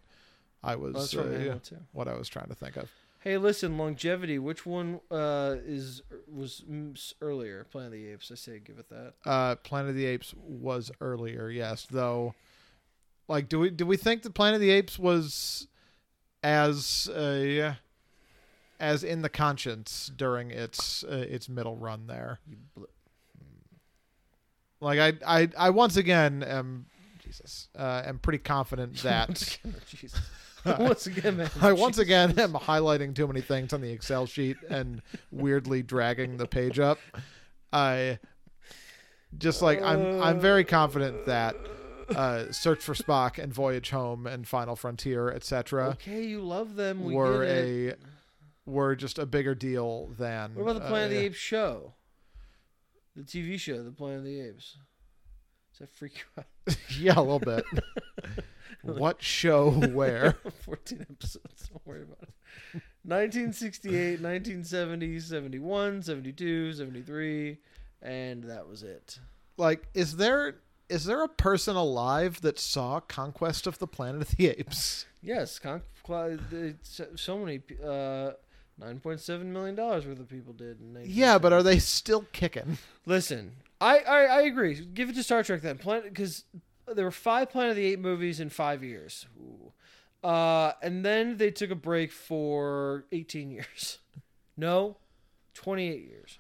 I was Well, that's uh, from Hamlet, yeah, too. what I was trying to think of. Hey, listen, longevity. Which one uh, is was mm, s- earlier? Planet of the Apes. I say give it that. Uh, Planet of the Apes was earlier, yes. Though, like, do we do we think that Planet of the Apes was as uh, as in the conscience during its uh, its middle run there? You <laughs> bl- Like, I I, I once again am Jesus uh, am pretty confident that. Oh, Jesus. <laughs> once again, <laughs> man. I once again am highlighting too many things on the Excel sheet and weirdly dragging the page up. I just like I'm I'm very confident that uh, Search for Spock and Voyage Home and Final Frontier, etc., <laughs> Okay, you love them. We were get it. a were just a bigger deal than What about the Planet of uh, the Apes show? The TV show, The Planet of the Apes. Does that freak you <laughs> <laughs> yeah, a little bit. what show? Where? out? 14 episodes. Don't worry about it. 1968, 1970, 71, 72, 73, and that was it. Like, is there is there a person alive that saw Conquest of the Planet of the Apes? Yes, con- cla- the- so- so many. pe- Uh, $9.7 million worth of people did. In Yeah, but 1970. are they still kicking? Listen, I, I I agree. Give it to Star Trek then, Planet because there were five Planet of the Eight movies in five years, Ooh. Uh, and then they took a break for eighteen years. <laughs> No, twenty eight years.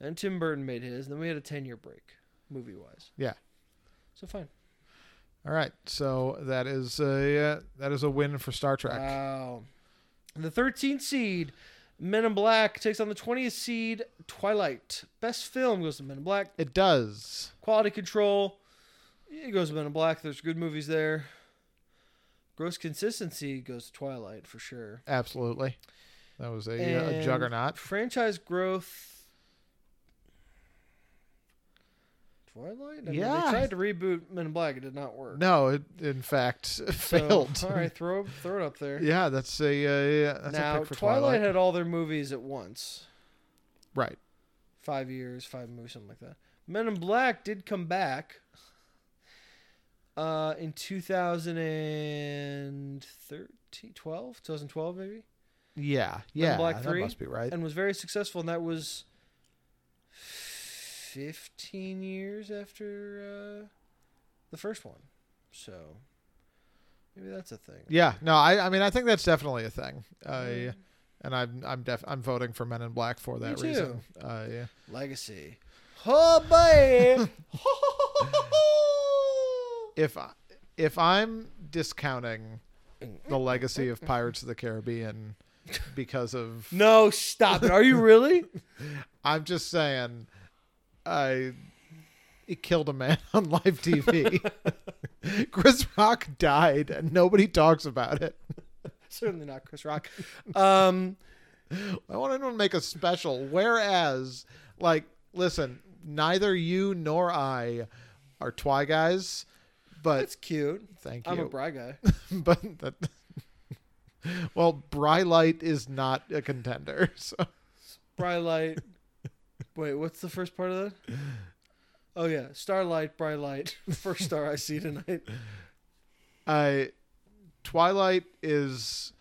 Then Tim Burton made his. And then we had a ten year break, movie wise. Yeah. So fine. All right, so that is a uh, that is a win for Star Trek. Wow. The thirteenth seed, Men in Black, takes on the twentieth seed, Twilight. Best film goes to Men in Black. it does. Quality Control. It goes to Men in Black. There's good movies there. Gross Consistency goes to Twilight for sure. Absolutely. That was a, uh, a And juggernaut. Franchise growth. Twilight? I Mean, Yeah. they tried to reboot Men in Black. It did not work. No, it in fact <laughs> So, failed. All right, throw, throw it up there. <laughs> Yeah, that's a uh, yeah, that's a now, pick for Twilight, Twilight. had all their movies at once. Right. Five years, five movies, something like that. Men in Black did come back uh, in 2013, 12, 2012 maybe, Yeah. Yeah. Black that 3? must be right. and was very successful. And that was 15 years after uh, the first one. So maybe that's a thing. Yeah. No, I I mean I think that's definitely a thing. Uh, And I'm I'm def- I'm voting for Men in Black for that Mm. too. reason. Uh, yeah. Legacy. Oh, boy. If I, if I'm discounting the legacy of Pirates of the Caribbean because of <laughs> no, stop it. Are you really? I'm just saying I it killed a man <laughs> on live <laughs> TV. Chris Rock died and nobody talks about it. <laughs> Certainly not Chris Rock. Um, I want anyone to make a special whereas like listen, neither you nor I are twi guys, but that's cute. thank you. I'm a Bry guy. <laughs> but that <laughs> well, Bry Light is not a contender. <laughs> So Brylight. Wait, what's the first part of that? Oh yeah, Starlight, Brylight. <laughs> First star I see tonight. I Twilight is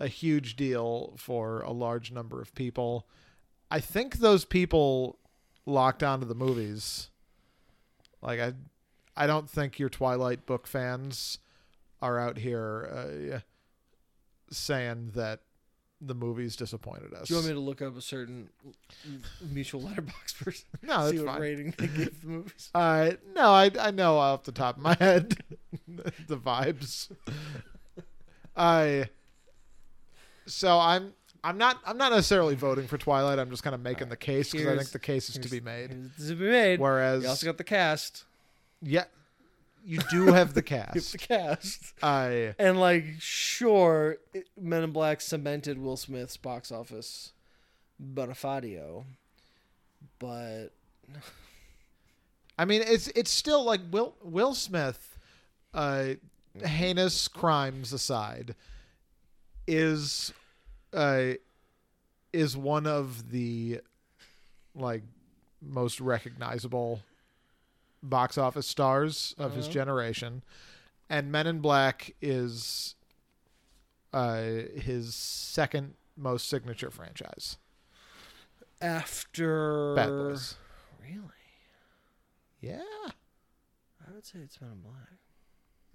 a huge deal for a large number of people. I think those people locked onto the movies. Like I, I don't think your Twilight book fans are out here uh, saying that the movies disappointed us. Do you want me to look up a certain mutual letterbox <laughs> person? <laughs> no, that's see what fine. rating they gave the movies. Uh, no, I I know off the top of my <laughs> head the vibes. I so I'm I'm not I'm not necessarily voting for Twilight. I'm just kind of making the case because I Here's- think the case is to here's- be made. Does it be made? Whereas You also got the cast. yeah, you do <laughs> have the You have cast. the cast. I And like, sure, it- Men in Black cemented Will Smith's box office bonafadio, but I mean it's it's still like Will Will Smith, uh, heinous crimes aside, is uh, is one of the like most recognizable box office stars of his Uh-huh. generation, and Men in Black is uh, his second most signature franchise. after Bad Boys. really, Yeah. I would say it's Men in Black.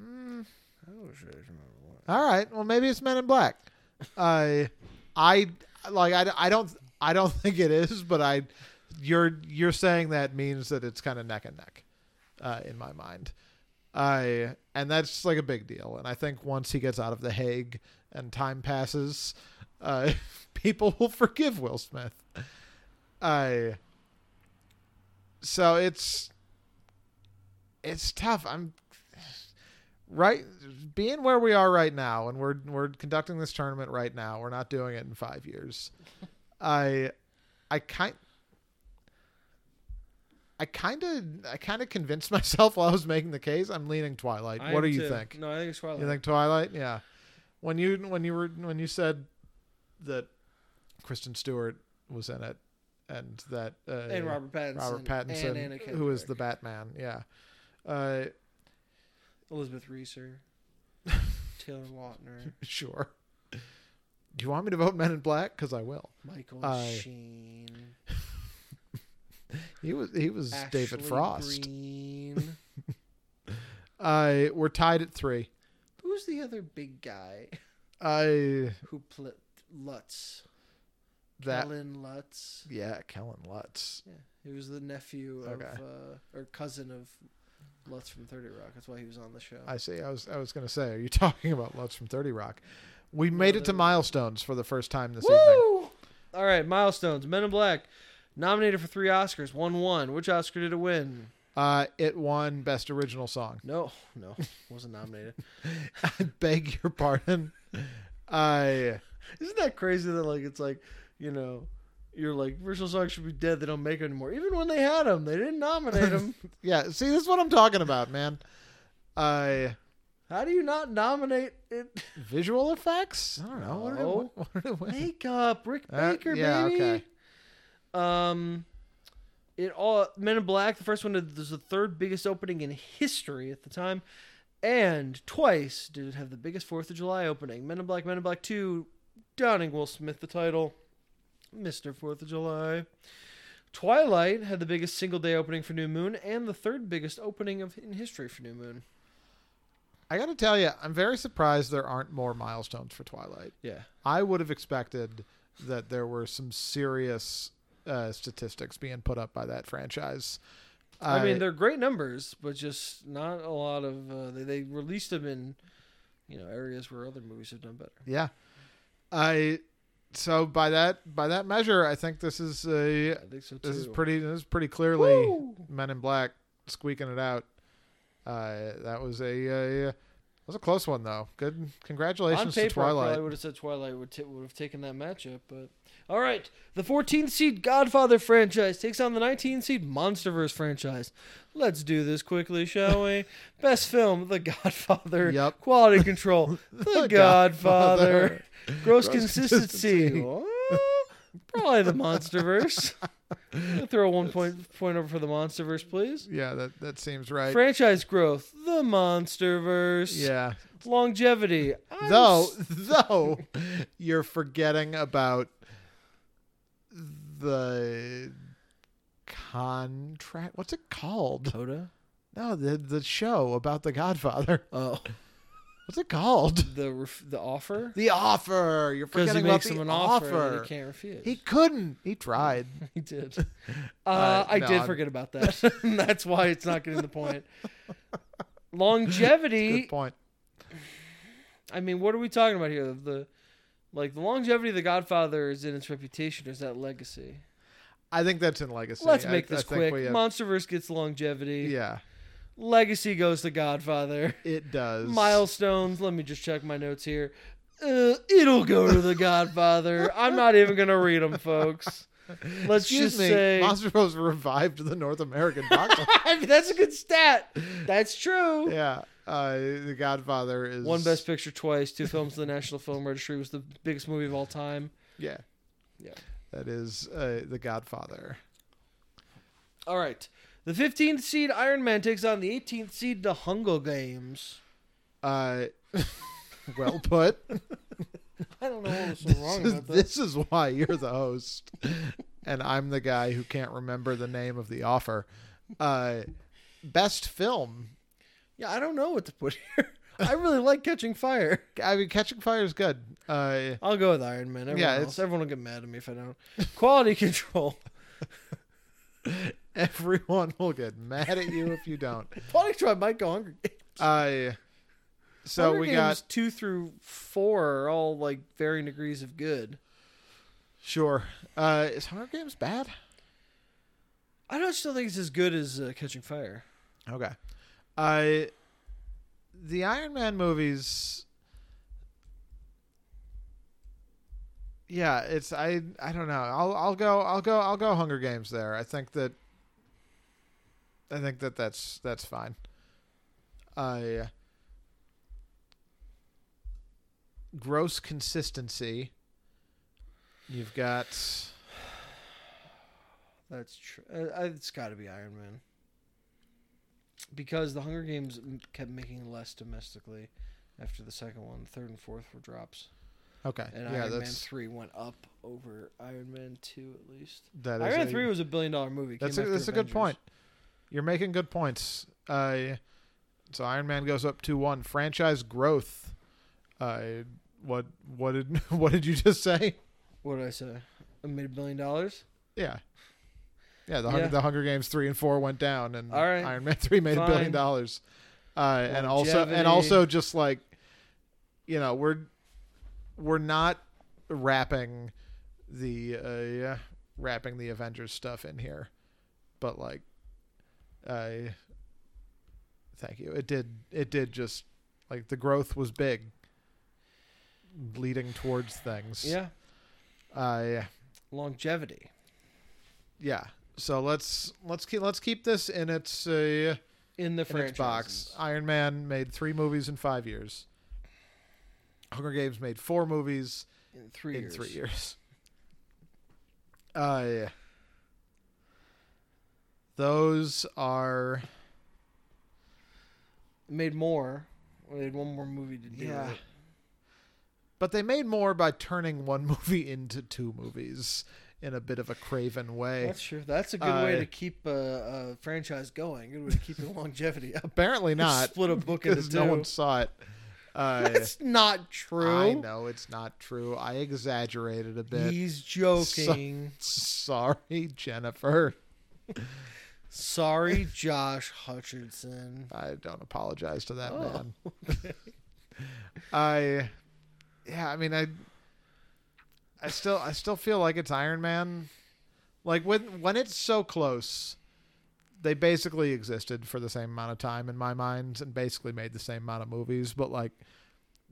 Mm. I would say it's Men in Black. All right. Well, maybe it's Men in Black. I, I like. I, I don't. I don't <laughs> think it is. But I, you're you're saying that means that it's kind of neck and neck, uh, in my mind. I and that's like a big deal. And I think once he gets out of the Hague and time passes, uh, <laughs> people will forgive Will Smith. I. So it's. It's tough. I'm right being where we are right now and we're we're conducting this tournament right now we're not doing it in five years i i kind I kind of, I kind of convinced <laughs> myself while I was making the case. I'm leaning Twilight. I what do am you too. think? No, I think it's Twilight. You think Twilight? Yeah. When you when you were when you said that Kristen Stewart was in it, and that uh, and Robert Pattinson, Robert Pattinson, and Anna who is the Kendrick. Batman? Yeah. Uh, Elizabeth Reeser, <laughs> Taylor Lautner, Sure. Do you want me to vote Men in Black? Because I will. Michael I- Sheen, He was he was David Ashley Frost. <laughs> Greene. I we're tied at three. Who's the other big guy I who played Lutz? that Alan Lutz. yeah, Kellen Lutz. Yeah, he was the nephew of Okay. uh, or cousin of Lutz from Thirty Rock. That's why he was on the show. I see. I was I was gonna say, are you <laughs> talking about Lutz from Thirty Rock? We No, made it to they're- milestones for the first time this evening. Woo! All right, milestones. Men in Black, nominated for three Oscars, won one. Which Oscar did it win? Uh, it won Best Original Song. <laughs> No, no, <laughs> wasn't nominated. I beg your pardon. I Isn't that crazy that like it's like you know. You're like original song should be dead. They don't make 'em anymore. Even when they had them, they didn't nominate them. yeah. See, this is what I'm talking about, man. I How do you not nominate it? visual effects. I don't know. What did it, No. <laughs> what did it win? Makeup, Rick Uh, Baker, yeah, baby. okay. Um, it all Men in Black. The first one did- was the third biggest opening in history at the time, and twice did it have the biggest Fourth of July opening. Men in Black, Men in Black Two, donning Will Smith the title, Mister Fourth of July. Twilight had the biggest single day opening for New Moon and the third biggest opening of in history for New Moon. I got to tell you, I'm very surprised there aren't more milestones for Twilight. Yeah, I would have expected that there were some serious uh, statistics being put up by that franchise. I, mean they're great numbers, but just not a lot of uh, they they released them in you know areas where other movies have done better. yeah. I so by that by that measure, I think this is a I think so too. this is pretty this is pretty clearly Woo! Men in Black squeaking it out. Uh, that was a uh, was a close one though. Good On congratulations paper, to I Twilight. probably would have said Twilight would, t- would have taken that matchup, but all right. The 14th seed Godfather franchise takes on the 19 seed MonsterVerse franchise. Let's do this quickly, shall <laughs> we? Best film: The Godfather. Yep. Quality <laughs> control: The, Godfather. Gross, Gross consistency. consistency. uh, <laughs> probably the <laughs> MonsterVerse. Throw one point point over for the MonsterVerse, please. Yeah, that that seems right. Franchise growth: The MonsterVerse. yeah, Longevity. I'm though though <laughs> you're forgetting about the contract what's it called Coda? no the the show about the godfather <laughs> Oh. What's it called? The ref- the offer The offer. You're because he forgetting makes about him the an offer, offer. and he can't refuse. He couldn't. He tried. <laughs> He did. <laughs> Uh, Uh, I no, did I'm- forget about <laughs> that. That's why it's not getting the <laughs> point. Longevity. Good point. I mean, what are we talking about here? The like the longevity of The Godfather is in its reputation, or is that legacy? I think that's in legacy. Let's I- make I this think quick. we have- MonsterVerse gets longevity. yeah, Legacy goes to Godfather. it does. Milestones. Let me just check my notes here. Uh, it'll go to The Godfather. I'm not even gonna read them, folks. Let's Excuse just me. say <laughs> Monster Bros revived the North American box office. I mean, that's a good stat. That's true. yeah. Uh, the Godfather is One Best Picture twice, two films to the National Film Registry was the biggest movie of all time. Yeah. Yeah. That is uh, the Godfather. All right. The 15th seed Iron Man takes on the 18th seed The Hunger Games. Uh, well put. I don't know what was this, so <laughs> wrong is, about <laughs> that. this is why you're the host, and I'm the guy who can't remember the name of the offer. Uh, best film. Yeah, I don't know what to put here. I really like Catching Fire. I mean, Catching Fire is good. Uh, I'll go with Iron Man. Everyone Yeah, else, it's- everyone will get mad at me if I don't. Quality <laughs> Control. <laughs> everyone will get mad at you if you <laughs> don't. Quality Control might go Hunger Games. Uh, so Hunger we Games got two through four are all like varying degrees of good. sure. Uh, is Hunger Games bad? I don't still think it's as good as uh, Catching Fire. Okay. I the Iron Man movies Yeah, it's I I don't know. I'll I'll go I'll go I'll go Hunger Games there. I think that I think that that's that's fine. I gross consistency. You've got That's true. Uh, uh, it's got to be Iron Man. Because the Hunger Games m- kept making less domestically after the second one. Third and fourth were drops. okay. And yeah, Iron Man that's 3 went up over Iron Man 2 at least. that is Iron Man a- 3 was a billion dollar movie. It That's a, came after that's a good Avengers. point. You're making good points. Uh, so Iron Man goes up two one. Franchise growth. Uh, what what did <laughs> what did you just say? What did I say? I made a billion dollars? Yeah, yeah. The Hunger, Yeah. the Hunger Games three and four went down, and All right. Iron Man three made a Fine. billion dollars. Uh, and also and Longevity. also just like, you know, we're we're not wrapping the uh, yeah, wrapping the Avengers stuff in here, but like, I thank you. It did it did just like the growth was big, leading towards things. Yeah. Uh, Longevity. yeah. So let's let's keep let's keep this in its uh, In the in its franchise. box. Iron Man made three movies in five years. Hunger Games made four movies In three in years. three years. <laughs> Uh, those are Made more. They had one more movie to do. Yeah. with it. but they made more by turning one <laughs> movie into two movies in a bit of a craven way. That's true. That's a good way Uh, to keep a, a franchise going. Good way to keep the <laughs> longevity up. <laughs> Apparently not, split a book <laughs> into because two. no <laughs> one saw it. Uh, That's not true. I know it's not true. I exaggerated a bit. He's joking. <laughs> Sorry, Jennifer. Sorry, Josh Hutcherson. I don't apologize to that Oh, <laughs> man. I yeah, I mean I I still I still feel like it's Iron Man. Like when when it's so close, they basically existed for the same amount of time in my mind and basically made the same amount of movies, but like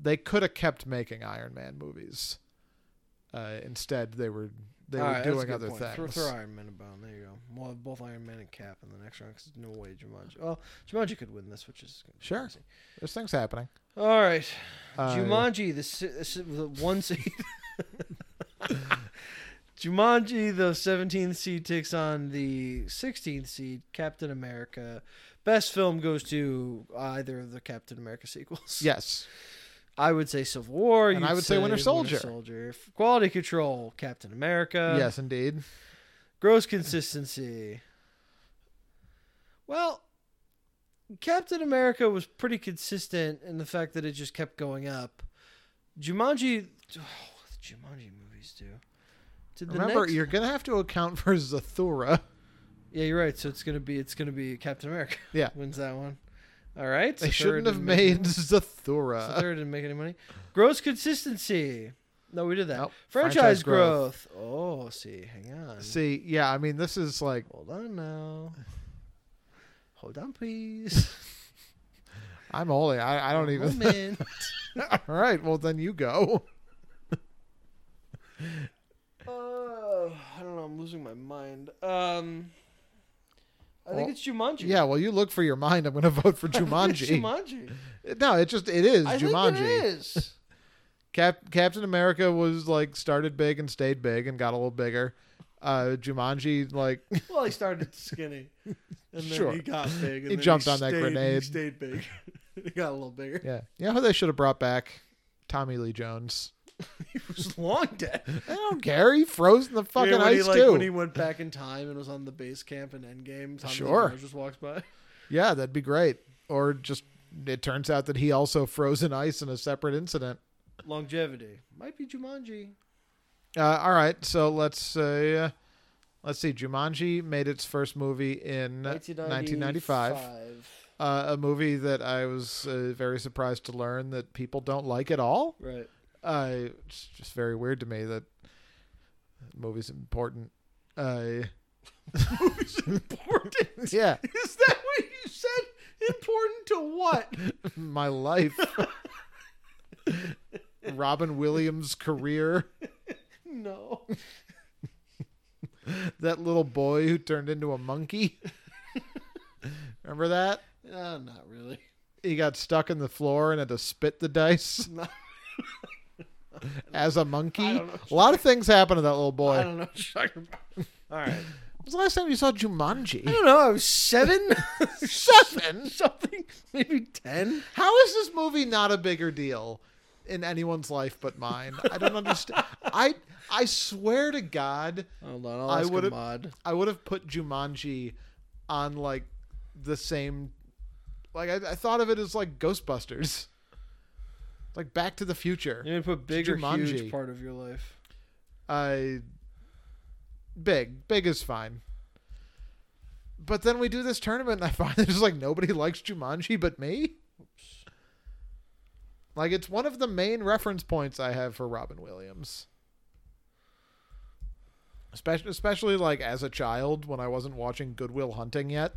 they could have kept making Iron Man movies. Uh, instead they were they All were right, that's a doing good other point. things. Throw, throw Iron Man a bone. There you go. We'll have both Iron Man and Cap in the next round because no way Jumanji. Well, Jumanji could win this, which is gonna be Sure. crazy. There's things happening. All right, Uh, Jumanji, the, si- si- the one seed. <laughs> Jumanji, the 17th seed, takes on the 16th seed, Captain America. Best film goes to either of the Captain America sequels. Yes. I would say Civil War. And I you'd would say Winter Soldier. Soldier. Quality Control, Captain America. yes, indeed. Gross consistency. Well, Captain America was pretty consistent in the fact that it just kept going up. Jumanji, oh, what the Jumanji movies do. Did the Remember, next- you're gonna have to account for <laughs> Zathura. yeah, you're right. So it's gonna be it's gonna be Captain America. <laughs> Yeah. wins that one. All right, They Sathura shouldn't have didn't make- <laughs> made Zathura. Sathura didn't make any money. Gross consistency. No, we did that. Nope. Franchise, Franchise growth. growth. Oh, see, hang on. See, yeah, I mean, this is like Hold on <laughs> now. Hold on, please. I'm only. I, I don't even. <laughs> Moment. All right, well then you go. Oh, I don't know. I'm losing my mind. Um, I Well, think it's Jumanji. Yeah, well you look for your mind. I'm gonna <laughs> vote <laughs> for I think it's <laughs> Jumanji. Jumanji. No, it just it is I Jumanji. think it <laughs> is. Cap- Captain America was like started big and stayed big and got a little bigger. Uh, Jumanji, <laughs> like Well, he started skinny, and then Sure. he got big. And He then jumped on that stayed- grenade. He stayed big. <laughs> he got a little bigger. yeah, you know who they should have brought back? Tommy <laughs> Lee Jones. He <laughs> was long dead. I don't care. He froze in the fucking yeah, when he, ice like, too. When he went back in time and was on the base camp in Endgame, Tommy Lee Sure. Jones just walks by. Yeah, that'd be great. Or just it turns out that he also froze in ice in a separate incident. Longevity might be Jumanji. Uh, all right, so let's uh, let's see. Jumanji made its first movie in 1995, uh, a movie that I was uh, very surprised to learn that people don't like at all. <laughs> Right. Uh, it's just very weird to me that that movie's important. <laughs> Uh, Movie's important. <laughs> yeah, Is that what you said? Important to what? my life. Robin Williams' career. <laughs> No. that little boy who turned into a monkey. <laughs> Remember that? Uh, not really. He got stuck in the floor and had to spit the <laughs> dice No, as a monkey. I don't know. A lot of things happened to that little I boy. don't know what you're talking about. All right. When was the last time you <laughs> saw I <laughs> Jumanji? don't know. I was <laughs> seven, Seven. something, maybe ten. How is this movie not a bigger deal in anyone's life but mine? I <laughs> don't understand. I I swear to God, Hold on, I'll I ask a would've- mod. I would have put Jumanji on like the same. Like I, I thought of it as like Ghostbusters, like Back to the Future. You're gonna put big or Jumanji. huge part of your life. I big, big is fine. But then we do this tournament, and I find <laughs> that just like nobody likes Jumanji but me. Like it's one of the main reference points I have for Robin Williams. Especially, especially like as a child when I wasn't watching Goodwill Hunting yet.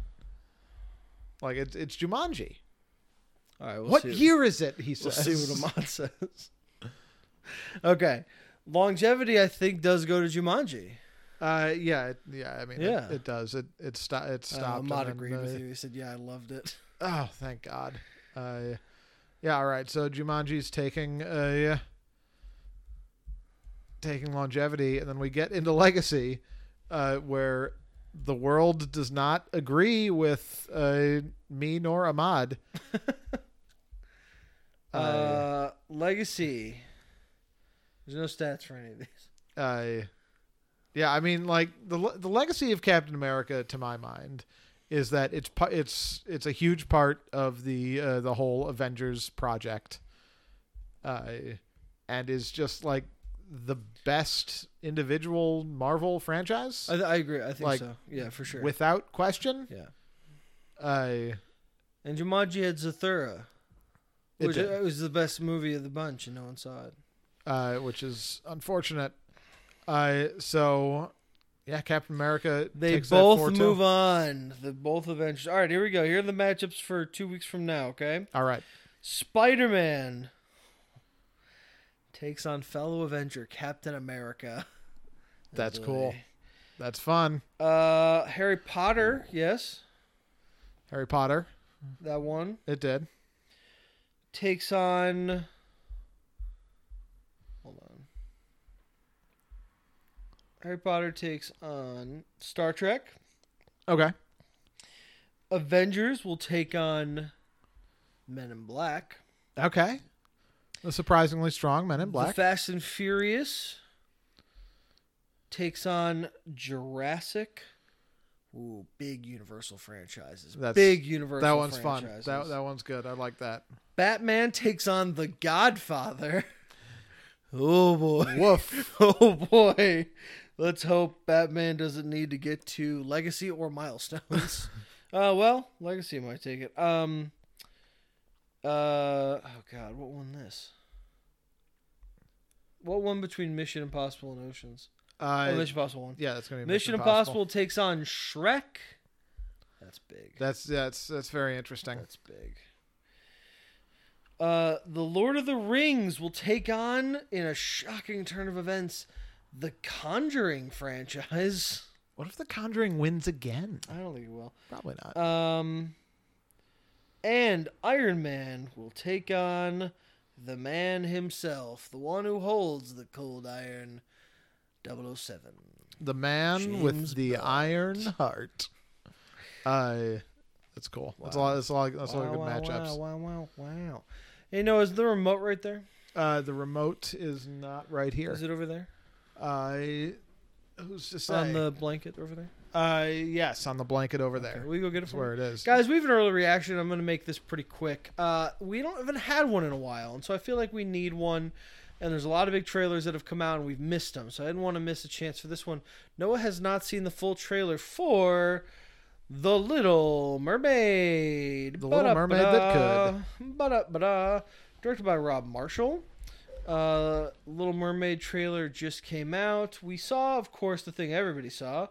Like it's it's Jumanji. All right. We'll what see. year is it? He We'll says. see what Ahmad <laughs> says. Okay, longevity I think does go to Jumanji. Uh, yeah, it, yeah. I mean, Yeah. It, it does. It it, sto- it Uh, stopped. Ahmad and then, agreed uh, with you. He said, "Yeah, I loved it." Oh, thank God. Uh, yeah, all right. So Jumanji's taking uh, taking longevity, and then we get into legacy, uh, where the world does not agree with uh, me nor Ahmad. uh, Uh, legacy. There's no stats for any of these. uh, yeah, I mean, like the le- the legacy of Captain America, to my mind, is that it's pa- it's it's a huge part of the uh, the whole Avengers project, uh, and is just like the best individual Marvel franchise I, th- I agree. I think Like, so. Yeah, for sure. without question. Yeah. Uh, and Jumanji had Zathura, It which did. uh, was the best movie of the bunch, and no one saw it. uh, which is unfortunate. Uh, so, yeah, Captain America. They takes that both 4-2. move on. The both Avengers. All right, here we go. Here are the matchups for two weeks from now. Okay, All right. Spider Man takes on fellow Avenger Captain America. That's Oh, cool. boy. That's fun. Uh, Harry Potter. Yes, Harry Potter. that one. It did. takes on. Hold on. Harry Potter takes on Star Trek. Okay. Avengers will take on Men in Black. Okay. The surprisingly strong Men in The Black. Fast and Furious takes on Jurassic Ooh, big Universal franchises. That's- big Universal. that one's franchises. fun. That that one's good. I like that. Batman takes on the Godfather. <laughs> Oh boy. Woof. <laughs> Oh boy. Let's hope Batman doesn't need to get to legacy or <laughs> milestones. uh well, legacy might take it. Um uh oh god, what won this? What one between Mission Impossible and Oceans? Oh, Uh, Mission Impossible one. yeah, that's gonna be Mission Impossible takes on Shrek. That's big. That's that's that's very interesting. That's big. Uh, the Lord of the Rings will take on, in a shocking turn of events, the Conjuring franchise. <laughs> What if The Conjuring wins again? I don't think it will. Probably not. Um, and Iron Man will take on the man himself, the one who holds the cold iron 007. the man James with the iron heart. Uh, that's cool. That's a lot. That's a lot. That's a lot of wow, good matchups. Wow, wow, wow, wow. You know, is the remote right there? Uh, the remote is not right here. Is it over there? Uh, who's to say? On the blanket over there? uh, yes, on the blanket over Okay, there. will you go get it That's for me? where it is. Guys, we have an early reaction. I'm going to make this pretty quick. Uh, we don't haven't had one in a while, and so I feel like we need one. And there's a lot of big trailers that have come out, and we've missed them. So I didn't want to miss a chance for this one. Noah has not seen the full trailer for The Little Mermaid. The Little Mermaid that could. Directed by Rob Marshall. Uh, Little Mermaid trailer just came out. We saw, of course, the thing everybody saw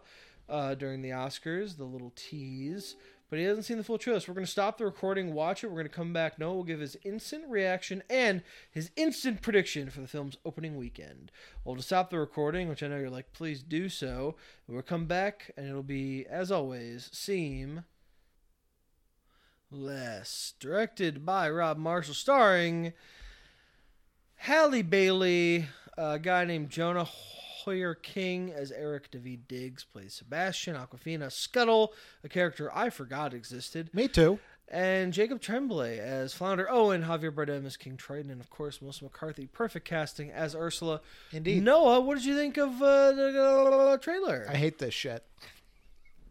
uh, during the Oscars, the little tease. But he hasn't seen the full trailer, so we're going to stop the recording, watch it. We're going to come back. Noah will give his instant reaction and his instant prediction for the film's opening weekend. We'll just stop the recording, which I know you're like, please do so. We'll come back, and it'll be, as always, seem less. Directed by Rob Marshall, starring Halle Bailey, a guy named Jonah Hoyer King as Eric David Diggs plays Sebastian, Aquafina Scuttle, a character I forgot existed, Me too. and Jacob Tremblay as Flounder Owen, Javier Bardem as King Triton, and of course Melissa McCarthy, perfect casting as Ursula. Indeed. Noah, what did you think of uh, the trailer? I hate this shit.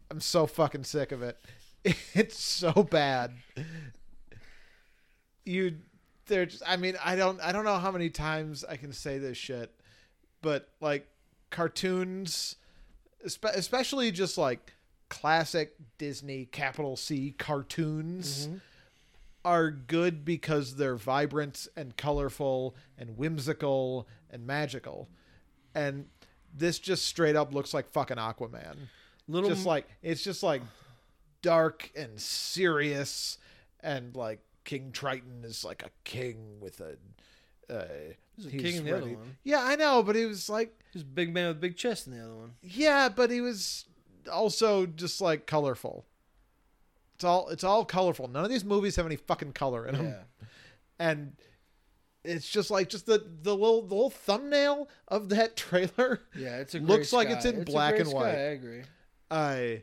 I'm so fucking sick of it. <laughs> It's so bad. You, they're just. I mean, I don't. I don't know how many times I can say this shit, but like cartoons, espe- especially just like classic Disney capital C cartoons. Are good because they're vibrant and colorful and whimsical and magical. And this just straight up looks like fucking Aquaman. Little just like it's just like dark and serious, and like King Triton is like a king with a. Uh, He's a king in the other one. Yeah, I know, but he was like, Just a big man with a big chest in the other one. yeah, but he was also just like colorful. It's all it's all colorful. None of these movies have any fucking color in them Yeah. and it's just like just the the little the little thumbnail of that <laughs> trailer Yeah, it's a gray Looks like it's sky. in a black gray and white. sky, I agree. i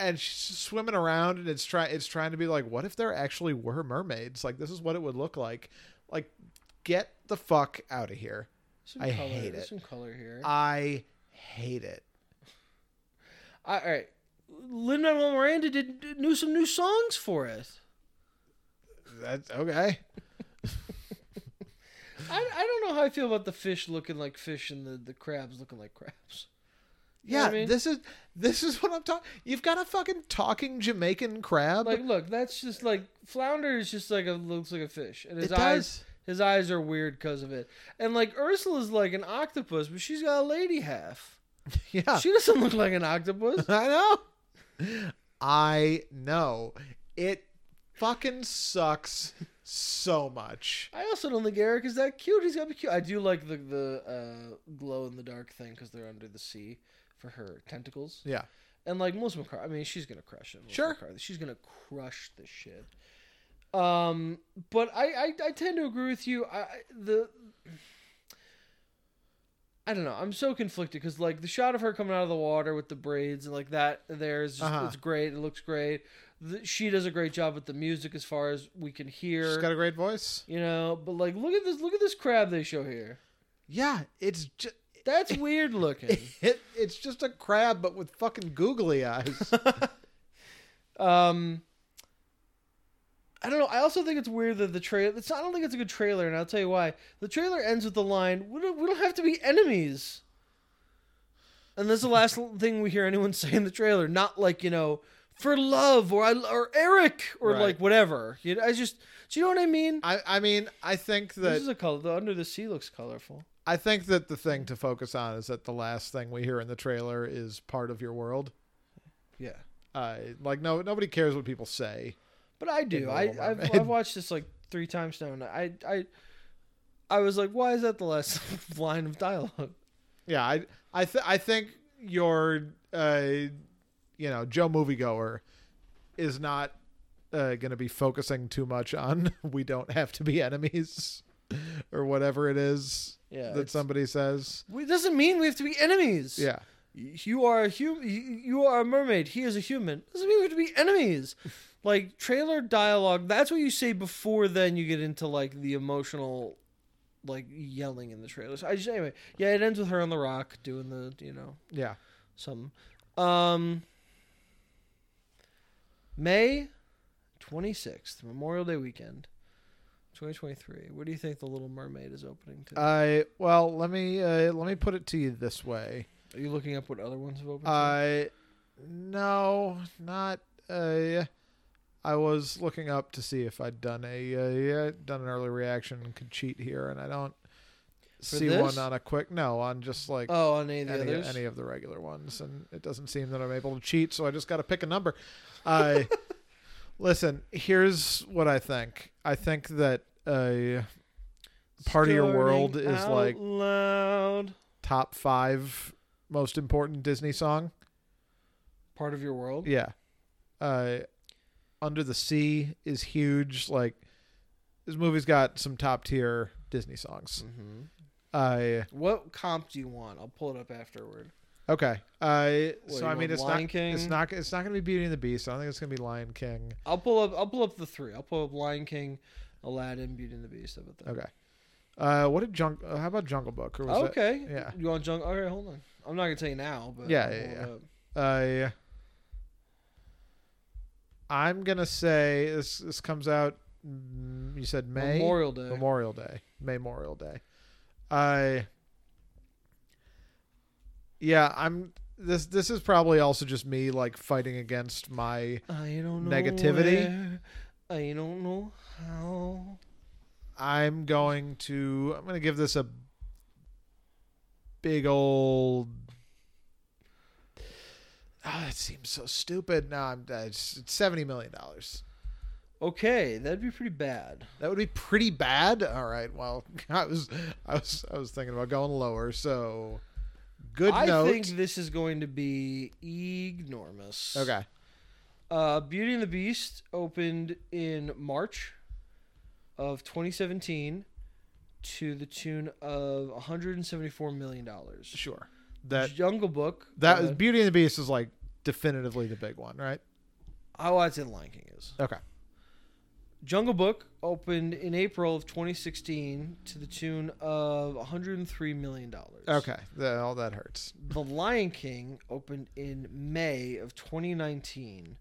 and she's just swimming around and it's trying it's trying to be like what if there actually were mermaids like this is what it would look like like get the fuck out of here Some I color. hate there's it. Some color here. i hate it I, all right. Lin Manuel Miranda did, did knew some new songs for it. that's okay I, I don't know how I feel about the fish looking like fish and the, the crabs looking like crabs. <laughs> You know yeah what I mean? this is this is what i'm talking you've got a fucking talking jamaican crab Like, look, that's just like flounder is just like a looks like a fish, and his It eyes does. his eyes are weird because of it. And like Ursula's like an octopus, but she's got a lady half. yeah <laughs> She doesn't look like an octopus. I know. I know. It fucking sucks so much. I also don't think Eric is that cute. He's gotta be cute. I do like the the uh, glow in the dark thing because they're under the sea for her tentacles. Yeah. And like Melissa McCarthy, I mean, she's gonna crush it. Melissa Sure. McCarthy. she's gonna crush this shit. Um, but I, I I tend to agree with you. I I- the I don't know. I'm so conflicted because like the shot of her coming out of the water with the braids and like that there's just, Uh-huh. it's great. It looks great. The, she does a great job with the music as far as we can hear. She's got a great voice. You know, but like, look at this, look at this crab they show here. Yeah, it's <laughs> just That's weird looking. it, <laughs> it's just a crab, but with fucking <laughs> googly eyes. Um, I don't know. I also think it's weird that the trailer. It's I don't think it's a good trailer, and I'll tell you why. The trailer ends with the line, "We don't, we don't have to be enemies." And that's the last l- thing we hear anyone say in the trailer. Not like you know, for love or I, or Eric or Right. like whatever. You know, I just do you know what I mean? I, I mean, I think this that is a color. The under the sea looks colorful. I think that the thing to focus on is that the last thing we hear in the trailer is part of your world. Yeah, Uh, like no, nobody cares what people say. but I In do. The I Little I've, Mermaid. <laughs> I've watched this like three times now, and I I I was like, why is that the last <laughs> line of dialogue? Yeah, I I th- I think your uh, you know Joe moviegoer is not uh, going to be focusing too much on <laughs> we don't have to be enemies <laughs> or whatever it is Yeah, that it's- somebody says. Well, It doesn't mean we have to be enemies. Yeah, You are a hum- you- you are a mermaid, he is a human. Doesn't mean we have to be <laughs> enemies. like trailer dialogue, that's what you say before then you get into like the emotional like yelling in the trailer. So I just anyway, yeah, it ends with her on the rock doing the, you know, yeah. some um May 26th, Memorial Day weekend, 2023. What do you think the Little Mermaid is opening to? I well, let me uh, let me put it to you this way. Are you looking up what other ones have opened? to? I no, not uh, I was looking up to see if I'd done a uh, yeah, done an early reaction and could cheat here, and I don't see this? one on a quick no on just like Oh, on any of the any others? any of the regular ones, and it doesn't seem that I'm able to cheat, so I just got to pick a number. <laughs> I listen. Here's what I think. I think that uh, part of your world Starting is out like loud. top five most important Disney song. Part of your world. Yeah. Uh, Under the Sea is huge. Like this movie's got some top tier Disney songs. Mm-hmm. I What comp do you want? I'll pull it up afterward. okay. I What, you so I mean want it's Lion not King? it's not it's not gonna be Beauty and the Beast. I don't think it's gonna be Lion King. I'll pull up. I'll pull up the three. I'll pull up Lion King, Aladdin, Beauty and the Beast. How about that? Okay. Uh, what did Jung- uh, How about Jungle Book? Or was it- Okay. yeah. You want junk? Okay, hold on. I'm not gonna tell you now, but Yeah, I'll yeah, pull it yeah. up. I I'm gonna say this. This comes out. mm, You said May Memorial Day. Memorial Day, Memorial Day. I yeah, I'm this. This is probably also just me like fighting against my. I don't know Negativity. where. I don't know how. I'm going to. I'm gonna give this a big old. Oh, that seems so stupid. No, I'm. uh, It's, it's seventy million dollars. Okay, that'd be pretty bad. That would be pretty bad. All right. Well, <laughs> I was, I was, I was thinking about going lower. So, good I note. think this is going to be enormous. okay. Uh, Beauty and the Beast opened in March of 2017 to the tune of 174 million dollars. Sure. That Jungle Book. that uh, Beauty and the Beast is like definitively the big one, right? how I'd say Lion King is. Okay. Jungle Book opened in April of 2016 to the tune of 103 million dollars. Okay. That, all that hurts. The Lion King opened in May of 2019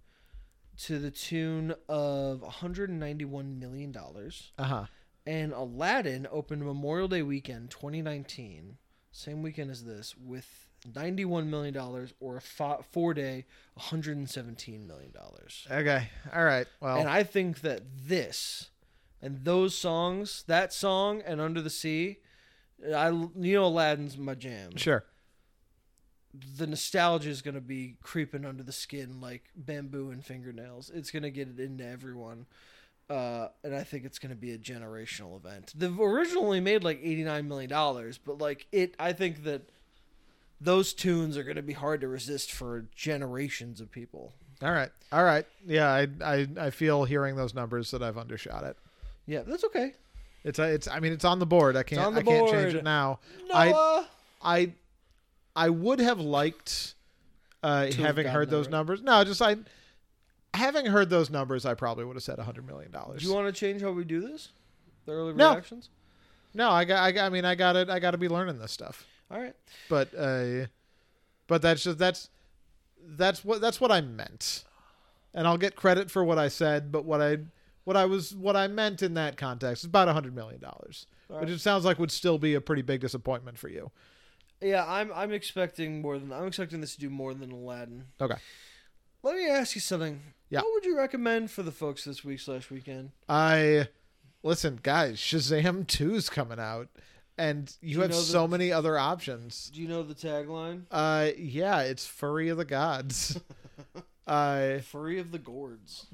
to the tune of 191 million dollars. Uh huh. And Aladdin opened Memorial Day weekend 2019, same weekend as this, with $91 million or a fo- four day $117 million. Okay. All right. Well. And I think that this and those songs, that song and Under the Sea, I you know Aladdin's my jam. sure. The nostalgia is going to be creeping under the skin like bamboo and fingernails. It's going to get it into everyone. Uh, and I think it's going to be a generational event. The originally made like $89 million, but like it, I think that those tunes are going to be hard to resist for generations of people. All right. All right. Yeah. I, I I feel hearing those numbers that I've undershot it. Yeah, that's okay. It's uh, it's. I mean, it's on the board. I can't. on the I can't change board. it now. I- Noah! I I would have liked uh, have having gotten heard that those right. numbers. No, just I having heard those numbers, I probably would have said hundred million dollars. do you want to change how we do this? The early No. reactions? No, I got. I, got- I mean, I got it. I got to be learning this stuff. All right. But uh, but that's just that's that's what that's what I meant, and I'll get credit for what I said. But what I what I was what I meant in that context is about a hundred million dollars, All which right. it sounds like would still be a pretty big disappointment for you. Yeah, I'm I'm expecting more than I'm expecting this to do more than Aladdin. Okay. Let me ask you something. Yeah. What would you recommend for the folks this week slash weekend? I listen, guys. Shazam 2's coming out, and you, You have know the- so many other options. Do you know the tagline? Uh, yeah, it's furry of <laughs> the gods. uh, Free of the gourds.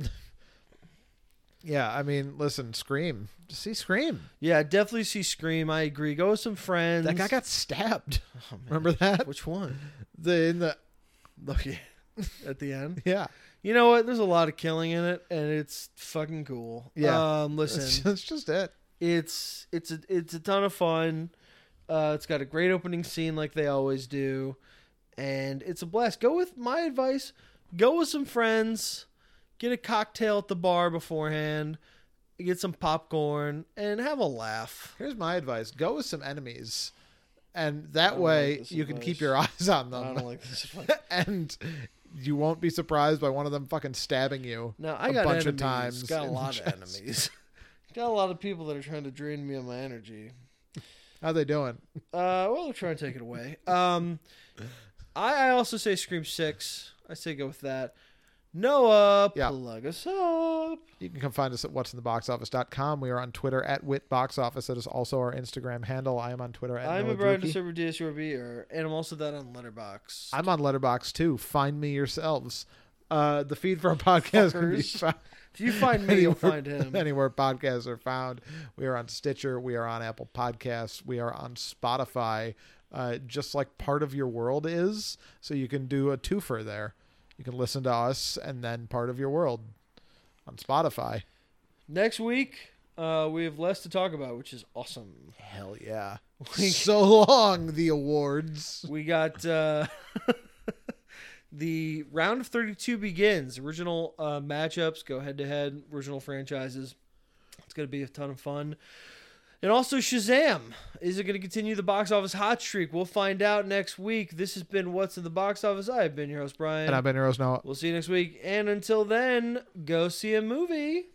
yeah. I mean, listen, Scream. Just see Scream. Yeah, definitely see Scream. I agree. Go with some friends. That guy got stabbed. Oh, <laughs> man. Remember that? Which one? The in the Okay. <laughs> At the <laughs> end. yeah. You know what? There's a lot of killing in it, and it's fucking cool. Yeah. Um, That's listen, just, that's just it. it's it's a, it's a ton of fun. Uh, it's got a great opening scene, like they always do, and it's a blast. Go with my advice. Go with some friends. Get a cocktail at the bar beforehand. Get some popcorn and have a laugh. Here's my advice: go with some enemies, and that don't way like this you can advice. keep your <laughs> eyes on I them, don't like this. advice. and you won't be surprised by one of them fucking stabbing you. <laughs> No, I A got bunch of enemies. times Got a in lot chess. of enemies. <laughs> got a lot of people that are trying to drain me of my energy. How they doing? Uh, well, we'll try and take it away. Um, I, I also say Scream Six. I say go with that. Noah, Yeah. plug us up. You can come find us at whatsintheboxoffice.com. We are on Twitter at witboxoffice. That is also our Instagram handle. I am on Twitter at I'm Noah a Brian Drucke. Server DSRB, or and I'm also that on Letterbox. I'm on Letterbox too. Find me yourselves. Uh, the feed for our <laughs> podcast can be Fuckers. found if you find me, you'll <laughs> Anywhere- find him. Anywhere podcasts are found. We are on Stitcher. We are on Apple Podcasts. We are on Spotify, uh, just like part of your world is. So you can do a twofer there. You can listen to us and then part of your world on Spotify. Next week, uh, we have less to talk about, which is awesome. Hell yeah. We- <laughs> so long, the awards. We got uh, <laughs> the round of 32 begins. Original uh, matchups go head to head, original franchises. It's going to be a ton of fun. And also, Shazam. Is it going to continue the box office hot streak? We'll find out next week. This has been What's in the Box Office. I have been your host, Brian. And I've been Eros Noah. we'll see you next week. And until then, go see a movie.